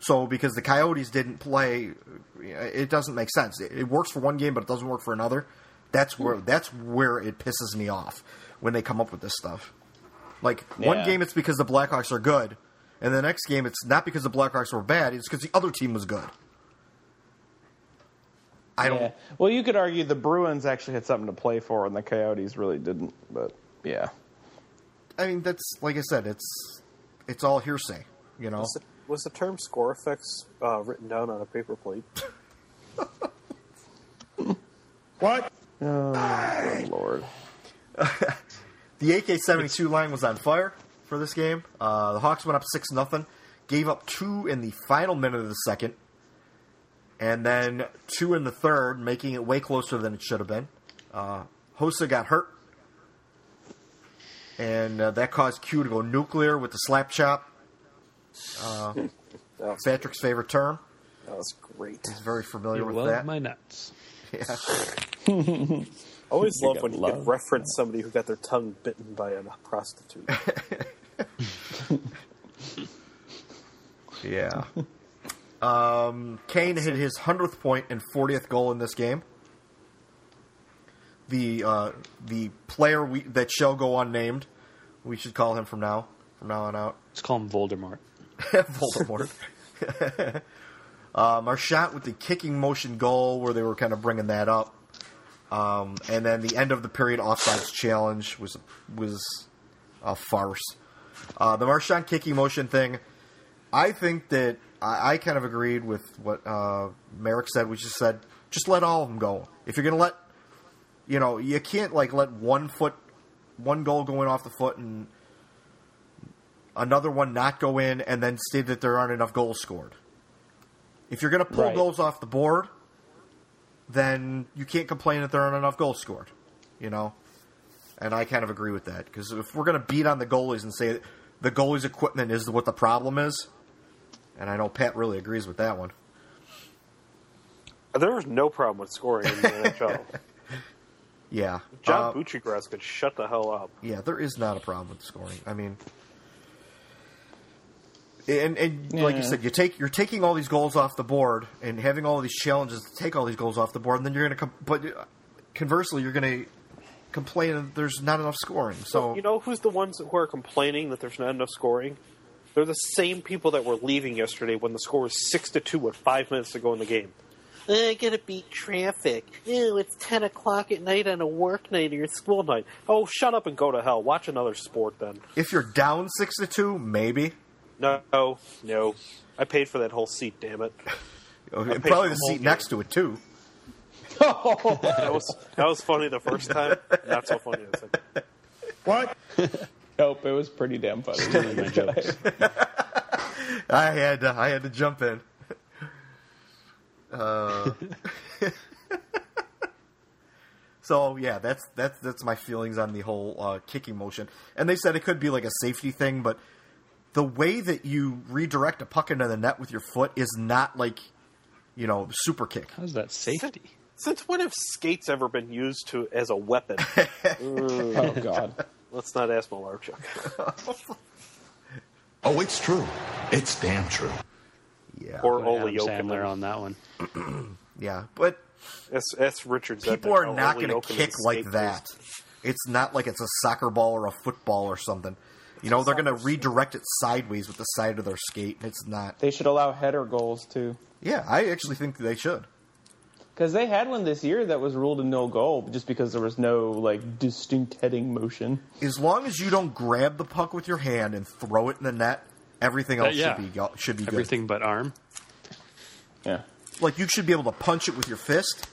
So because the Coyotes didn't play, it doesn't make sense. It, it works for one game, but it doesn't work for another. That's where that's where it pisses me off when they come up with this stuff. Like
Yeah.
one game, it's because the Blackhawks are good, and the next game, it's not because the Blackhawks were bad. It's because the other team was good. I don't.
Well, you could argue the Bruins actually had something to play for, and the Coyotes really didn't. But yeah,
I mean, that's like I said, it's it's all hearsay. You know,
Was the, was the term score effects uh, written down on a paper plate?
What?
Oh, Lord.
the AK seventy two line was on fire for this game. Uh, the Hawks went up six nothing, gave up two in the final minute of the second, and then two in the third, making it way closer than it should have been. Uh, Hosa got hurt, and uh, that caused Q to go nuclear with the slap chop. Uh, Patrick's favorite term.
That was great.
He's very familiar
You
with
love
that.
my
nuts.
Yeah.
I always
You
love
got
when you can
love.
reference somebody who got their tongue bitten by a prostitute.
Yeah. um, Kane hit his hundredth point and fortieth goal in this game. The uh, the player we, that shall go unnamed, we should call him from now from now on out.
Let's call him Voldemort.
Voldemort. um, our shot with the kicking motion goal, where they were kind of bringing that up, um, and then the end of the period offsides challenge was was a farce. Uh, the Marshawn kicking motion thing, I think that I, I kind of agreed with what uh, Merrick said. We just said just let all of them go. If you're gonna let, you know, you can't like let one foot, one goal going off the foot and another one not go in and then state that there aren't enough goals scored. If you're going to pull
Right.
goals off the board, then you can't complain that there aren't enough goals scored, you know? And I kind of agree with that because if we're going to beat on the goalies and say the goalies' equipment is what the problem is, and I know Pat really agrees with that one.
there was no problem with scoring in the NHL.
Yeah.
John
Uh,
Buccigrass could shut the hell up.
yeah, there is not a problem with scoring. I mean, and and like you
Yeah.
said, you take you're taking all these goals off the board and having all these challenges to take all these goals off the board, and then you're going to com- but uh, conversely, you're going to complain that there's not enough scoring. So
you know who's the ones who are complaining that there's not enough scoring? They're the same people that were leaving yesterday when the score was six to two with five minutes to go in the game. I gotta beat traffic. Ew, it's ten o'clock at night on a work night or your school night. Oh, shut up and go to hell. Watch another sport then.
if you're down six to two, maybe
No, no, no. I paid for that whole seat. Damn it. I
Okay,
paid
probably
for
the
whole
seat
game.
next to it too.
that was that was funny the first time. Not so funny the second.
What? nope, it was pretty damn funny.
I had to, I had to jump in. Uh, so yeah, that's that's that's my feelings on the whole uh, kicking motion. And they said it could be like a safety thing, but the way that you redirect a puck into the net with your foot is not like you know super kick.
How's that safety?
Since when have skates ever been used to as a weapon?
Oh, God.
Let's not ask Malarchuk.
Oh, it's true. It's damn true.
Yeah.
Or
Adam
Ole
Sandler
Jokinen.
on that one.
yeah, but
that's, that's Richard's.
People
epic,
are
how
not
Ole
going to
Jokinen
kick like
skate
that. It's not like it's a soccer ball or a football or something. You know, they're going to redirect it sideways with the side of their skate, and it's not.
They should allow header goals too.
Yeah, I actually think they should.
Because they had one this year that was ruled a no goal just because there was no like distinct heading motion.
As long as you don't grab the puck with your hand and throw it in the net, everything
Uh,
else
yeah.
should be go- should be good.
Everything but arm.
Yeah.
Like you should be able to punch it with your fist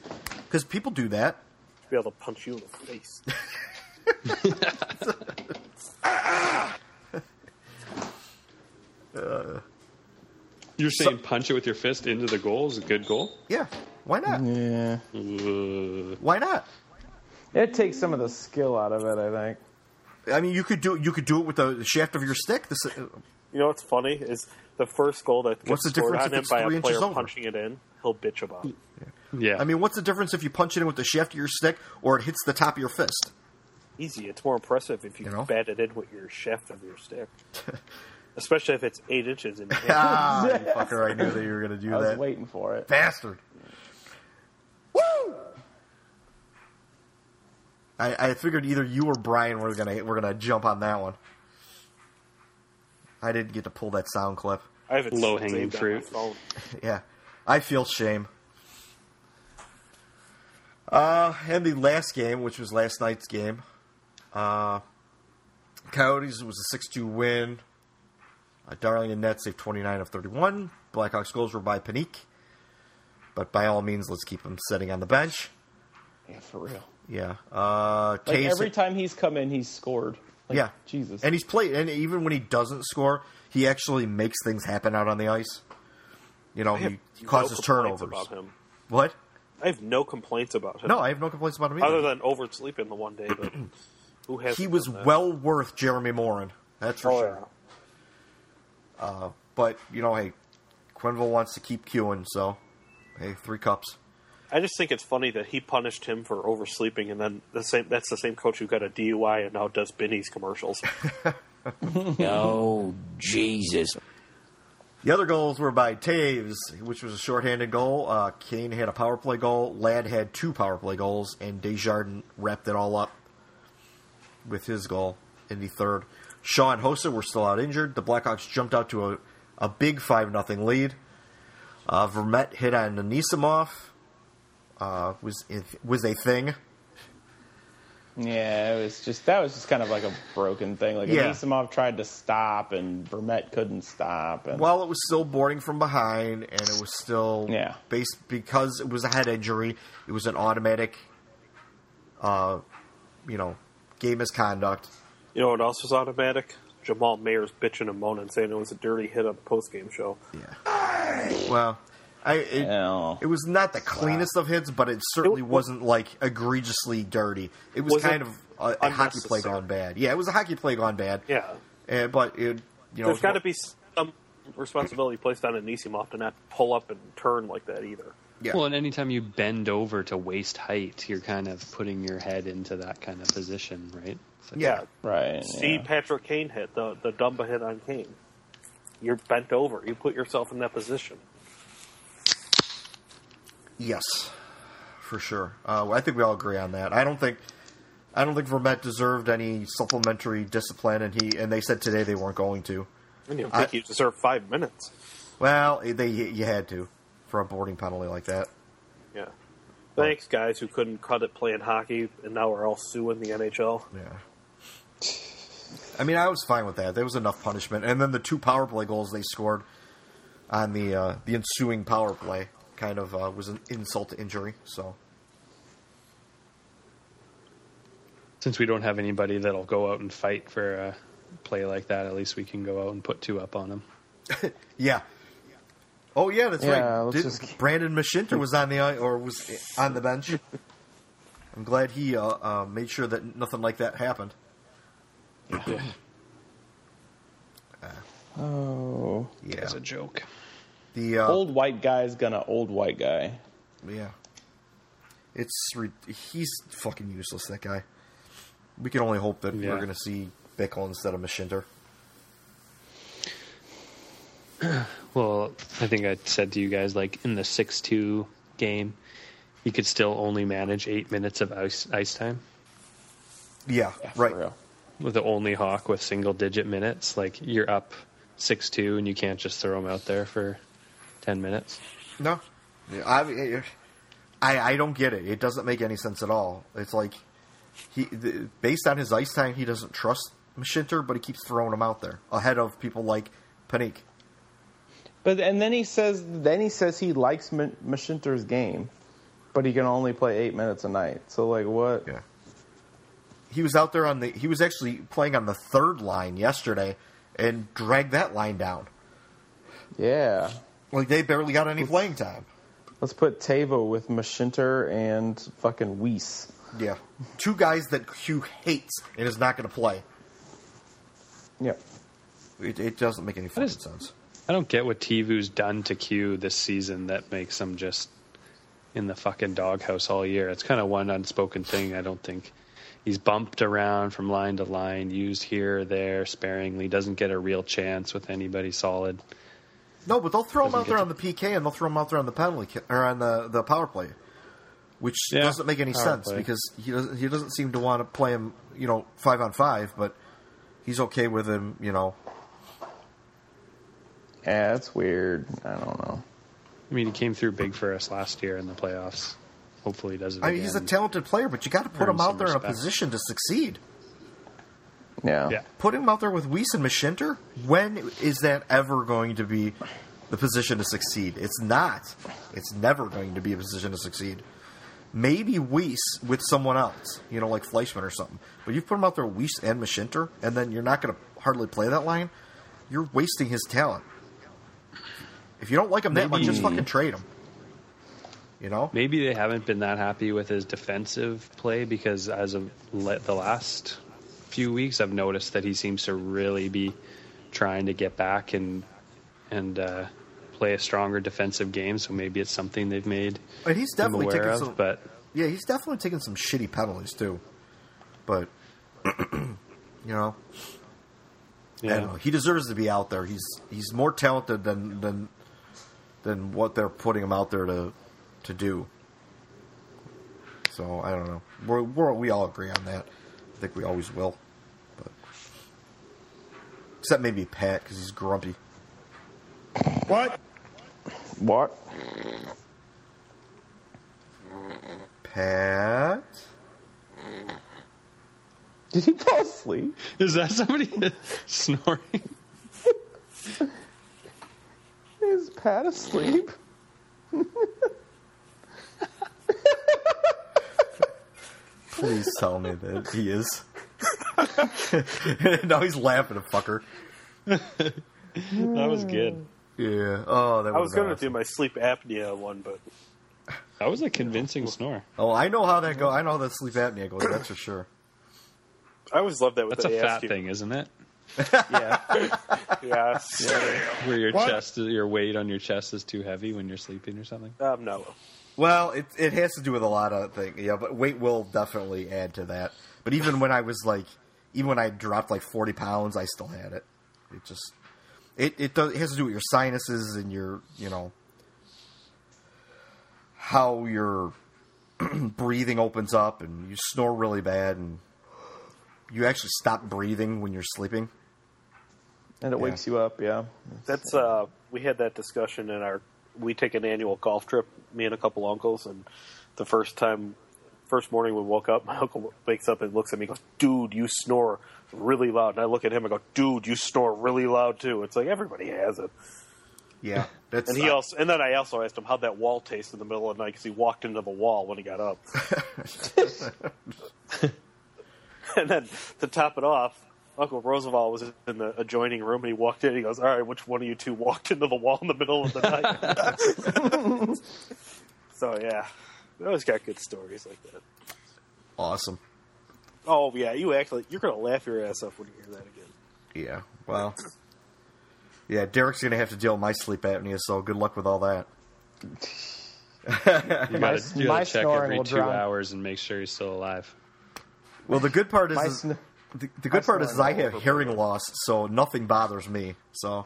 because people do that.
Should be able to punch you in the face.
Uh,
You're saying punch it with your fist into the goal is a good goal?
yeah. Why not?
Yeah.
Why not?
It takes some of the skill out of it, I think.
I mean, you could do you could do it with the shaft of your stick. This, uh,
You know what's funny is the first goal that gets
What's the
scored
difference
on
if
him
it's
by
three
a
inches
player
over?
punching it in, he'll bitch about. It.
yeah.
I mean, what's the difference if you punch it in with the shaft of your stick or it hits the top of your fist?
Easy. It's more impressive if you, bat it in with your shaft of your stick, especially if it's eight inches in. the
ah, you fucker! I knew that you were going to do
I was
that.
Waiting for it.
bastard. Woo! I, I figured either you or Brian were gonna were gonna jump on that one. I didn't get to pull that sound clip.
I have it
Low hanging
saved on my
fruit.
phone.
Yeah, I feel shame. Uh, and the last game, which was last night's game, uh, Coyotes was a six-two win. Uh, Darling and Nets saved twenty-nine of thirty-one. Blackhawks goals were by Panique, but by all means, let's keep him sitting on the bench.
Yeah, for real.
Yeah, uh,
Like
Taves-
every time he's come in, he's scored. Like,
yeah,
Jesus.
and he's played, and even when he doesn't score, he actually makes things happen out on the ice. You know,
I have
he
no
causes
complaints
turnovers.
about him.
What?
I have no complaints about him.
No, I have no complaints about him either.
other than oversleeping the one day. But who has?
he was well worth Jeremy Morin. That's for
Oh,
sure. Uh, but you know, hey, Quinville wants to keep queuing, so hey, three cups.
I just think it's funny that he punished him for oversleeping, and then the same. That's the same coach who got a DUI and now does Binny's commercials.
Oh, Jesus.
The other goals were by Taves, which was a shorthanded goal. Uh, Kane had a power play goal. Ladd had two power play goals, and Desjardins wrapped it all up with his goal in the third. Shaw and Hossa were still out injured. The Blackhawks jumped out to a, a big 5 0 lead. Uh, Vermette hit on Anisimov. Uh, was it was a thing.
Yeah, it was just that was just kind of like a broken thing. Like
Yeah.
Anisimov tried to stop, and Vermette couldn't stop. And
Well, it was still boarding from behind, and it was still
Yeah.
based because it was a head injury. It was an automatic, uh, you know, game misconduct.
You know what else was automatic? Jamal Mayer's bitching and moaning, saying it was a dirty hit on the post-game show.
Well, I it, it was not the cleanest of hits, but it certainly wasn't like egregiously dirty. It was,
Was it
kind of a, a hockey play
unnecessary?
gone bad. Yeah, it was a hockey play gone bad.
Yeah,
Uh, but it, you know,
there's got to be some responsibility placed on Anisimov to not pull up and turn like that either.
Well, and anytime you bend over to waist height, you're kind of putting your head into that kind of position, right? So-
Yeah.
Right.
See Patrick Kane hit the the Dumba hit on Kane. You're bent over. You put yourself in that position.
Yes, for sure. Uh, I think we all agree on that. I don't think, I don't think Vermette deserved any supplementary discipline, and he and they said today they weren't going to.
And you think
I-
you deserve five minutes?
Well, they you had to for a boarding penalty like that.
Yeah. Thanks, guys, who couldn't cut it playing hockey, and now we're all suing the NHL.
Yeah. I mean, I was fine with that. There was enough punishment, and then the two power play goals they scored on the uh, the ensuing power play kind of uh, was an insult to injury. So
Since we don't have anybody that'll go out and fight for a play like that, at least we can go out and put two up on them.
yeah. Oh yeah, that's
Yeah,
right.
let's
Did,
just-
Brandon Machinter was on the i- or was on the bench. I'm glad he uh, uh, made sure that nothing like that happened.
oh,
yeah,
as a joke.
The uh,
old white guy's gonna old white guy.
Yeah. It's re- he's fucking useless. That guy. We can only hope that
Yeah.
we're going to see Bickle instead of Machinter.
Well, I think I said to you guys, like in the 6 2 game, you could still only manage eight minutes of ice, ice time.
Yeah, right.
With the only Hawk with single digit minutes, like you're up 6 2 and you can't just throw him out there for 10 minutes.
No, Yeah, I, I I don't get it. It doesn't make any sense at all. It's like he th- based on his ice time, he doesn't trust Machinter, but he keeps throwing him out there ahead of people like Panik.
But and then he says, then he says he likes M- Machinter's game, but he can only play eight minutes a night. So like, what?
Yeah. He was out there on the he was actually playing on the third line yesterday and dragged that line down.
Yeah.
Like they barely got any playing time.
Let's put Tavo with Machinter and fucking Weiss.
Yeah. Two guys that Hugh hates and is not going to play.
Yeah.
It, it doesn't make any fucking sense.
I don't get what Tivu's done to Q this season that makes him just in the fucking doghouse all year. It's kind of one unspoken thing, I don't think. He's bumped around from line to line, used here or there sparingly, doesn't get a real chance with anybody solid.
No, but they'll throw him
Doesn't
out there
get
on the PK and they'll throw him out there on the penalty ki- or on the, the power play, which
Yeah,
doesn't make any
power
sense
play.
because he doesn't he doesn't seem to want to play him you know five on five, but he's okay with him you know.
Yeah, it's weird. I don't know.
I mean, he came through big for us last year in the playoffs. Hopefully, he does it
I mean, Oh, he's a
again.
talented player, but you got to put
Earn
him out
some
there in a
respect.
position to succeed.
Yeah.
Yeah.
Putting him out there with Weiss and Machinter, when is that ever going to be the position to succeed? It's not. It's never going to be a position to succeed. Maybe Weiss with someone else, you know, like Fleischman or something. But you put him out there, Weiss and Machinter, and then you're not going to hardly play that line. You're wasting his talent. If you don't like him that much, just
Maybe-
fucking trade him. You know,
maybe they haven't been that happy with his defensive play because as of le- the last few weeks, I've noticed that he seems to really be trying to get back and and uh, play a stronger defensive game. So maybe it's something they've made.
And he's
him
definitely
aware
taking
of,
some-
but
Yeah, he's definitely taking some shitty penalties too. But you know, I
Yeah.
don't know. He deserves to be out there. He's he's more talented than than than what they're putting him out there to to do. So I don't know. We're, we're we all agree on that. I think we always will. But except maybe Pat because he's grumpy.
What?
What?
Pat.
Did he fall asleep?
Is that somebody snoring?
Is Pat asleep?
Please tell me that he is. now he's laughing at fucker.
that was good.
Yeah. Oh, that
I was
going
going to do my sleep apnea one, but
That was a convincing snore.
Oh, I know how that go. I know how that sleep apnea goes. That's for sure.
I always love that with
That's a
the
fat
ASQ.
thing, isn't it?
Yeah.
Where your
What?
chest, your weight on your chest is too heavy when you're sleeping or something.
Um, no.
Well, it it has to do with a lot of things. Yeah, but weight will definitely add to that. But even when I was like, even when I dropped like forty pounds, I still had it. It just it it, does, it has to do with your sinuses and your you know how your breathing opens up and you snore really bad and you actually stop breathing when you're sleeping.
And it
Yeah.
wakes you up, yeah.
That's uh, we had that discussion in our. We take an annual golf trip, me and a couple uncles, and the first time, first morning we woke up, my uncle wakes up and looks at me, and goes, "Dude, you snore really loud." And I look at him and go, "Dude, you snore really loud too." It's like everybody has it.
Yeah, that's
and he also, and then I also asked him how that wall tasted in the middle of the night because he walked into the wall when he got up. and then to top it off, Uncle Roosevelt was in the adjoining room and he walked in. And he goes, "All right, which one of you two walked into the wall in the middle of the night?" so yeah, we always got good stories like that.
awesome.
Oh yeah, you actually you're gonna laugh your ass off when you hear that again.
Yeah. Well. Yeah, Derek's gonna have to deal with my sleep apnea, so good luck with all that.
You
My-
gotta, you
my
gotta check
snoring
every
will
two
drown-
hours and make sure he's still alive.
Well, the good part is,
My
is-
sn-
the, the
my
good part is, is
snoring
I
all
have
over
hearing loss, so nothing bothers me. So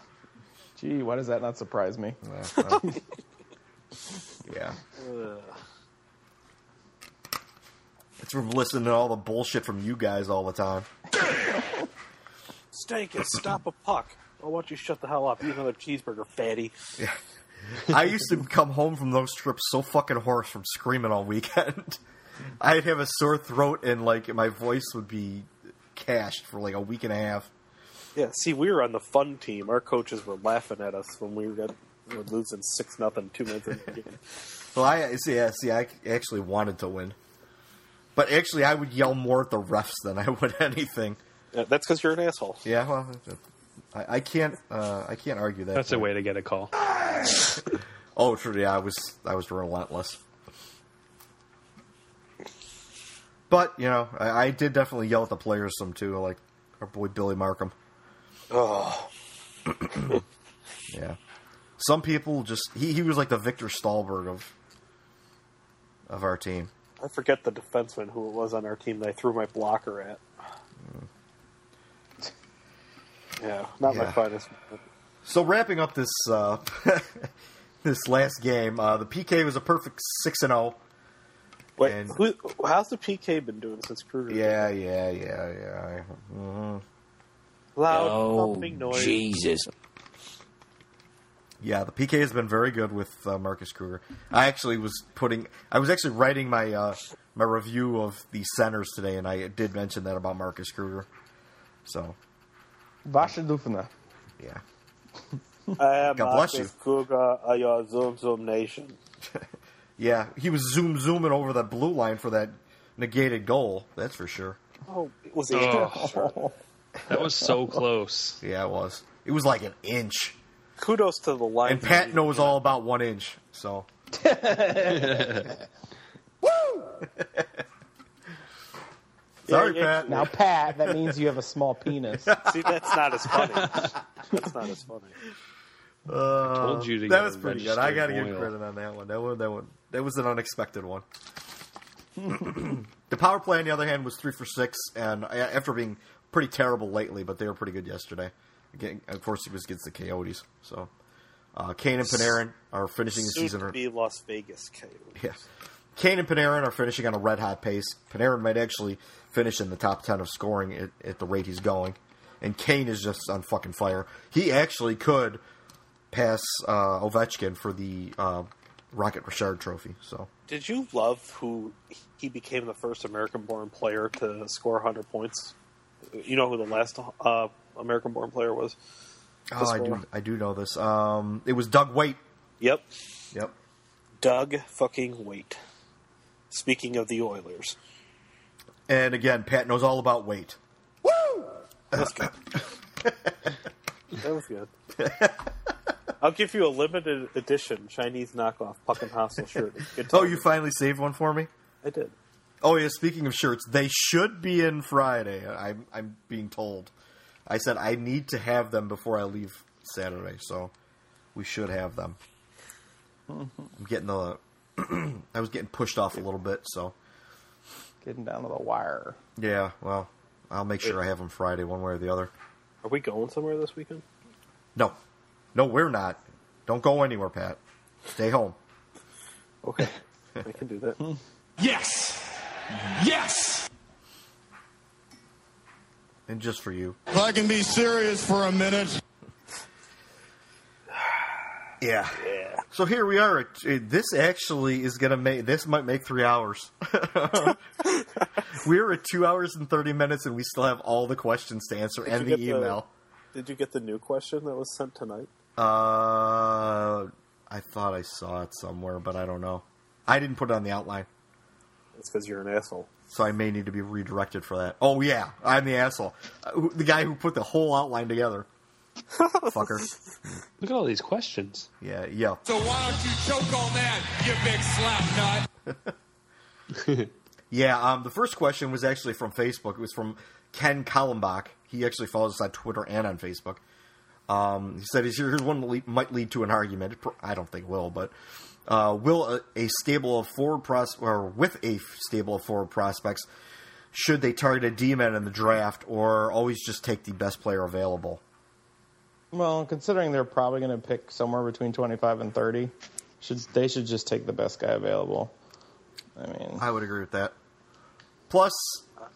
Gee, why does that not surprise me?
yeah, it's from listening to all the bullshit from you guys all the time.
Steak is stop a puck. Oh, why don't you shut the hell up? Eat another cheeseburger, fatty.
I used to come home from those trips so fucking hoarse from screaming all weekend. I'd have a sore throat and like my voice would be cashed for like a week and a half.
Yeah, see, we were on the fun team. Our coaches were laughing at us when we got we were losing six nothing two minutes into the game.
Well, I see. Yeah, see, I actually wanted to win, but actually, I would yell more at the refs than I would anything.
Yeah, that's because you're an asshole.
Yeah, well, I, I can't. Uh, I can't argue that.
That's a way to get a call.
oh, true. Yeah, I was. I was relentless. But you know, I, I did definitely yell at the players some too, like our boy Billy Markham.
Oh,
yeah. Some people just he, he was like the Victor Stahlberg of of our team.
I forget the defenseman who it was on our team that I threw my blocker at. Yeah, not
Yeah.
my finest. moment.
So wrapping up this uh, this last game, uh, the PK was a perfect six and oh. zero.
Wait, who, how's the PK been doing since Kruger?
Yeah, yeah, yeah, yeah. Mhm.
Loud
Oh,
pumping noise.
Jesus.
Yeah, the PK has been very good with uh, Marcus Kruger. I actually was putting, I was actually writing my uh, my review of the centers today, and I did mention that about Marcus Kruger. So
Vasha Lufina.
Yeah.
I am
God bless
Marcus
you.
Kruger of your Zoom Zoom Nation.
yeah, he was zoom zooming over that blue line for that negated goal. That's for sure.
Oh, it was
Oh. That was so close.
Yeah, it was. It was like an inch.
Kudos to the line.
And Pat knows all about one inch. So Sorry, Pat.
Now, Pat, that means you have a small penis.
See, that's not as funny. That's not as funny.
Uh,
told you to
that
get
was
a
pretty good. I got to give
registered
credit on that one. That one, that one, that was an unexpected one. the power play, on the other hand, was three for six, and a- after being pretty terrible lately, but they were pretty good yesterday. Again, of course, it was against the Coyotes. So uh, Kane and Panarin are finishing the
Soon
season.
to be Las Vegas KO.
Yeah. Kane and Panarin are finishing on a red hot pace. Panarin might actually finish in the top 10 of scoring at, at the rate he's going. And Kane is just on fucking fire. He actually could pass uh, Ovechkin for the uh, Rocket Richard trophy. So
Did you love who he became the first American-born player to score 100 points? You know who the last uh, American-born player was? to
oh, I,
score?
do, I do know this. Um, it was Doug Waite.
Yep,
Yep.
Doug fucking Wait. Speaking of the Oilers,
And again, Pat knows all about Waite.
That's good. that was good. I'll give you a limited edition Chinese knockoff Puck and Hostel shirt. Good
Oh, you finally saved one for me?
I did.
Oh yeah, speaking of shirts, they should be in Friday. I'm I'm being told. I said I need to have them before I leave Saturday, so we should have them. I'm getting the I was getting pushed off a little bit, so
Getting down to the wire.
yeah, well, I'll make sure I have them Friday one way or the other.
Are we going somewhere this weekend?
No. No, we're not. Don't go anywhere, Pat. Stay home.
Okay. I can do
Hmm.
that.
Yes! Yes!
And just for you.
If I can be serious for a minute.
Yeah. Yeah. So here we are. It- it- This actually is going to make this might make three hours. We're at two hours and thirty minutes, and we still have all the questions to answer and
you
the
get the-
email.
Did you get the new question that was sent tonight?
Uh, I thought I saw it somewhere, but I don't know. I didn't put it on the outline,
It's because you're an asshole.
so I may need to be redirected for that. Oh yeah, I'm the asshole, Uh, who- the guy who put the whole outline together. Fucker.
Look at all these questions.
Yeah. Yeah.
So why don't you choke on that, you big slap nut?
Yeah, um, the first question was actually from Facebook. It was from Ken Kallenbach. He actually follows us on Twitter and on Facebook. Um, he said, "Here's here's one that le- might lead to an argument. It pro- I don't think it will, but uh, will a, a stable of forward pros or with a f- stable of forward prospects, should they target a D-man in the draft or always just take the best player available?"
Well, considering they're probably going to pick somewhere between 25 and 30, should they should just take the best guy available. I mean,
I would agree with that. Plus,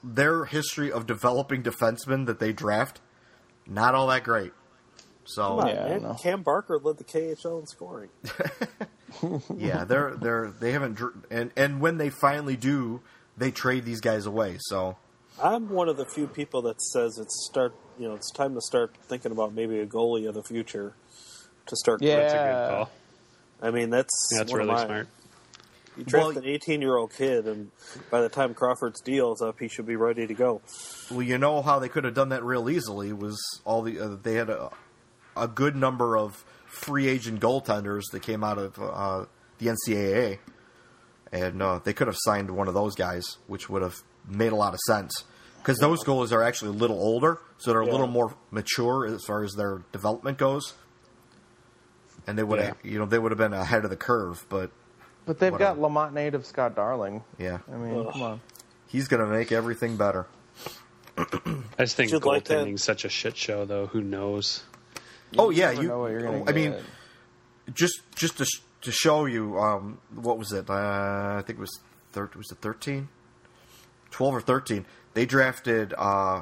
their history of developing defensemen that they draft, not all that great. So
Come on, man. Cam Barker led the KHL in scoring.
yeah, they're they're they haven't dr- and and when they finally do, they trade these guys away. So
I'm one of the few people that says it's start. You know, it's time to start thinking about maybe a goalie of the future to start.
Yeah. That's a good call.
I mean, that's
That's
one of
really
my-
smart.
You draft an 18 year old kid, and by the time Crawford's deal is up, he should be ready to go.
Well, you know how they could have done that real easily was all the uh, they had a, a good number of free agent goaltenders that came out of uh, the NCAA, and uh, they could have signed one of those guys, which would have made a lot of sense because those goalies are actually a little older, so they're a
Yeah.
little more mature as far as their development goes, and they would have you know they would have been ahead of the curve, but
But they've
Whatever.
got Lamont native Scott Darling.
yeah,
I mean, come on.
he's gonna make everything better.
I just think
You'd like that?
goaltending's such a shit show, though. Who knows?
oh yeah, you.
gonna
I mean,
get.
just just to, sh- to show you, um, what was it? Uh, I think it was thir- was it 13? 12 or thirteen. They drafted. Uh,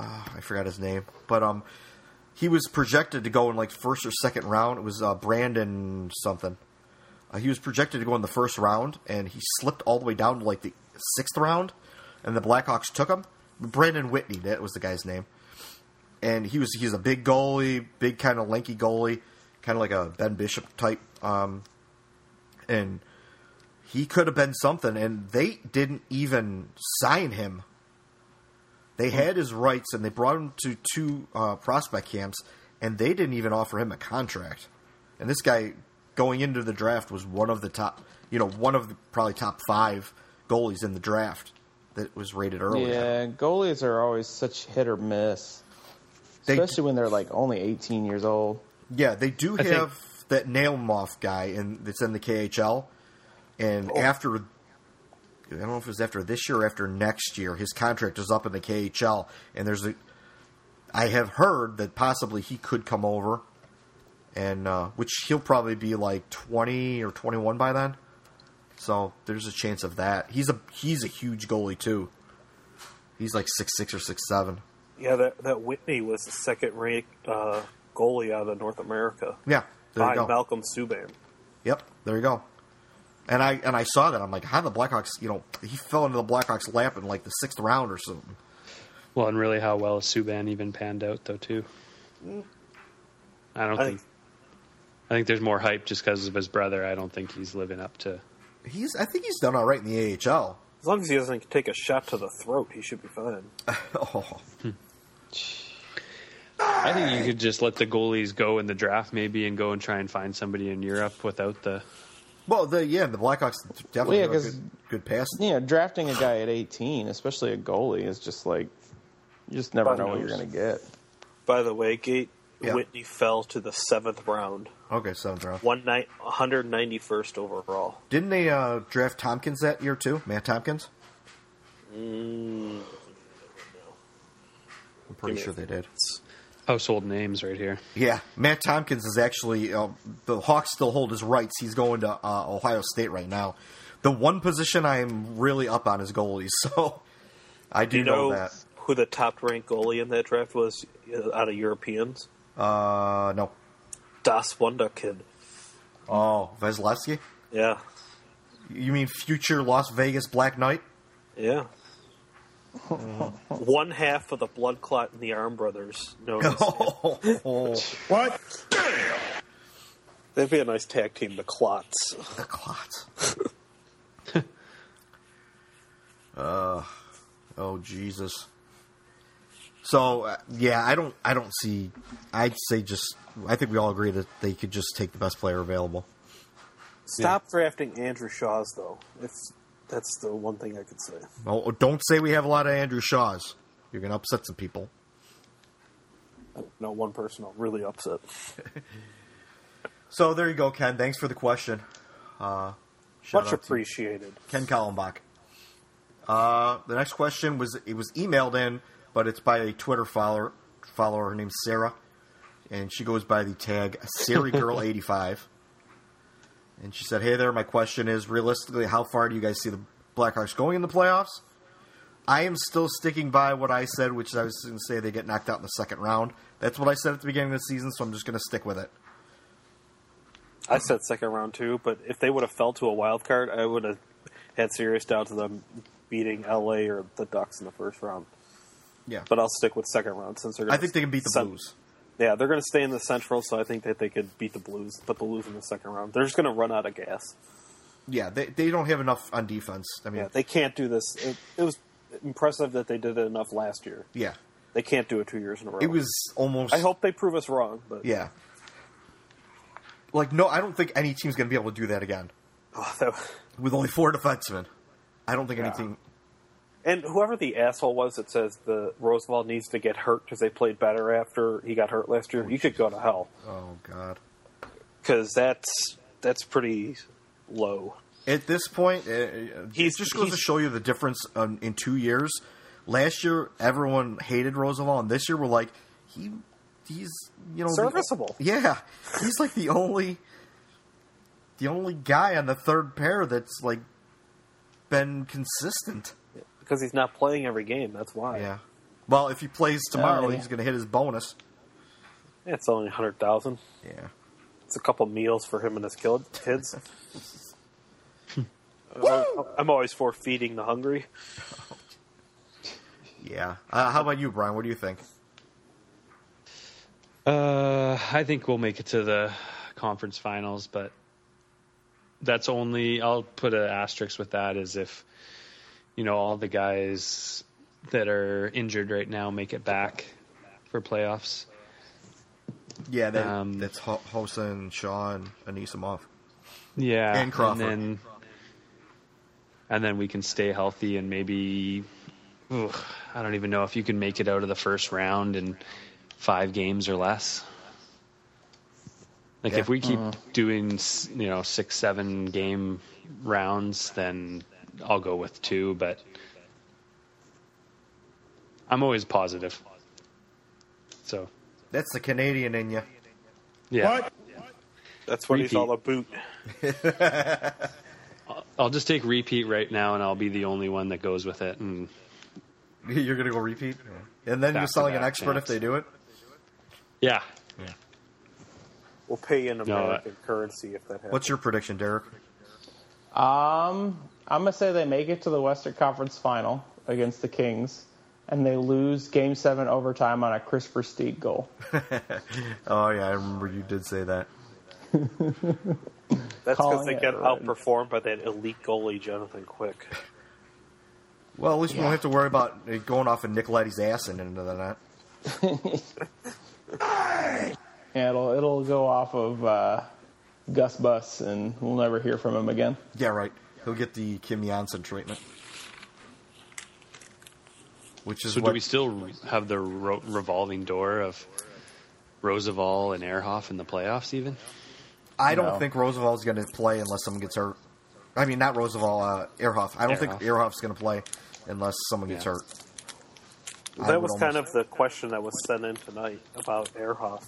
uh, I forgot his name, but um, he was projected to go in like first or second round. It was uh, Brandon something. Uh, he was projected to go in the first round, and he slipped all the way down to like the sixth round, and the Blackhawks took him. Brandon Whitney, that was the guy's name and he was he's a big goalie, big kind of lanky goalie, kind of like a Ben Bishop type. Um, and he could have been something, and they didn't even sign him. They had his rights, and they brought him to two uh, prospect camps, and they didn't even offer him a contract. And this guy going into the draft was one of the top, you know, one of the probably top five goalies in the draft that was rated early.
Yeah, goalies are always such hit or miss, especially when they're like only 18 years old.
Yeah, they do
I think-
have that nail moth guy in that's in the KHL, and
Oh.
after I don't know if it was after this year or after next year, his contract is up in the KHL, and there's a I have heard that possibly he could come over, and uh, which he'll probably be like 20 or 21 by then, so there's a chance of that. He's a he's a huge goalie too. He's like six six or six seven.
Yeah, that, that Whitney was the second ranked uh, goalie out of North America.
Yeah, there you
By
go.
Malcolm Subban.
Yep, there you go. And I and I saw that. I'm like, how the Blackhawks? You know, he fell into the Blackhawks' lap in like the sixth round or something.
Well, and really, how well Subban even panned out, though, too. I don't
I
think. I think there's more hype just because of his brother. I don't think he's living up to.
He's I think he's done all right in the AHL.
As long as he doesn't take a shot to the throat, he should be fine.
oh,
I think you could just let the goalies go in the draft, maybe, and go and try and find somebody in Europe without the.
Well, the yeah, the Blackhawks
Well,
definitely
yeah,
are a
'cause-
good, good pass.
Yeah, drafting a guy at 18, especially a goalie, is just like you just never
Bum
know what you're
knows.
gonna get.
By the way, Gate
Yeah.
Whitney fell to the seventh round,
Okay, seventh round.
one night, 191st overall.
Didn't they uh, draft Tompkins that year too? Matt Tompkins.
Mm,
I'm pretty
Give
sure
me
they did.
Household names right here.
Yeah, Matt Tompkins is actually uh, the Hawks still hold his rights. He's going to uh, Ohio State right now. The one position I am really up on is goalies, so I do
you know,
know that.
who the top ranked goalie in that draft was uh, out of Europeans?
Uh, no.
Das Wunderkind.
Oh, Vasilevsky?
Yeah,
You mean future Las Vegas Black Knight?
yeah. One half of the blood clot in the Arm Brothers. No,
Oh. what?
That'd be a nice tag team, the Clots.
The Clots. Uh, oh Jesus. So uh, yeah, I don't, I don't see. I'd say just. I think we all agree that they could just take the best player available.
Stop drafting Andrew Shaw's though. If that's the one thing I could say.
Oh, don't say we have a lot of Andrew Shaws. You're gonna upset some people.
No one person will really upset.
So there you go, Ken. Thanks for the question. Uh,
Much
shout out to you.
appreciated.
Ken Kallenbach. Uh, the next question was it was emailed in, but it's by a Twitter follower follower. Her name's Sarah, and she goes by the tag SariGirl85. and she said, "Hey there, my question is realistically, how far do you guys see the Blackhawks going in the playoffs? I am still sticking by what I said, which is I was going to say they get knocked out in the second round. That's what I said at the beginning of the season, so I'm just going to stick with it.
I said second round too, but if they would have fell to a wild card, I would have had serious doubts of them beating LA or the Ducks in the first round.
Yeah.
But I'll stick with second round since they're. Gonna
I think they can beat the
sen-
Blues.
Yeah, they're going to stay in the Central, so I think that they could beat the Blues, but the Blues in the second round. They're just going to run out of gas.
Yeah, they they don't have enough on defense. I mean,
yeah, they can't do this. It, it was impressive that they did it enough last year.
Yeah,
they can't do it two years in a row.
It was almost.
I hope they prove us wrong, but
yeah. Like no, I don't think any team's going to be able to do that again.
Oh, that-
With only four defensemen, I don't think
Yeah.
anything.
And whoever the asshole was that says the Roosevelt needs to get hurt because they played better after he got hurt last year, you could go to hell
Oh God!
because that's that's pretty low.
At this point, uh,
He's-
it just goes to
he's-
show you the difference um, in two years. Last year, everyone hated Roosevelt, and this year we're like, he, he's you know the-
Serviceable.
yeah, he's like the only, the only guy on the third pair that's like been consistent.
because he's not playing every game. That's why.
Yeah. Uh, Well, if he plays tomorrow,
Alrighty.
he's going to hit his bonus.
Yeah, it's only a hundred thousand.
Yeah.
It's a couple meals for him and his kid- kids. I'm al- I'm always for feeding the hungry.
Yeah. Uh, how about you, Brian? What do you think?
Uh, I think we'll make it to the conference finals, but that's only. I'll put an asterisk with that is if you know all the guys that are injured right now make it back for playoffs.
Yeah, that,
Um,
that's Ho- Hosen, Sean, Anisimov.
Yeah,
And Crawford.
then, and then we can stay healthy and maybe. ugh, I don't even know if you can make it out of the first round in five games or less. Like
Yeah.
if we keep
Uh.
doing, s- you know, six, seven game rounds, then I'll go with two. But I'm always positive. So
That's the Canadian in you.
yeah.
That's what he's
Repeat.
all about.
I'll just take repeat right now, and I'll be the only one that goes with it. And
You're going to go repeat? And then
Back
you're
to
selling an
back,
expert if
yes.
they do it?
yeah,
We'll pay in
No,
American currency if that happens.
What's your prediction, Derek?
Um, I'm gonna say they make it to the Western Conference Final against the Kings, and they lose Game Seven overtime on a Christopher Steed goal.
Oh, yeah, I remember you did say that.
That's because
calling
they
it uh,
get
right.
outperformed by that elite goalie Jonathan Quick.
Well, at least we don't have to worry about it going off of Nicoletti's ass and into the net.
Yeah, it'll it'll go off of uh, Gus Bus, and we'll never hear from him again.
Yeah, right. He'll get the Kim Janssen treatment. Which is
So
what.
do we still have the ro- revolving door of Roosevelt and Erhoff in the playoffs? Even
I don't
No.
think Roosevelt's going to play unless someone gets hurt. I mean, not Roosevelt, uh, Ehrhoff. I don't think Ehrhoff's going to play unless someone gets hurt. I
that
would
was kind of the question that was sent in tonight about Erhoff.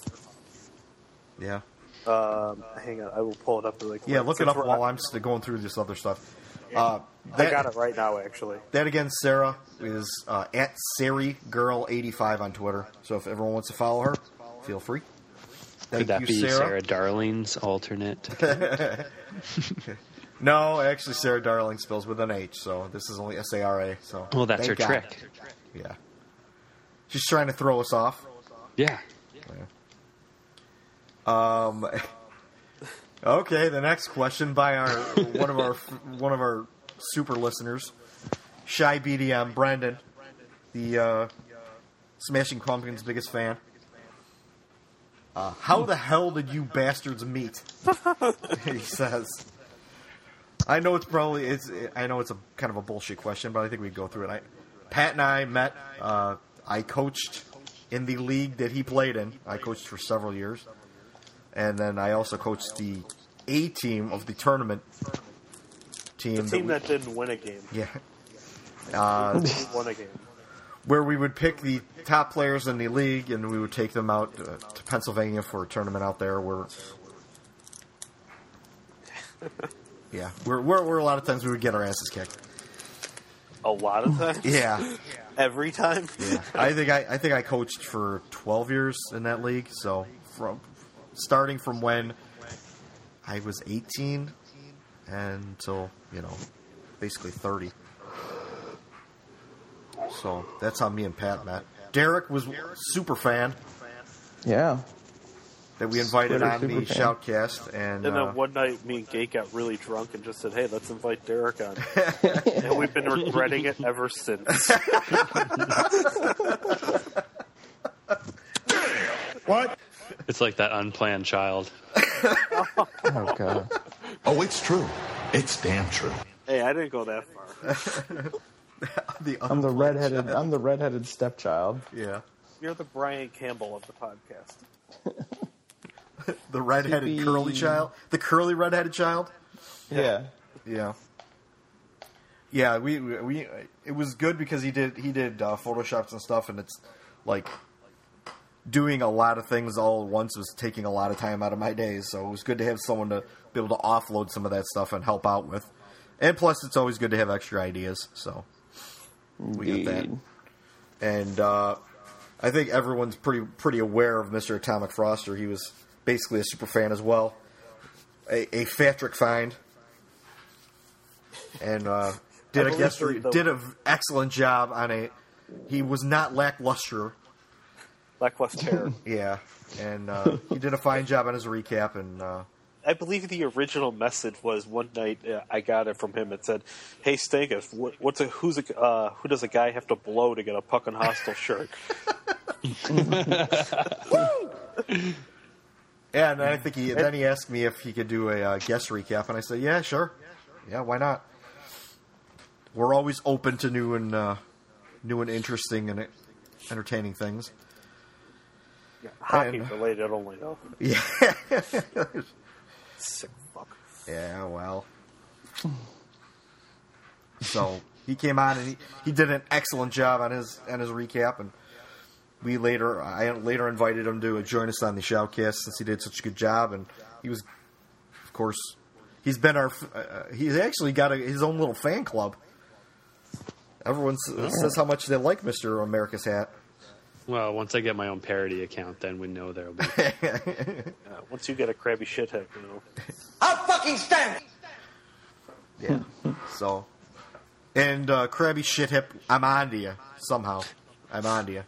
Yeah.
Um, hang on, I will pull it up really quick.
Yeah, look it
Since
up
we're-
while I'm st- going through this other stuff. Uh,
I
that,
got it right now, actually.
that again, Sarah is uh, at Sari Girl 85 on Twitter. So if everyone wants to follow her, feel free. Thank
could that
you,
be Sarah,
Sarah.
Darling's alternate?
no, actually, Sarah Darling spells with an H, so this is only S A R A. So
Well, that's
thank
her
God.
trick.
Yeah, she's trying to throw us off.
Yeah,
Um. Okay, the next question by our one of our one of our super listeners, shy BDM Brandon, the uh, Smashing Pumpkins' biggest fan. Uh, how the hell did you bastards meet? he says. I know it's probably it's I know it's a kind of a bullshit question, but I think we can go through it. I, Pat and I met. Uh, I coached in the league that he played in. I coached for several years and then I also coached the A team of the tournament team.
The team
we-
that didn't win a game.
yeah, uh,
won a game.
where we would pick the top players in the league and we would take them out uh, to Pennsylvania for a tournament out there. Where, yeah, where, where, where a lot of times we would get our asses kicked.
A lot of times?
Yeah.
Every time?
I think I, I think I coached for 12 years in that league. So from starting from when I was 18 until you know basically 30. So that's how me and Pat met. Derek was super fan.
Yeah,
that we invited Splitter on the fan. shoutcast, and
then
uh,
one night me and Gate got really drunk and just said, "Hey, let's invite Derek on," and we've been regretting it ever since.
what?
It's like that unplanned child.
oh god.
Oh, it's true. It's damn true.
Hey, I didn't go that far.
the
I'm the redheaded. I'm the redheaded stepchild.
Yeah.
You're the Brian Campbell of the podcast.
the redheaded Be... curly child, the curly redheaded child.
Yeah,
yeah, yeah. We we it was good because he did he did uh, photoshops and stuff, and it's like doing a lot of things all at once was taking a lot of time out of my days. So it was good to have someone to be able to offload some of that stuff and help out with. And plus, it's always good to have extra ideas. So we Indeed. get that. And uh, I think everyone's pretty pretty aware of Mister Atomic Froster. He was basically a super fan as well. A, a Fatrick find, and uh, did a guest the... did an excellent job on a. He was not lackluster.
Lackluster.
yeah, and uh, he did a fine job on his recap. And uh,
I believe the original message was one night uh, I got it from him. It said, "Hey Stankus, what, what's a who's a who does a guy have to blow to get a puck and hostile shirt?"
Yeah, and I think he then he asked me if he could do a uh, guest recap, and I said, "Yeah, sure. Yeah, why not? We're always open to new and uh, new and interesting and entertaining things." uh,
Yeah, hockey and, related only, though.
Yeah.
Sick fuck.
Yeah. Well. so he came on and he, he did an excellent job on his on his recap and we later I later invited him to join us on the shoutcast since he did such a good job, and he was, of course, he's been our uh, he's actually got a, his own little fan club. Everyone oh. says how much they like Mister America's Hat.
Well, once I get my own parody account, then we know there'll be.
uh, once you get a crabby shithead, you know.
I'll fucking stand.
Yeah. so, and uh, crabby shithip, I'm on to you somehow. I'm on to you.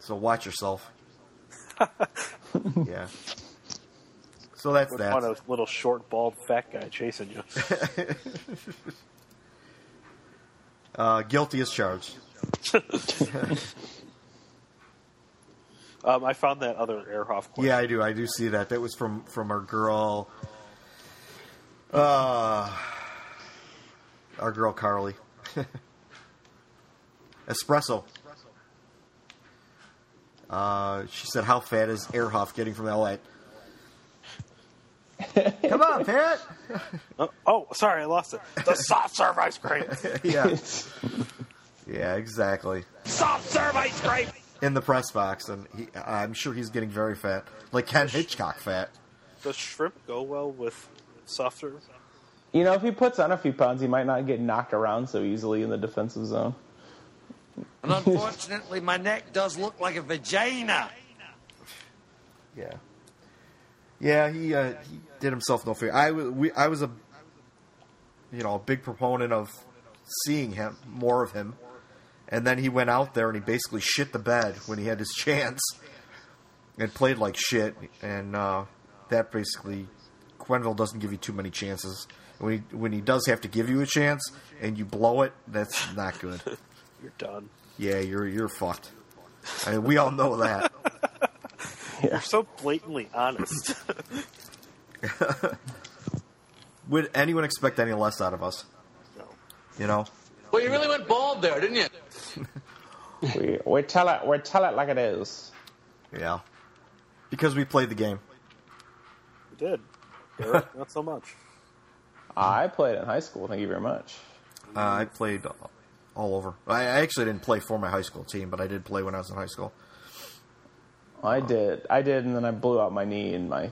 So watch yourself. yeah. So that's that.
On a little short, bald, fat guy chasing you.
uh, guilty as charged.
um, I found that other Erhoff question.
Yeah, I do. I do see that. That was from from our girl. Uh, our girl Carly. Espresso. Uh, she said, "How fat is Erhoff getting from L.A.?" Come on, Pat.
oh, oh, sorry, I lost it.
The soft serve ice cream.
yeah. Yeah, exactly.
Soft serve ice cream.
In the press box, and he, I'm sure he's getting very fat, like Ken Hitchcock fat.
Does shrimp go well with soft serve?
You know, if he puts on a few pounds, he might not get knocked around so easily in the defensive zone.
And unfortunately, my neck does look like a vagina.
Yeah. Yeah, he, uh, he did himself no favor. I, w- we, I was a, you know, a big proponent of seeing him, more of him. And then he went out there and he basically shit the bed when he had his chance and played like shit. And uh, that basically, Quenville doesn't give you too many chances. When he, when he does have to give you a chance and you blow it, that's not good.
you're done.
Yeah, you're you're fucked. I mean, we all know that.
yeah. You're so blatantly honest.
Would anyone expect any less out of us?
No.
You know.
Well, you really went bald there, didn't you?
we we tell it we tell it like it is.
Yeah. Because we played the game.
We did. Eric, not so much.
I played in high school. Thank you very much.
Uh, I played all over. I actually didn't play for my high school team, but I did play when I was in high school.
I did. I did, and then I blew out my knee in my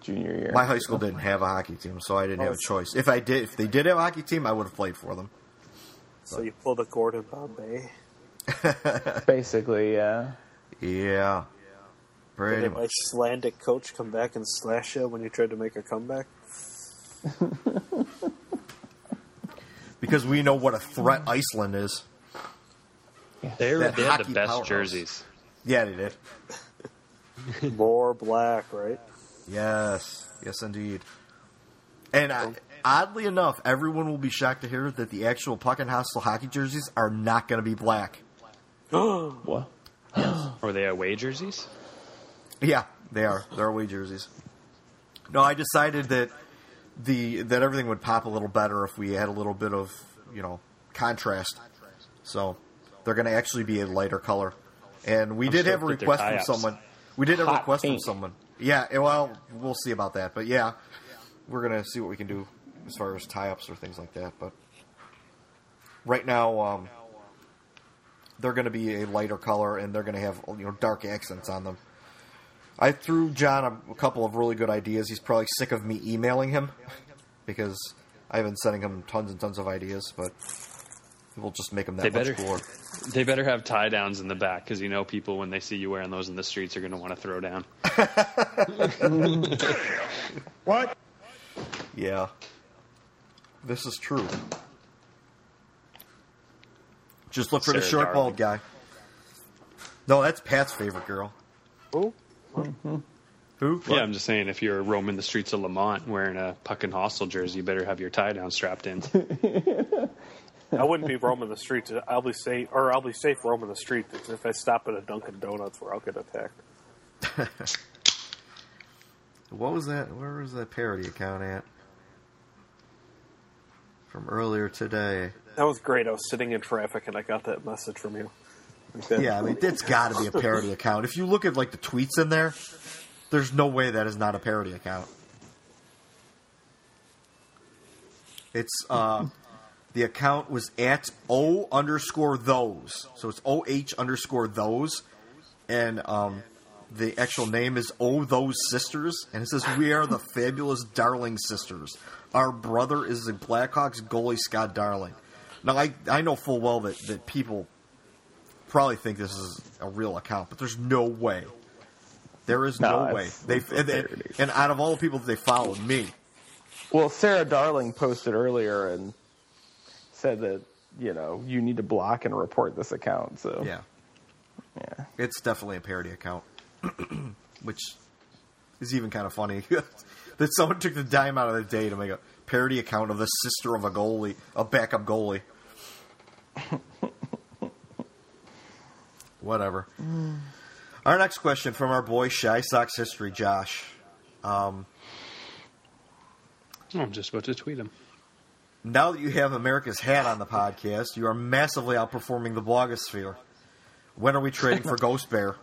junior year.
My high school didn't have a hockey team, so I didn't oh, have a choice. If I did, if they did have a hockey team, I would have played for them.
So but. you pulled a Gordon Bombay.
Basically, yeah.
Yeah. Pretty
did much. Icelandic coach come back and slash you when you tried to make a comeback?
because we know what a threat Iceland is.
Yeah. They, were, they had the best jerseys.
Yeah, they did.
More black, right?
Yes, yes, indeed. And I, oddly enough, everyone will be shocked to hear that the actual Puck and Hostel hockey jerseys are not going to be black.
what? are they away jerseys?
Yeah, they are. They're away jerseys. No, I decided that the that everything would pop a little better if we had a little bit of you know contrast. So they're going to actually be a lighter color. And we
I'm
did have a
stoked that they're
request from
tie-ups.
someone. We did have a
Hot
request from
pink.
someone. Yeah, eh, well, we'll see about that. But yeah, we're going to see what we can do as far as tie ups or things like that. But right now, um, they're going to be a lighter color and they're going to have you know dark accents on them. I threw John a, a couple of really good ideas. He's probably sick of me emailing him because I've been sending him tons and tons of ideas, but we'll just make him that
They
much
better,
cooler.
they better have tie downs in the back because you know people when they see you wearing those in the streets are going to want to throw down.
What? Yeah. This is true. Just look for the
Sarah
short
Darby.
bald guy. No, that's Pat's favorite girl.
Who?
Who?
Yeah, I'm just saying if you're roaming the streets of Lamont wearing a puck and hostel jersey, you better have your tie down strapped in.
I wouldn't be roaming the streets. I'll be safe, or I'll be safe roaming the street if I stop at a Dunkin' Donuts where I'll get attacked.
What was that? Where was that parody account at? From earlier today.
That was great. I was sitting in traffic and I got that message from you. Like that.
Yeah, I mean that's got to be a parody account. If you look at like the tweets in there, there's no way that is not a parody account. It's uh, the account was at o underscore those, so it's o h underscore those, and um, the actual name is oh those sisters, and it says we are the fabulous darling sisters. Our brother is the Blackhawks goalie Scott Darling. Now I I know full well that that people probably think this is a real account, but there's no way. There is
No,
no,
it's-
way. They
it's a
and, and,
parody.
and out of all the people that they followed, me.
Well, Sarah Darling posted earlier and said that you know you need to block and report this account. So
yeah,
Oh. yeah,
it's definitely a parody account, which is even kind of funny that someone took the dime out of the day to make a parody account of the sister of a goalie, a backup goalie. Whatever. Our next question from our boy Shy Sox History, Josh. Um,
I'm just about to tweet him.
Now that you have America's hat on the podcast, you are massively outperforming the blogosphere. When are we trading for Ghost Bear?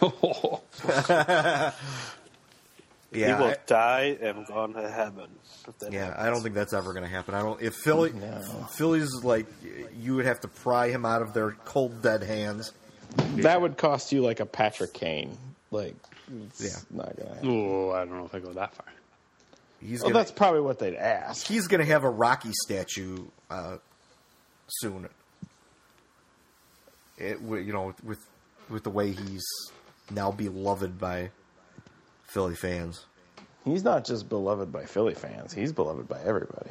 yeah,
he will
I,
die and gone to heaven. if that
yeah.
happens.
I don't think that's ever going to happen. I don't. If Philly, Philly's like, you would have to pry him out of their cold dead hands.
that would cost you like a Patrick Kane. Like, it's
Yeah.
not gonna. Happen.
Oh, I don't know if I go that far.
He's
well,
gonna,
that's probably what they'd ask.
he's going to have a Rocky statue uh, soon. It wi- you know with with the way he's now beloved by Philly fans.
He's not just beloved by Philly fans; he's beloved by everybody.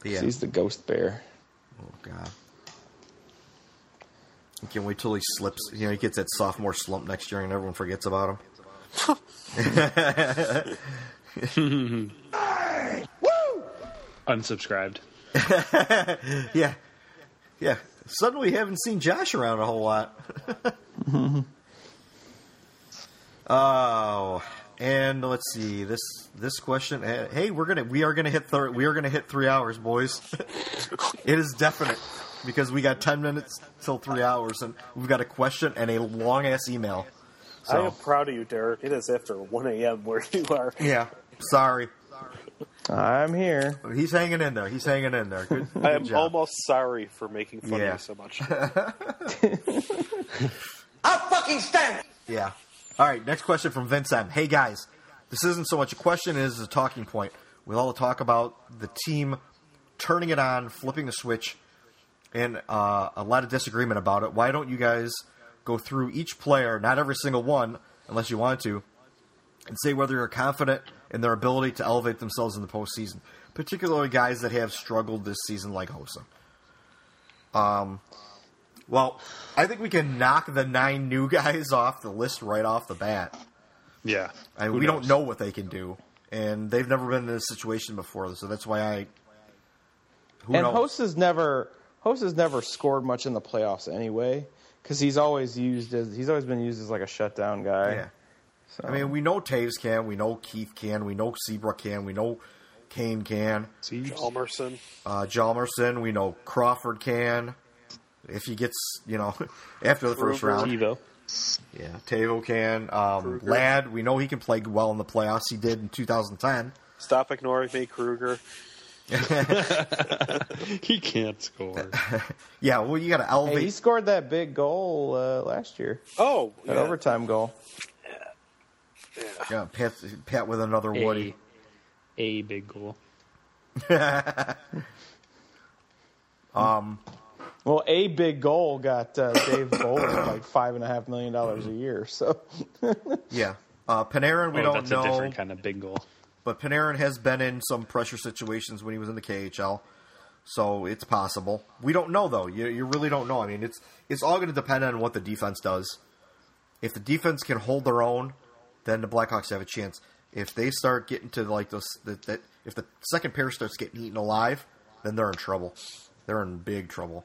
'Cause
Yeah.
He's the ghost bear.
Oh God. I can't wait till he slips. You know, he gets that sophomore slump next year, and everyone forgets about him.
Unsubscribed.
yeah, yeah. Suddenly, we haven't seen Josh around a whole lot. Oh, and let's see this this question. eh, Hey, we're gonna we are gonna hit thir- we are gonna hit three hours, boys. it is definite because we got ten minutes till three hours, and we've got a question and a long ass email. So
I am proud of you, Derek. It is after 1 a.m. where you are.
yeah, sorry,
I'm here.
he's hanging in there. He's hanging in there. Good,
I
good
am
job.
almost sorry for making fun of
Yeah.
you so much.
I fucking stand.
Yeah. All right. Next question from Vince M. Hey guys, this isn't so much a question as a talking point. With all the talk about the team turning it on, flipping the switch, and uh, a lot of disagreement about it, why don't you guys go through each player, not every single one, unless you want to, and say whether you're confident in their ability to elevate themselves in the postseason, particularly guys that have struggled this season like Hosa. Um, Well, I think we can knock the nine new guys off the list right off the bat.
Yeah.
I mean, we knows? don't know what they can do, and they've never been in this situation before, so that's why I.
Who and knows? Host has never Host has never scored much in the playoffs anyway, because he's always used as he's always been used as like a shutdown guy.
Yeah. So. I mean, we know Taves can, we know Keith can, we know Seabrook can, we know Kane can,
Jalmerson,
uh, Jalmerson, we know Crawford can. If he gets, you know, after the first round,
Tevo.
Yeah, Tavo can. Um, Lad, we know he can play well in the playoffs. He did in 2010.
Stop ignoring me, Kruger.
he can't score.
yeah, well, you got to elevate.
Hey, he scored that big goal uh, last year.
Oh,
that yeah. overtime goal.
Yeah, yeah Pat, Pat with another
a,
Woody.
A big goal.
um.
Well, a big goal got uh, Dave Bowler like five and a half million dollars a year. So
yeah, uh, Panarin we
oh,
don't
that's
know.
A different kind of big goal.
But Panarin has been in some pressure situations when he was in the KHL, so it's possible. We don't know though. You, you really don't know. I mean, it's it's all going to depend on what the defense does. If the defense can hold their own, then the Blackhawks have a chance. If they start getting to like those, that, that if the second pair starts getting eaten alive, then they're in trouble. They're in big trouble.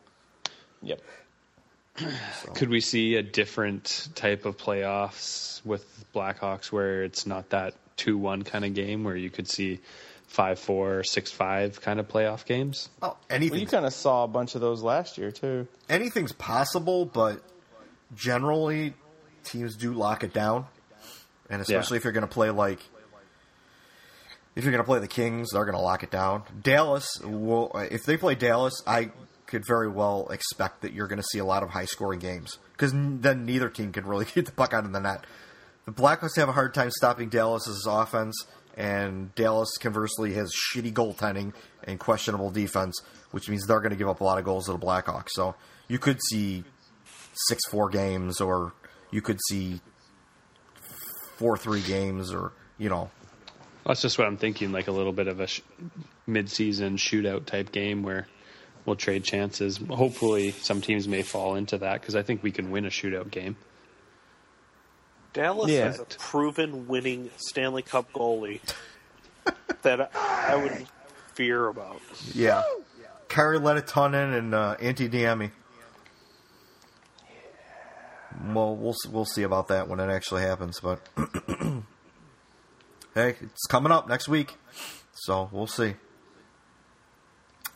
Yep.
So. Could we see a different type of playoffs with Blackhawks where it's not that 2 1 kind of game, where you could see 5 4, 6 5 kind of playoff games?
Oh, anything.
Well, you kind of saw a bunch of those last year, too.
Anything's possible, but generally, teams do lock it down. And especially yeah. if you're going to play like. If you're going to play the Kings, they're going to lock it down. Dallas will. If they play Dallas, I could very well expect that you're going to see a lot of high scoring games because then neither team can really get the puck out of the net. The Blackhawks have a hard time stopping Dallas's offense, and Dallas conversely has shitty goaltending and questionable defense, which means they're going to give up a lot of goals to the Blackhawks. So you could see six four games, or you could see four three games, or you know.
That's just what I'm thinking, like a little bit of a sh- mid-season shootout type game where we'll trade chances. Hopefully, some teams may fall into that because I think we can win a shootout game.
Dallas yeah. has a proven winning Stanley Cup goalie that I, I, would fear about.
Yeah. yeah. Kyrie Letitonen and uh, Antti Diami. Yeah. Well, we'll we'll see about that when it actually happens, but hey, it's coming up next week, so we'll see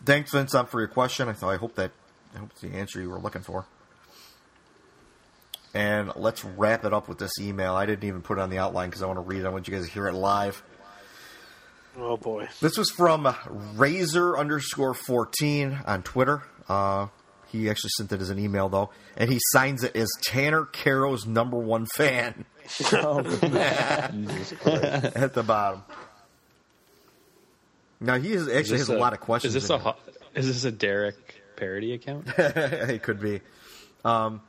thanks, Vince, for your question. I thought I hope that I hope it's the answer you were looking for. And let's wrap it up with this email. I didn't even put it on the outline because I want to read it. I want you guys to hear it live.
Oh boy!
This was from Razor underscore fourteen on Twitter. Uh, he actually sent it as an email though, and he signs it as Tanner Caro's number one fan oh, at the bottom. Now he is, actually has a, a, lot of questions.
Is this a ho- is this a Derek parody account?
it could be. Um,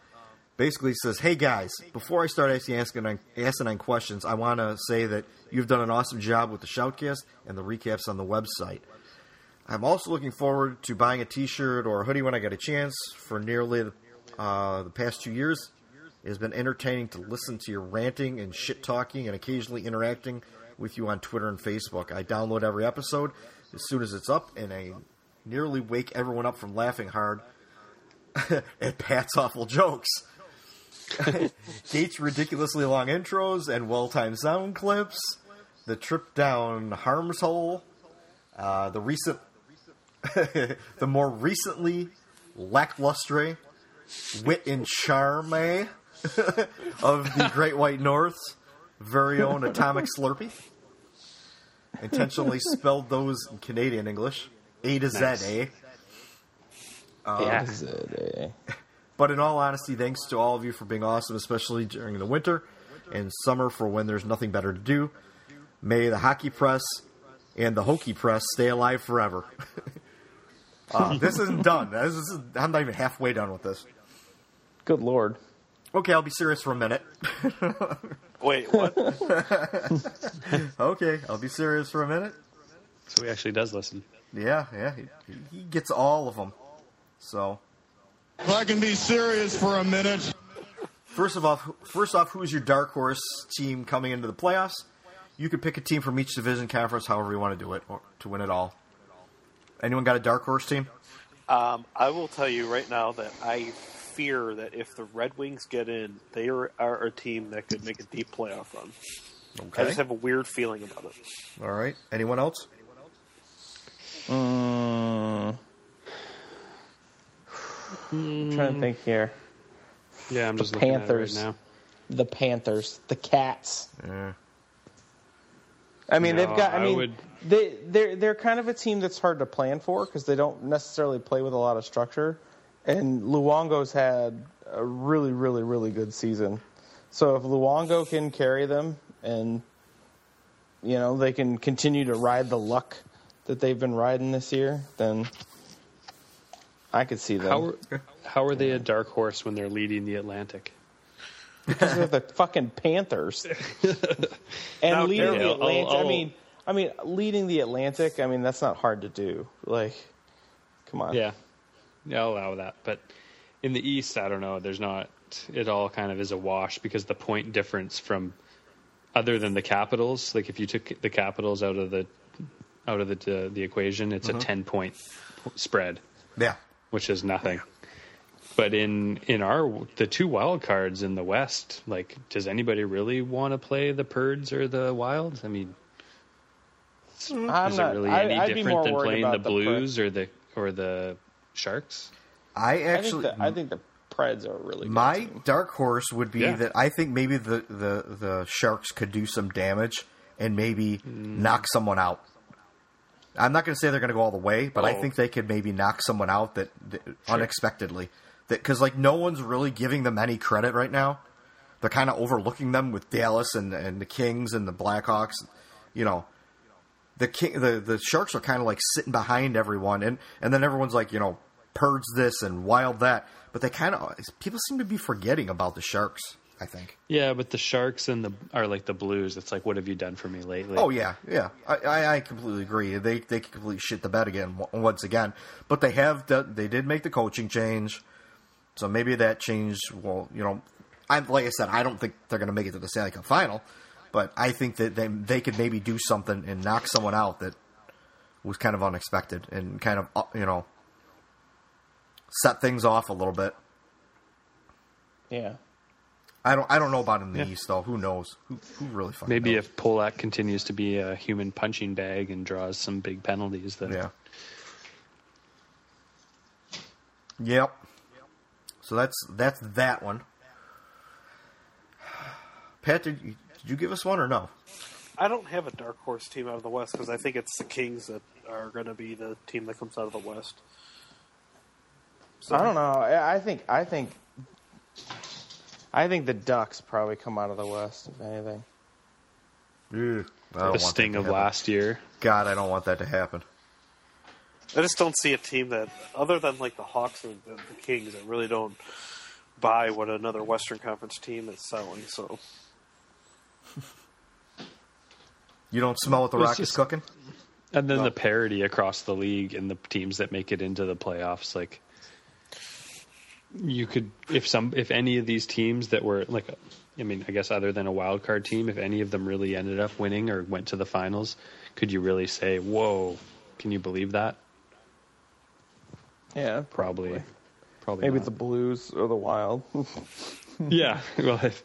basically says, "Hey guys, before I start asking asinine, asinine questions, I want to say that you've done an awesome job with the shoutcast and the recaps on the website. I'm also looking forward to buying a T-shirt or a hoodie when I get a chance. For nearly the, uh, the past two years, it has been entertaining to listen to your ranting and shit talking, and occasionally interacting." with you on Twitter and Facebook. I download every episode as soon as it's up, and I nearly wake everyone up from laughing hard at Pat's awful jokes. Gates' ridiculously long intros and well timed sound clips, the trip down Harm's Hole, uh, the recent, the more recently lackluster wit and charm eh, of the Great White North very own atomic slurpee. Intentionally spelled those in Canadian English. A to Z, nice. eh?
Um, yeah.
But in all honesty, thanks to all of you for being awesome, especially during the winter and summer for when there's nothing better to do. May the hockey press and the hokey press stay alive forever. uh, this isn't done. This is, I'm not even halfway done with this.
Good lord.
Okay, I'll be serious for a minute.
Wait, what?
okay, I'll be serious for a minute.
So he actually does listen.
Yeah, yeah. He, he gets all of them. So
If I can be serious for a minute.
First of off, first off, who's your dark horse team coming into the playoffs? You could pick a team from each division conference, however you want to do it, or to win it all. Anyone got a dark horse team?
Um, I will tell you right now that I fear that if the Red Wings get in, they are, are a team that could make a deep playoff run.
Okay.
I just have a weird feeling about it.
All right. Anyone else?
Mm. I'm trying to think here.
Yeah, I'm
The
just looking at it right
Panthers.
now.
The Panthers. The Cats.
Yeah.
I mean,
No,
they've got. I
I
mean,
would-
they they're they're kind of a team that's hard to plan for because they don't necessarily play with a lot of structure. And Luongo's had a really, really, really good season. So if Luongo can carry them, and you know they can continue to ride the luck that they've been riding this year, then I could see them.
How are, how are they a dark horse when they're leading the Atlantic?
because they're the fucking Panthers. and
Now,
leading
yeah,
the
I'll-
Atlantic. I
I'll-
mean, I mean, leading the Atlantic. I mean, that's not hard to do. Like, come on.
Yeah, yeah, I'll allow that. But in the East, I don't know. There's not. It all kind of is a wash because the point difference from other than the Capitals, like if you took the Capitals out of the out of the the equation, it's
Uh-huh.
Mhm.
a ten point spread,
Yeah.
which is nothing. But in in our the two wild cards in the West, like does anybody really want to play the Purds or the Wilds? I mean,
I'm
is
not,
it really
I,
any
I'd be more
different than
worried
playing
about
the Blues
Pre-
or the or the Sharks?
I actually,
I think the, I think the Preds are a really good.
my
team.
dark horse would be
Yeah.
that I think maybe the, the, the Sharks could do some damage and maybe knock someone out. I'm not going to say they're going to go all the way, but I
Oh.
think they could maybe knock someone out that, that unexpectedly, because like no one's really giving them any credit right now. They're kind of overlooking them with Dallas and and the Kings and the Blackhawks. You know, the King, the the Sharks are kind of like sitting behind everyone, and and then everyone's like you know purge this and wild that, but they kind of people seem to be forgetting about the Sharks. I think.
Yeah, but the Sharks and the are like the Blues. It's like, what have you done for me lately?
Oh yeah, yeah. I, I, I completely agree. They they could completely shit the bed again w- once again. But they have done, they did make the coaching change, so maybe that change will you know. I'm like I said, I don't think they're going to make it to the Stanley Cup final, but I think that they they could maybe do something and knock someone out that was kind of unexpected and kind of uh, you know set things off a little bit.
Yeah.
I don't I don't know about in the
Yeah.
East though. Who knows? Who who really fucking
Maybe
knows?
if Polak continues to be a human punching bag and draws some big penalties, then
Yeah. Yep. So that's that's that one. Pat, did you, did you give us one or no?
I don't have a dark horse team out of the West because I think it's the Kings that are going to be the team that comes out of the West.
I don't know. I, I think. I think. I think the Ducks probably come out of the West, if anything.
I don't
the
want that
sting
to
of
happen.
last year.
God, I don't want that to happen.
I just don't see a team that, other than like the Hawks or the, the Kings, I really don't buy what another Western Conference team is selling. So
You don't smell what the
It was
rock is
just-
cooking.
And then the parity across the league and the teams that make it into the playoffs, like you could if some if any of these teams that were like I mean, I guess other than a wild card team, if any of them really ended up winning or went to the finals, could you really say, Whoa, can you believe that?
Yeah.
Probably. Probably
Maybe
not.
the Blues or the Wild. Oh,
yeah. Well, if,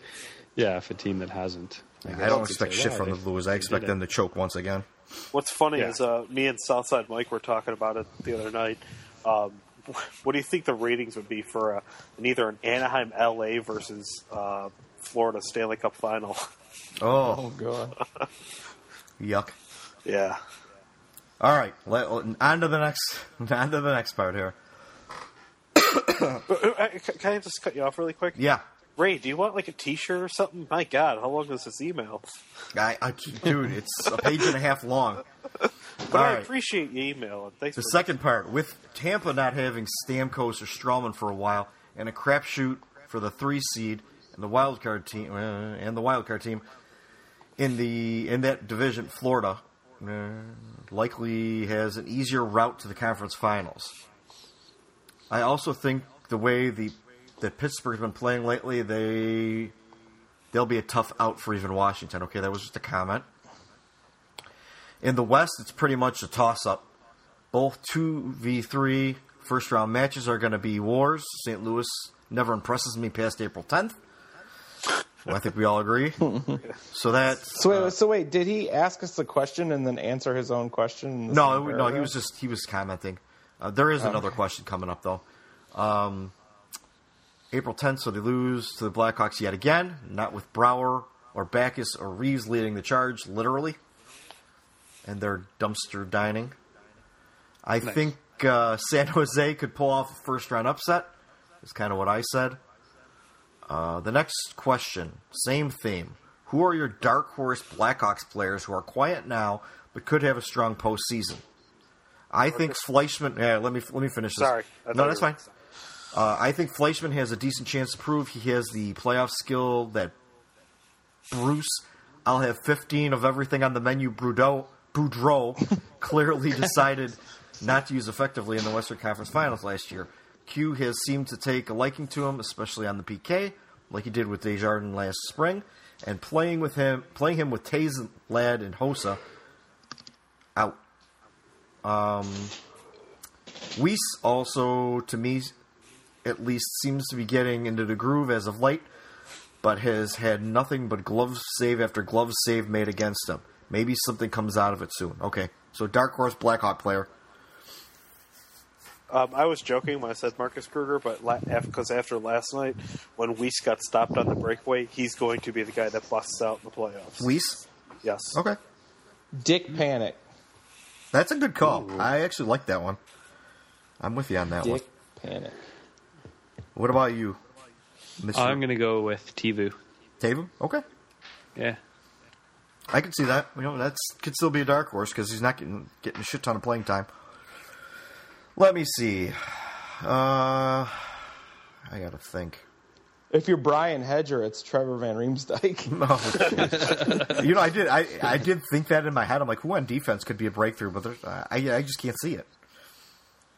yeah, if a team that hasn't.
I don't expect shit from the Blues. I expect them to choke once again.
what's funny
Yeah.
is uh, me and Southside Mike were talking about it the other night. Um, what do you think the ratings would be for uh, an, either an Anaheim LA versus uh, Florida Stanley Cup final?
Oh,
god.
yuck!
yeah.
All right, let, on to the next. On to the next part here.
Uh, uh, c- Can I just cut you off really quick?
Yeah.
Ray, do you want like a T-shirt or something? My God, how long is this email?
I, I, dude, it's a page and a half long.
But
All
I
right.
appreciate you emailing. Thanks.
The
for
second part, with Tampa not having Stamkos or Strawman for a while, and a crapshoot for the three seed and the wild card team uh, and the wild card team in the in that division, Florida uh, likely has an easier route to the conference finals. I also think the way the that Pittsburgh's been playing lately, they they'll be a tough out for even Washington. Okay, that was just a comment. In the West, it's pretty much a toss up. Both 2v3 first round matches are going to be wars. St. Louis never impresses me past April 10th. Well, I think we all agree. so that
so wait, so wait, did he ask us the question and then answer his own question?
No, no, he was just he was commenting. Uh, there is another question coming up though. Um, April 10th, so they lose to the Blackhawks yet again, not with Brower or Backus or Reeves leading the charge, literally, and they're dumpster dining. I
Nice.
think uh, San Jose could pull off a first round upset, is kind of what I said. Uh, the next question, same theme. Who are your dark horse Blackhawks players who are quiet now but could have a strong postseason? I think Fleischman. Yeah, let me let me finish this.
Sorry. I
no,
thought
that's
you were-
fine. Uh, I think Fleischman has a decent chance to prove he has the playoff skill that Bruce. I'll have fifteen of everything on the menu. Boudreau, Boudreau clearly decided not to use effectively in the Western Conference Finals last year. Q has seemed to take a liking to him, especially on the PK, like he did with Desjardins last spring, and playing with him, playing him with Tays, Ladd, and Hosa out. Um, Weiss also, to me, at least seems to be getting into the groove as of late, but has had nothing but glove save after glove save made against him. Maybe something comes out of it soon. Okay, so Dark Horse Blackhawk player.
Um, I was joking when I said Marcus Kruger, but because after last night, when Weiss got stopped on the breakaway, he's going to be the guy that busts out in the playoffs.
Weiss? Oh.
Yes.
Okay.
Dick Panic.
That's a good call. I actually like that one. I'm with you on that
Dick
one. What about you, Mr.
I'm going to go with Tivu.
Tavu? Okay.
Yeah.
I could see that. You know, that's could still be a dark horse because he's not getting getting a shit ton of playing time. Let me see. Uh, I gotta think.
If you're Brian Hedger, it's Trevor Van Riemsdyk.
No, you know, I did. I I did think that in my head. I'm like, who on defense could be a breakthrough? But there's, I I just can't see it.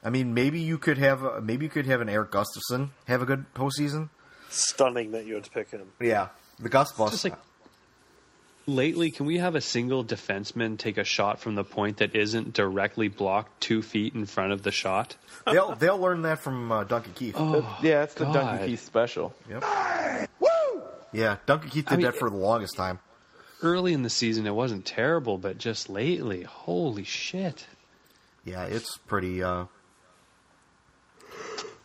I mean, maybe you could have a, maybe you could have an Eric Gustafson have a good postseason.
Stunning that you would pick him.
Yeah, the Gus Bus.
Just like lately, can we have a single defenseman take a shot from the point that isn't directly blocked two feet in front of the shot?
they'll they'll learn that from uh, Duncan Keith.
Oh, Yeah, it's the God. Duncan Keith
special.
Yep. Yeah, Duncan Keith did
I mean,
that for the longest time.
Early in the season, it wasn't terrible, but just lately, holy shit!
Yeah, it's pretty. Uh,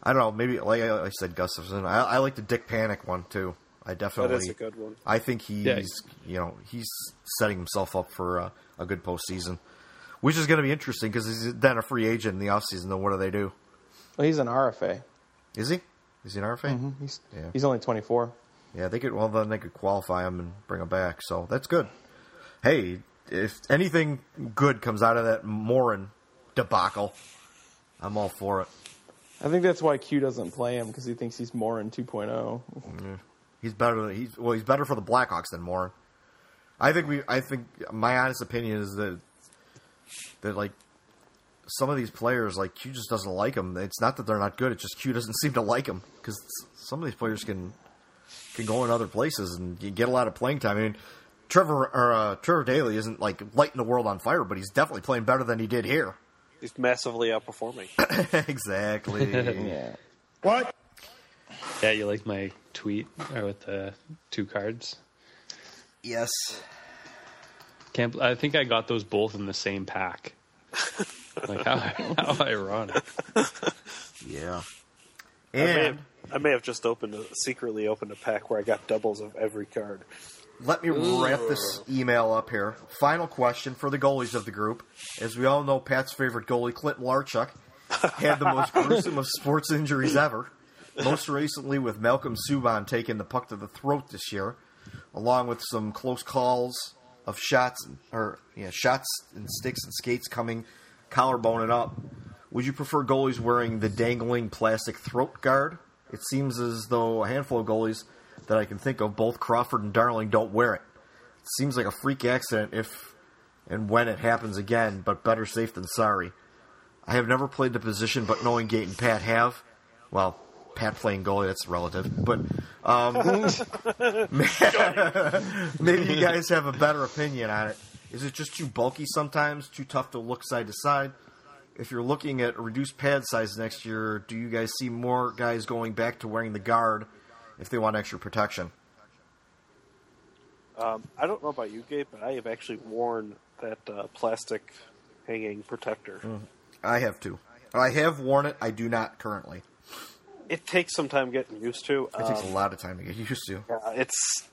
I don't know. Maybe like I said, Gustafson. I, I like the Dick Panic one too. I definitely.
a good one.
I think he's
Yeah.
you know he's setting himself up for uh, a good postseason, which is going to be interesting because he's then a free agent in the offseason. Then what do they do?
Well, he's an RFA.
Is he? Is he an RFA?
Mm-hmm. He's,
yeah.
he's only 24.
Yeah, they could. Well, then they could qualify him and bring him back. So that's good. Hey, if anything good comes out of that Morin debacle, I'm all for it.
I think that's why Q doesn't play him because he thinks he's more in oh. 2.0.
He's better. Than, he's well. He's better for the Blackhawks than Morin. I think we. I think my honest opinion is that that like some of these players, like Q, just doesn't like them. It's not that they're not good. It's just Q doesn't seem to like them because some of these players can can go in other places and you get a lot of playing time. I mean, Trevor or uh, Trevor Daly isn't like lighting the world on fire, but he's definitely playing better than he did here.
He's massively outperforming.
exactly.
Yeah.
What?
Yeah, you like my tweet or with the two cards?
Yes.
Can't, I think I got those both in the same pack. like how, how ironic.
Yeah.
I, may have,
And
I may have just opened a, secretly opened a pack where I got doubles of every card.
Let me wrap this email up here. Final question for the goalies of the group. As we all know, Pat's favorite goalie, Clint Larchuk, had the most gruesome of sports injuries ever. Most recently with Malcolm Subban taking the puck to the throat this year, along with some close calls of shots or yeah, shots and sticks and skates coming collarbone and up. Would you prefer goalies wearing the dangling plastic throat guard? It seems as though a handful of goalies that I can think of, both Crawford and Darling, don't wear it. It seems like a freak accident if and when it happens again, but better safe than sorry. I have never played the position, but knowing Gate and Pat have, well, Pat playing goalie, that's relative. But um, maybe you guys have a better opinion on it. Is it just too bulky sometimes, too tough to look side to side? If you're looking at a reduced pad size next year, do you guys see more guys going back to wearing the guard if they want extra protection?
Um, I don't know about you, Gabe, but I have actually worn that uh, plastic hanging protector. Mm.
I have too. I have worn it. I do not currently.
It takes some time getting used to.
It um, takes a lot of time to get used to.
Uh, it's.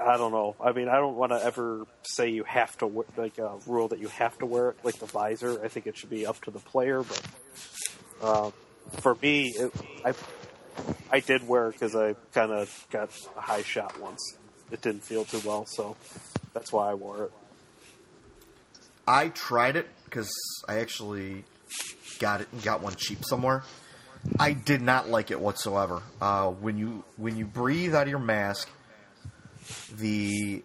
I don't know. I mean, I don't want to ever say you have to wear, like a uh, rule that you have to wear it, like the visor. I think it should be up to the player. But uh, for me, it, I I did wear because I kind of got a high shot once. It didn't feel too well, so that's why I wore it.
I tried it because I actually got it and got one cheap somewhere. I did not like it whatsoever. Uh, when you when you breathe out of your mask, the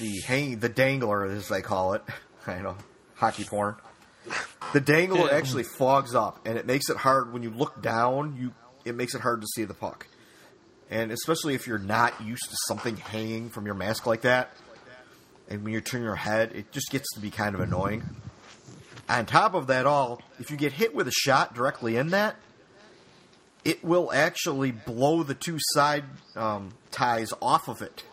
the hang the dangler as they call it, I know hockey porn. The dangler yeah. actually fogs up, and it makes it hard when you look down. You it makes it hard to see the puck, and especially if you're not used to something hanging from your mask like that. And when you turn your head, it just gets to be kind of annoying. On top of that, all if you get hit with a shot directly in that, it will actually blow the two side um, ties off of it,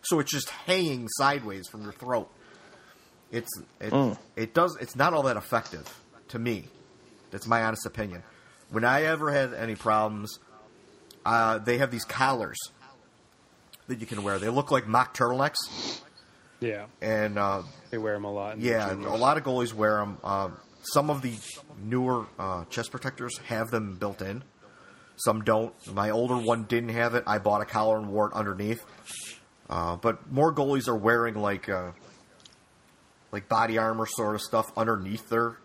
so it's just hanging sideways from your throat. It's it, mm. it does it's not all that effective to me. That's my honest opinion. When I ever had any problems, uh, they have these collars that you can wear. They look like mock turtlenecks.
Yeah,
and uh,
they wear them a lot.
yeah, a lot of goalies wear them. Uh, some of the newer uh, chest protectors have them built in. Some don't. My older one didn't have it. I bought a collar and wore it underneath. Uh, but more goalies are wearing like uh, like body armor sort of stuff underneath their.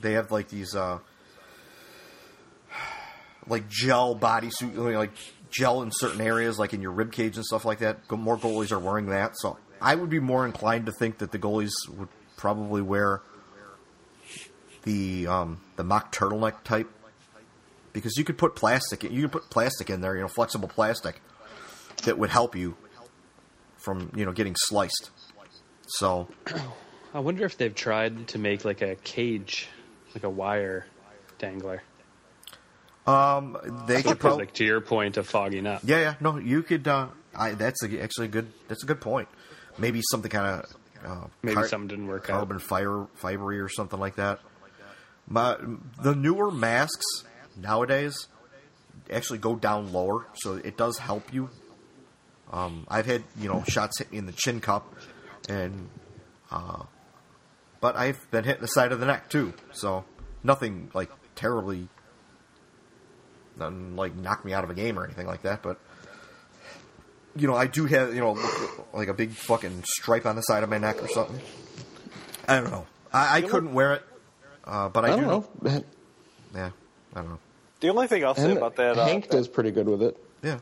They have like these uh, like gel bodysuit, like gel in certain areas, like in your rib cage and stuff like that. More goalies are wearing that, so I would be more inclined to think that the goalies would probably wear the um, the mock turtleneck type because you could put plastic. You could put plastic in there, you know, flexible plastic that would help you from you know getting sliced. So,
I wonder if they've tried to make like a cage, like a wire dangler.
Um, they
I
could prob-
like to your point of fogging up.
Yeah, yeah. No, you could. Uh, I, that's a, actually a good. That's a good point. Maybe something kind of. Uh,
Maybe car- something didn't work
carbon out. Carbon fibery or something like that. My, the newer masks nowadays actually go down lower, so it does help you. Um, I've had you know shots hit me in the chin cup, and uh, but I've been hit in the side of the neck too, so nothing like terribly and like knock me out of a game or anything like that. But you know, I do have you know like a big fucking stripe on the side of my neck or something. I don't know. I, I couldn't wear it, uh, but I,
I do. Don't know.
Yeah, I don't know.
The only thing I'll say and about that,
Hank
uh,
does pretty good with it.
Yeah.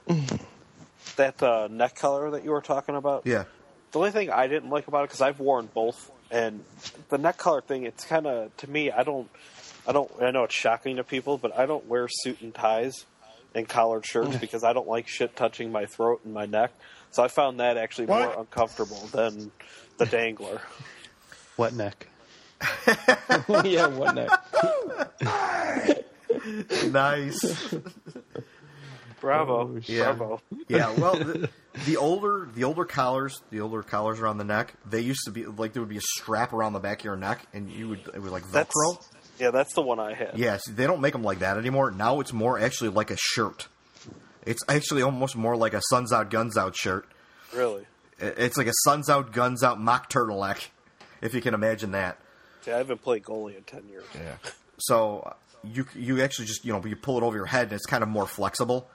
That uh, neck color that you were talking about.
Yeah.
The only thing I didn't like about it because I've worn both, and the neck collar thing, it's kind of to me, I don't. I don't. I know it's shocking to people, but I don't wear suit and ties and collared shirts because I don't like shit touching my throat and my neck. So I found that actually what? more uncomfortable than the dangler.
What neck?
yeah, what neck?
nice.
Bravo. Oh,
yeah.
Bravo.
Yeah. Well, the, the, older the older collars, the older collars around the neck, they used to be like there would be a strap around the back of your neck, and you would it was like Velcro.
That's, yeah, that's the one I had.
Yeah, see, they don't make them like that anymore. Now it's more actually like a shirt. It's actually almost more like a Suns Out Guns Out shirt.
Really?
It's like a Suns Out Guns Out mock turtleneck, if you can imagine that.
Yeah, I haven't played goalie in ten years.
Yeah. So uh, you you actually just you know you pull it over your head and it's kind of more flexible,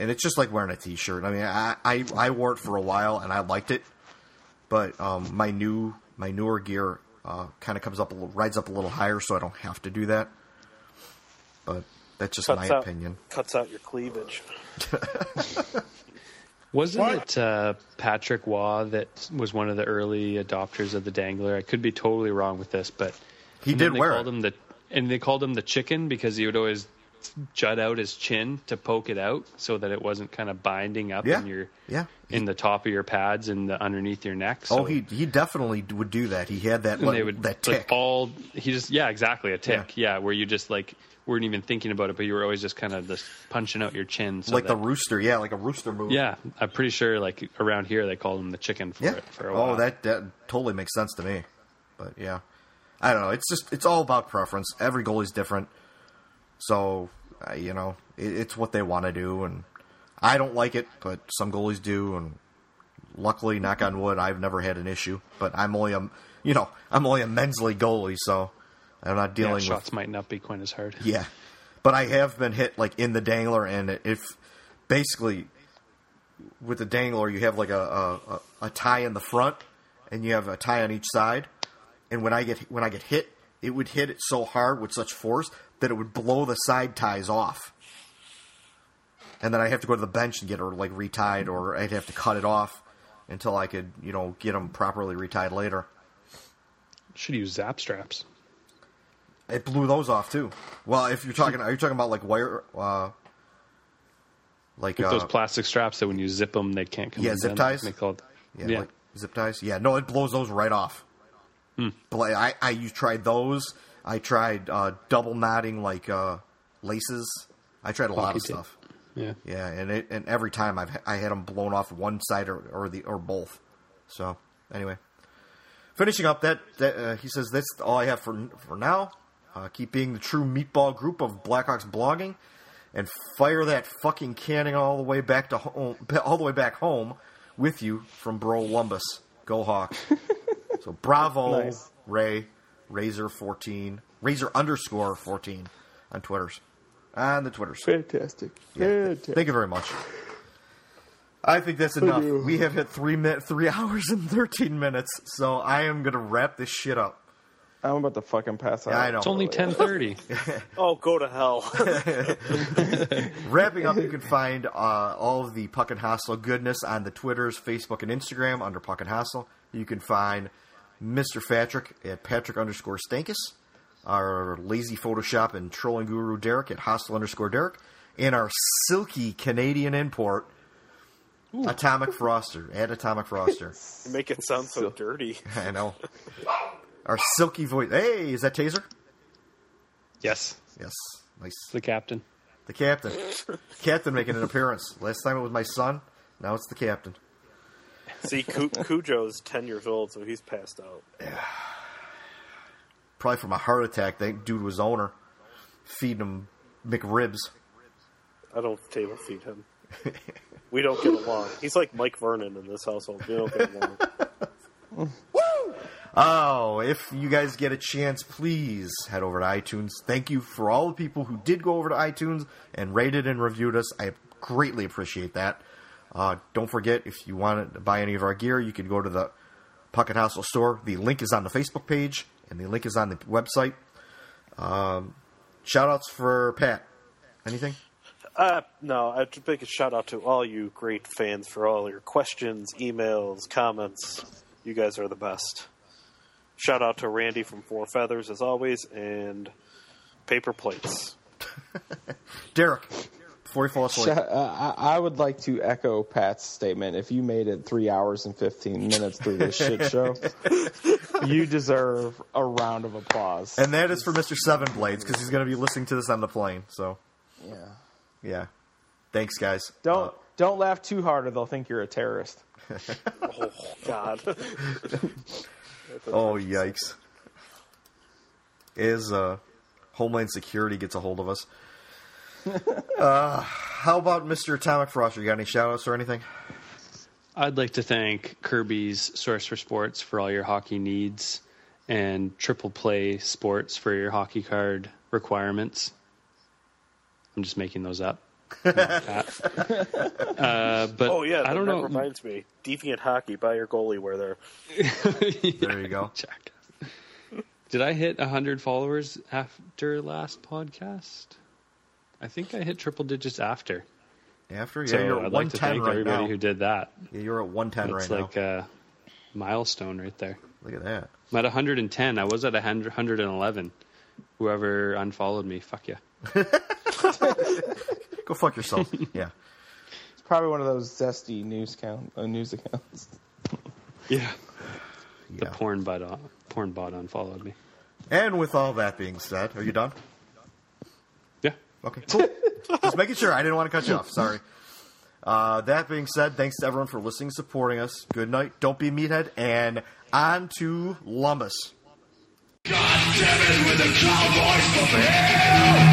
and it's just like wearing a t-shirt. I mean, I I, I wore it for a while and I liked it, but um, my new my newer gear uh, kind of comes up, a little, rides up a little higher, so I don't have to do that. But that's just
cuts
my
out,
opinion.
Cuts out your cleavage.
Wasn't what? it uh, Patrick Waugh that was one of the early adopters of the dangler? I could be totally wrong with this, but
he did
they
wear
called
it.
Him the, and they called him the chicken because he would always jut out his chin to poke it out so that it wasn't kind of binding up
Yeah,
in your
yeah.
in the top of your pads and the underneath your neck. So
oh, he he definitely would do that. He had that
and
like,
they would
that
like,
tick.
all he just yeah exactly a tick yeah. where you just like weren't even thinking about it but you were always just kind of just punching out your chin so
like
that,
the rooster, yeah, like a rooster move.
yeah I'm pretty sure like around here they called him the chicken for it for a while
Oh, that that totally makes sense to me. But yeah, I don't know. It's just it's all about preference. Every goalie's different, so uh, you know it, it's what they want to do, and I don't like it, but some goalies do, and luckily, knock on wood, I've never had an issue. But I'm only a you know I'm only a men's league goalie, so I'm not
Yeah,
dealing with
shots might not be quite as hard
yeah, but I have been hit like in the dangler, and it- if basically with the dangler you have like a, a a- a tie in the front, and you have a tie on each side, and when I get when I get hit, it would hit it so hard with such force that it would blow the side ties off, and then I have to go to the bench and get it like retied, or I'd have to cut it off until I could you know get them properly retied later.
should use zap straps
It blew those off too. Well, if you're talking, are you talking about like wire, uh, like
With
uh,
those plastic straps that when you zip them they can't come
yeah,
undone.
zip ties?
they call it,
yeah,
yeah,
like zip ties? Yeah, no, it blows those right off.
Hmm.
Bla- I, I, you tried those. I tried uh, double knotting like uh, laces. I tried a lot
Hockey
of
tape.
stuff.
yeah
Yeah, and it, and every time I've I had them blown off one side or, or the or both. So anyway, finishing up that, that uh, he says that's all I have for for now. Uh, keep being the true meatball group of Blackhawks blogging, and fire that fucking cannon all the way back to home, all the way back home with you from Bro Lumbus. Go Hawk! so bravo,
Nice.
Ray Razor fourteen Razor underscore fourteen on Twitter's on the Twitters.
Fantastic. Fantastic.
Thank you very much. I think that's enough.
you.
We have hit three mi- three hours and thirteen minutes, so I am gonna wrap this shit up.
I'm about to fucking pass out.
Yeah, I know. It's only
10:30.
Oh, go to hell.
Wrapping up, you can find uh, all of the Puck and Hostel goodness on the Twitters, Facebook, and Instagram under Puck and Hostel. You can find Mr. Patrick at Patrick underscore Stankus, our lazy Photoshop and trolling guru Derek at Hostel underscore Derek, and our silky Canadian import, Atomic Froster, at Atomic Froster.
You make it sound so dirty.
I know. Our silky voice. Hey, is that Taser?
yes
Yes. Nice.
the captain
The captain. captain making an appearance. Last time it was my son. Now it's the captain.
See, Cu- Cujo's 10 years old, so he's passed out.
Probably from a heart attack. That dude was owner. Feeding him McRibs.
I don't table feed him. We don't get along. He's like Mike Vernon in this household. We don't get along.
Oh, if you guys get a chance, please head over to iTunes. Thank you for all the people who did go over to iTunes and rated and reviewed us. I greatly appreciate that. Uh, don't forget, if you want to buy any of our gear, you can go to the Pocket Hostel store. The link is on the Facebook page, and the link is on the website. Um, shout outs for Pat. Anything?
Uh, no, I'd just make a shout out to all you great fans for all your questions, emails, comments. You guys are the best. Shout out to Randy from Four Feathers, as always, and Paper Plates.
Derek, before we fall asleep.
Sha- uh, I, I would like to echo Pat's statement. If you made it three hours and 15 minutes through this shit show, you deserve a round of applause.
And that is for Mr. Seven Blades, because he's going to be listening to this on the plane. So,
Yeah.
yeah. Thanks, guys.
Don't don't laugh too hard, or they'll think you're a terrorist.
Oh, God.
Oh yikes! Is uh, Homeland Security gets a hold of us? uh, how about Mr. Atomic Froster? You got any shout outs or anything?
I'd like to thank Kirby's Source for Sports for all your hockey needs and Triple Play Sports for your hockey card requirements. I'm just making those up. uh, but
oh, yeah,
I
that- that
don't know.
reminds me. Deviant Hockey, buy your goalie where they're.
There you go.
Check. Did I hit 100 followers after last podcast? I think I hit triple digits after.
After yeah,
so
you're
I'd
at
like
one
to
ten
thank
right
everybody
now.
who did that.
Yeah, you're at one ten right
That's like uh,
now.
a milestone right there.
Look at that.
I'm at 110. I was at 100 111. Whoever unfollowed me, fuck yeah.
Go fuck yourself. Yeah.
It's probably one of those zesty news count uh, news accounts.
Yeah. The porn bot on, porn bot unfollowed me.
And with all that being said, are you done?
Yeah.
Okay. Cool. Just making sure. I didn't want to cut you off. Sorry. Uh, that being said, thanks to everyone for listening, supporting us. Good night. Don't be a meathead, and on to Lumbus.
God damn it with the cowboys from hell!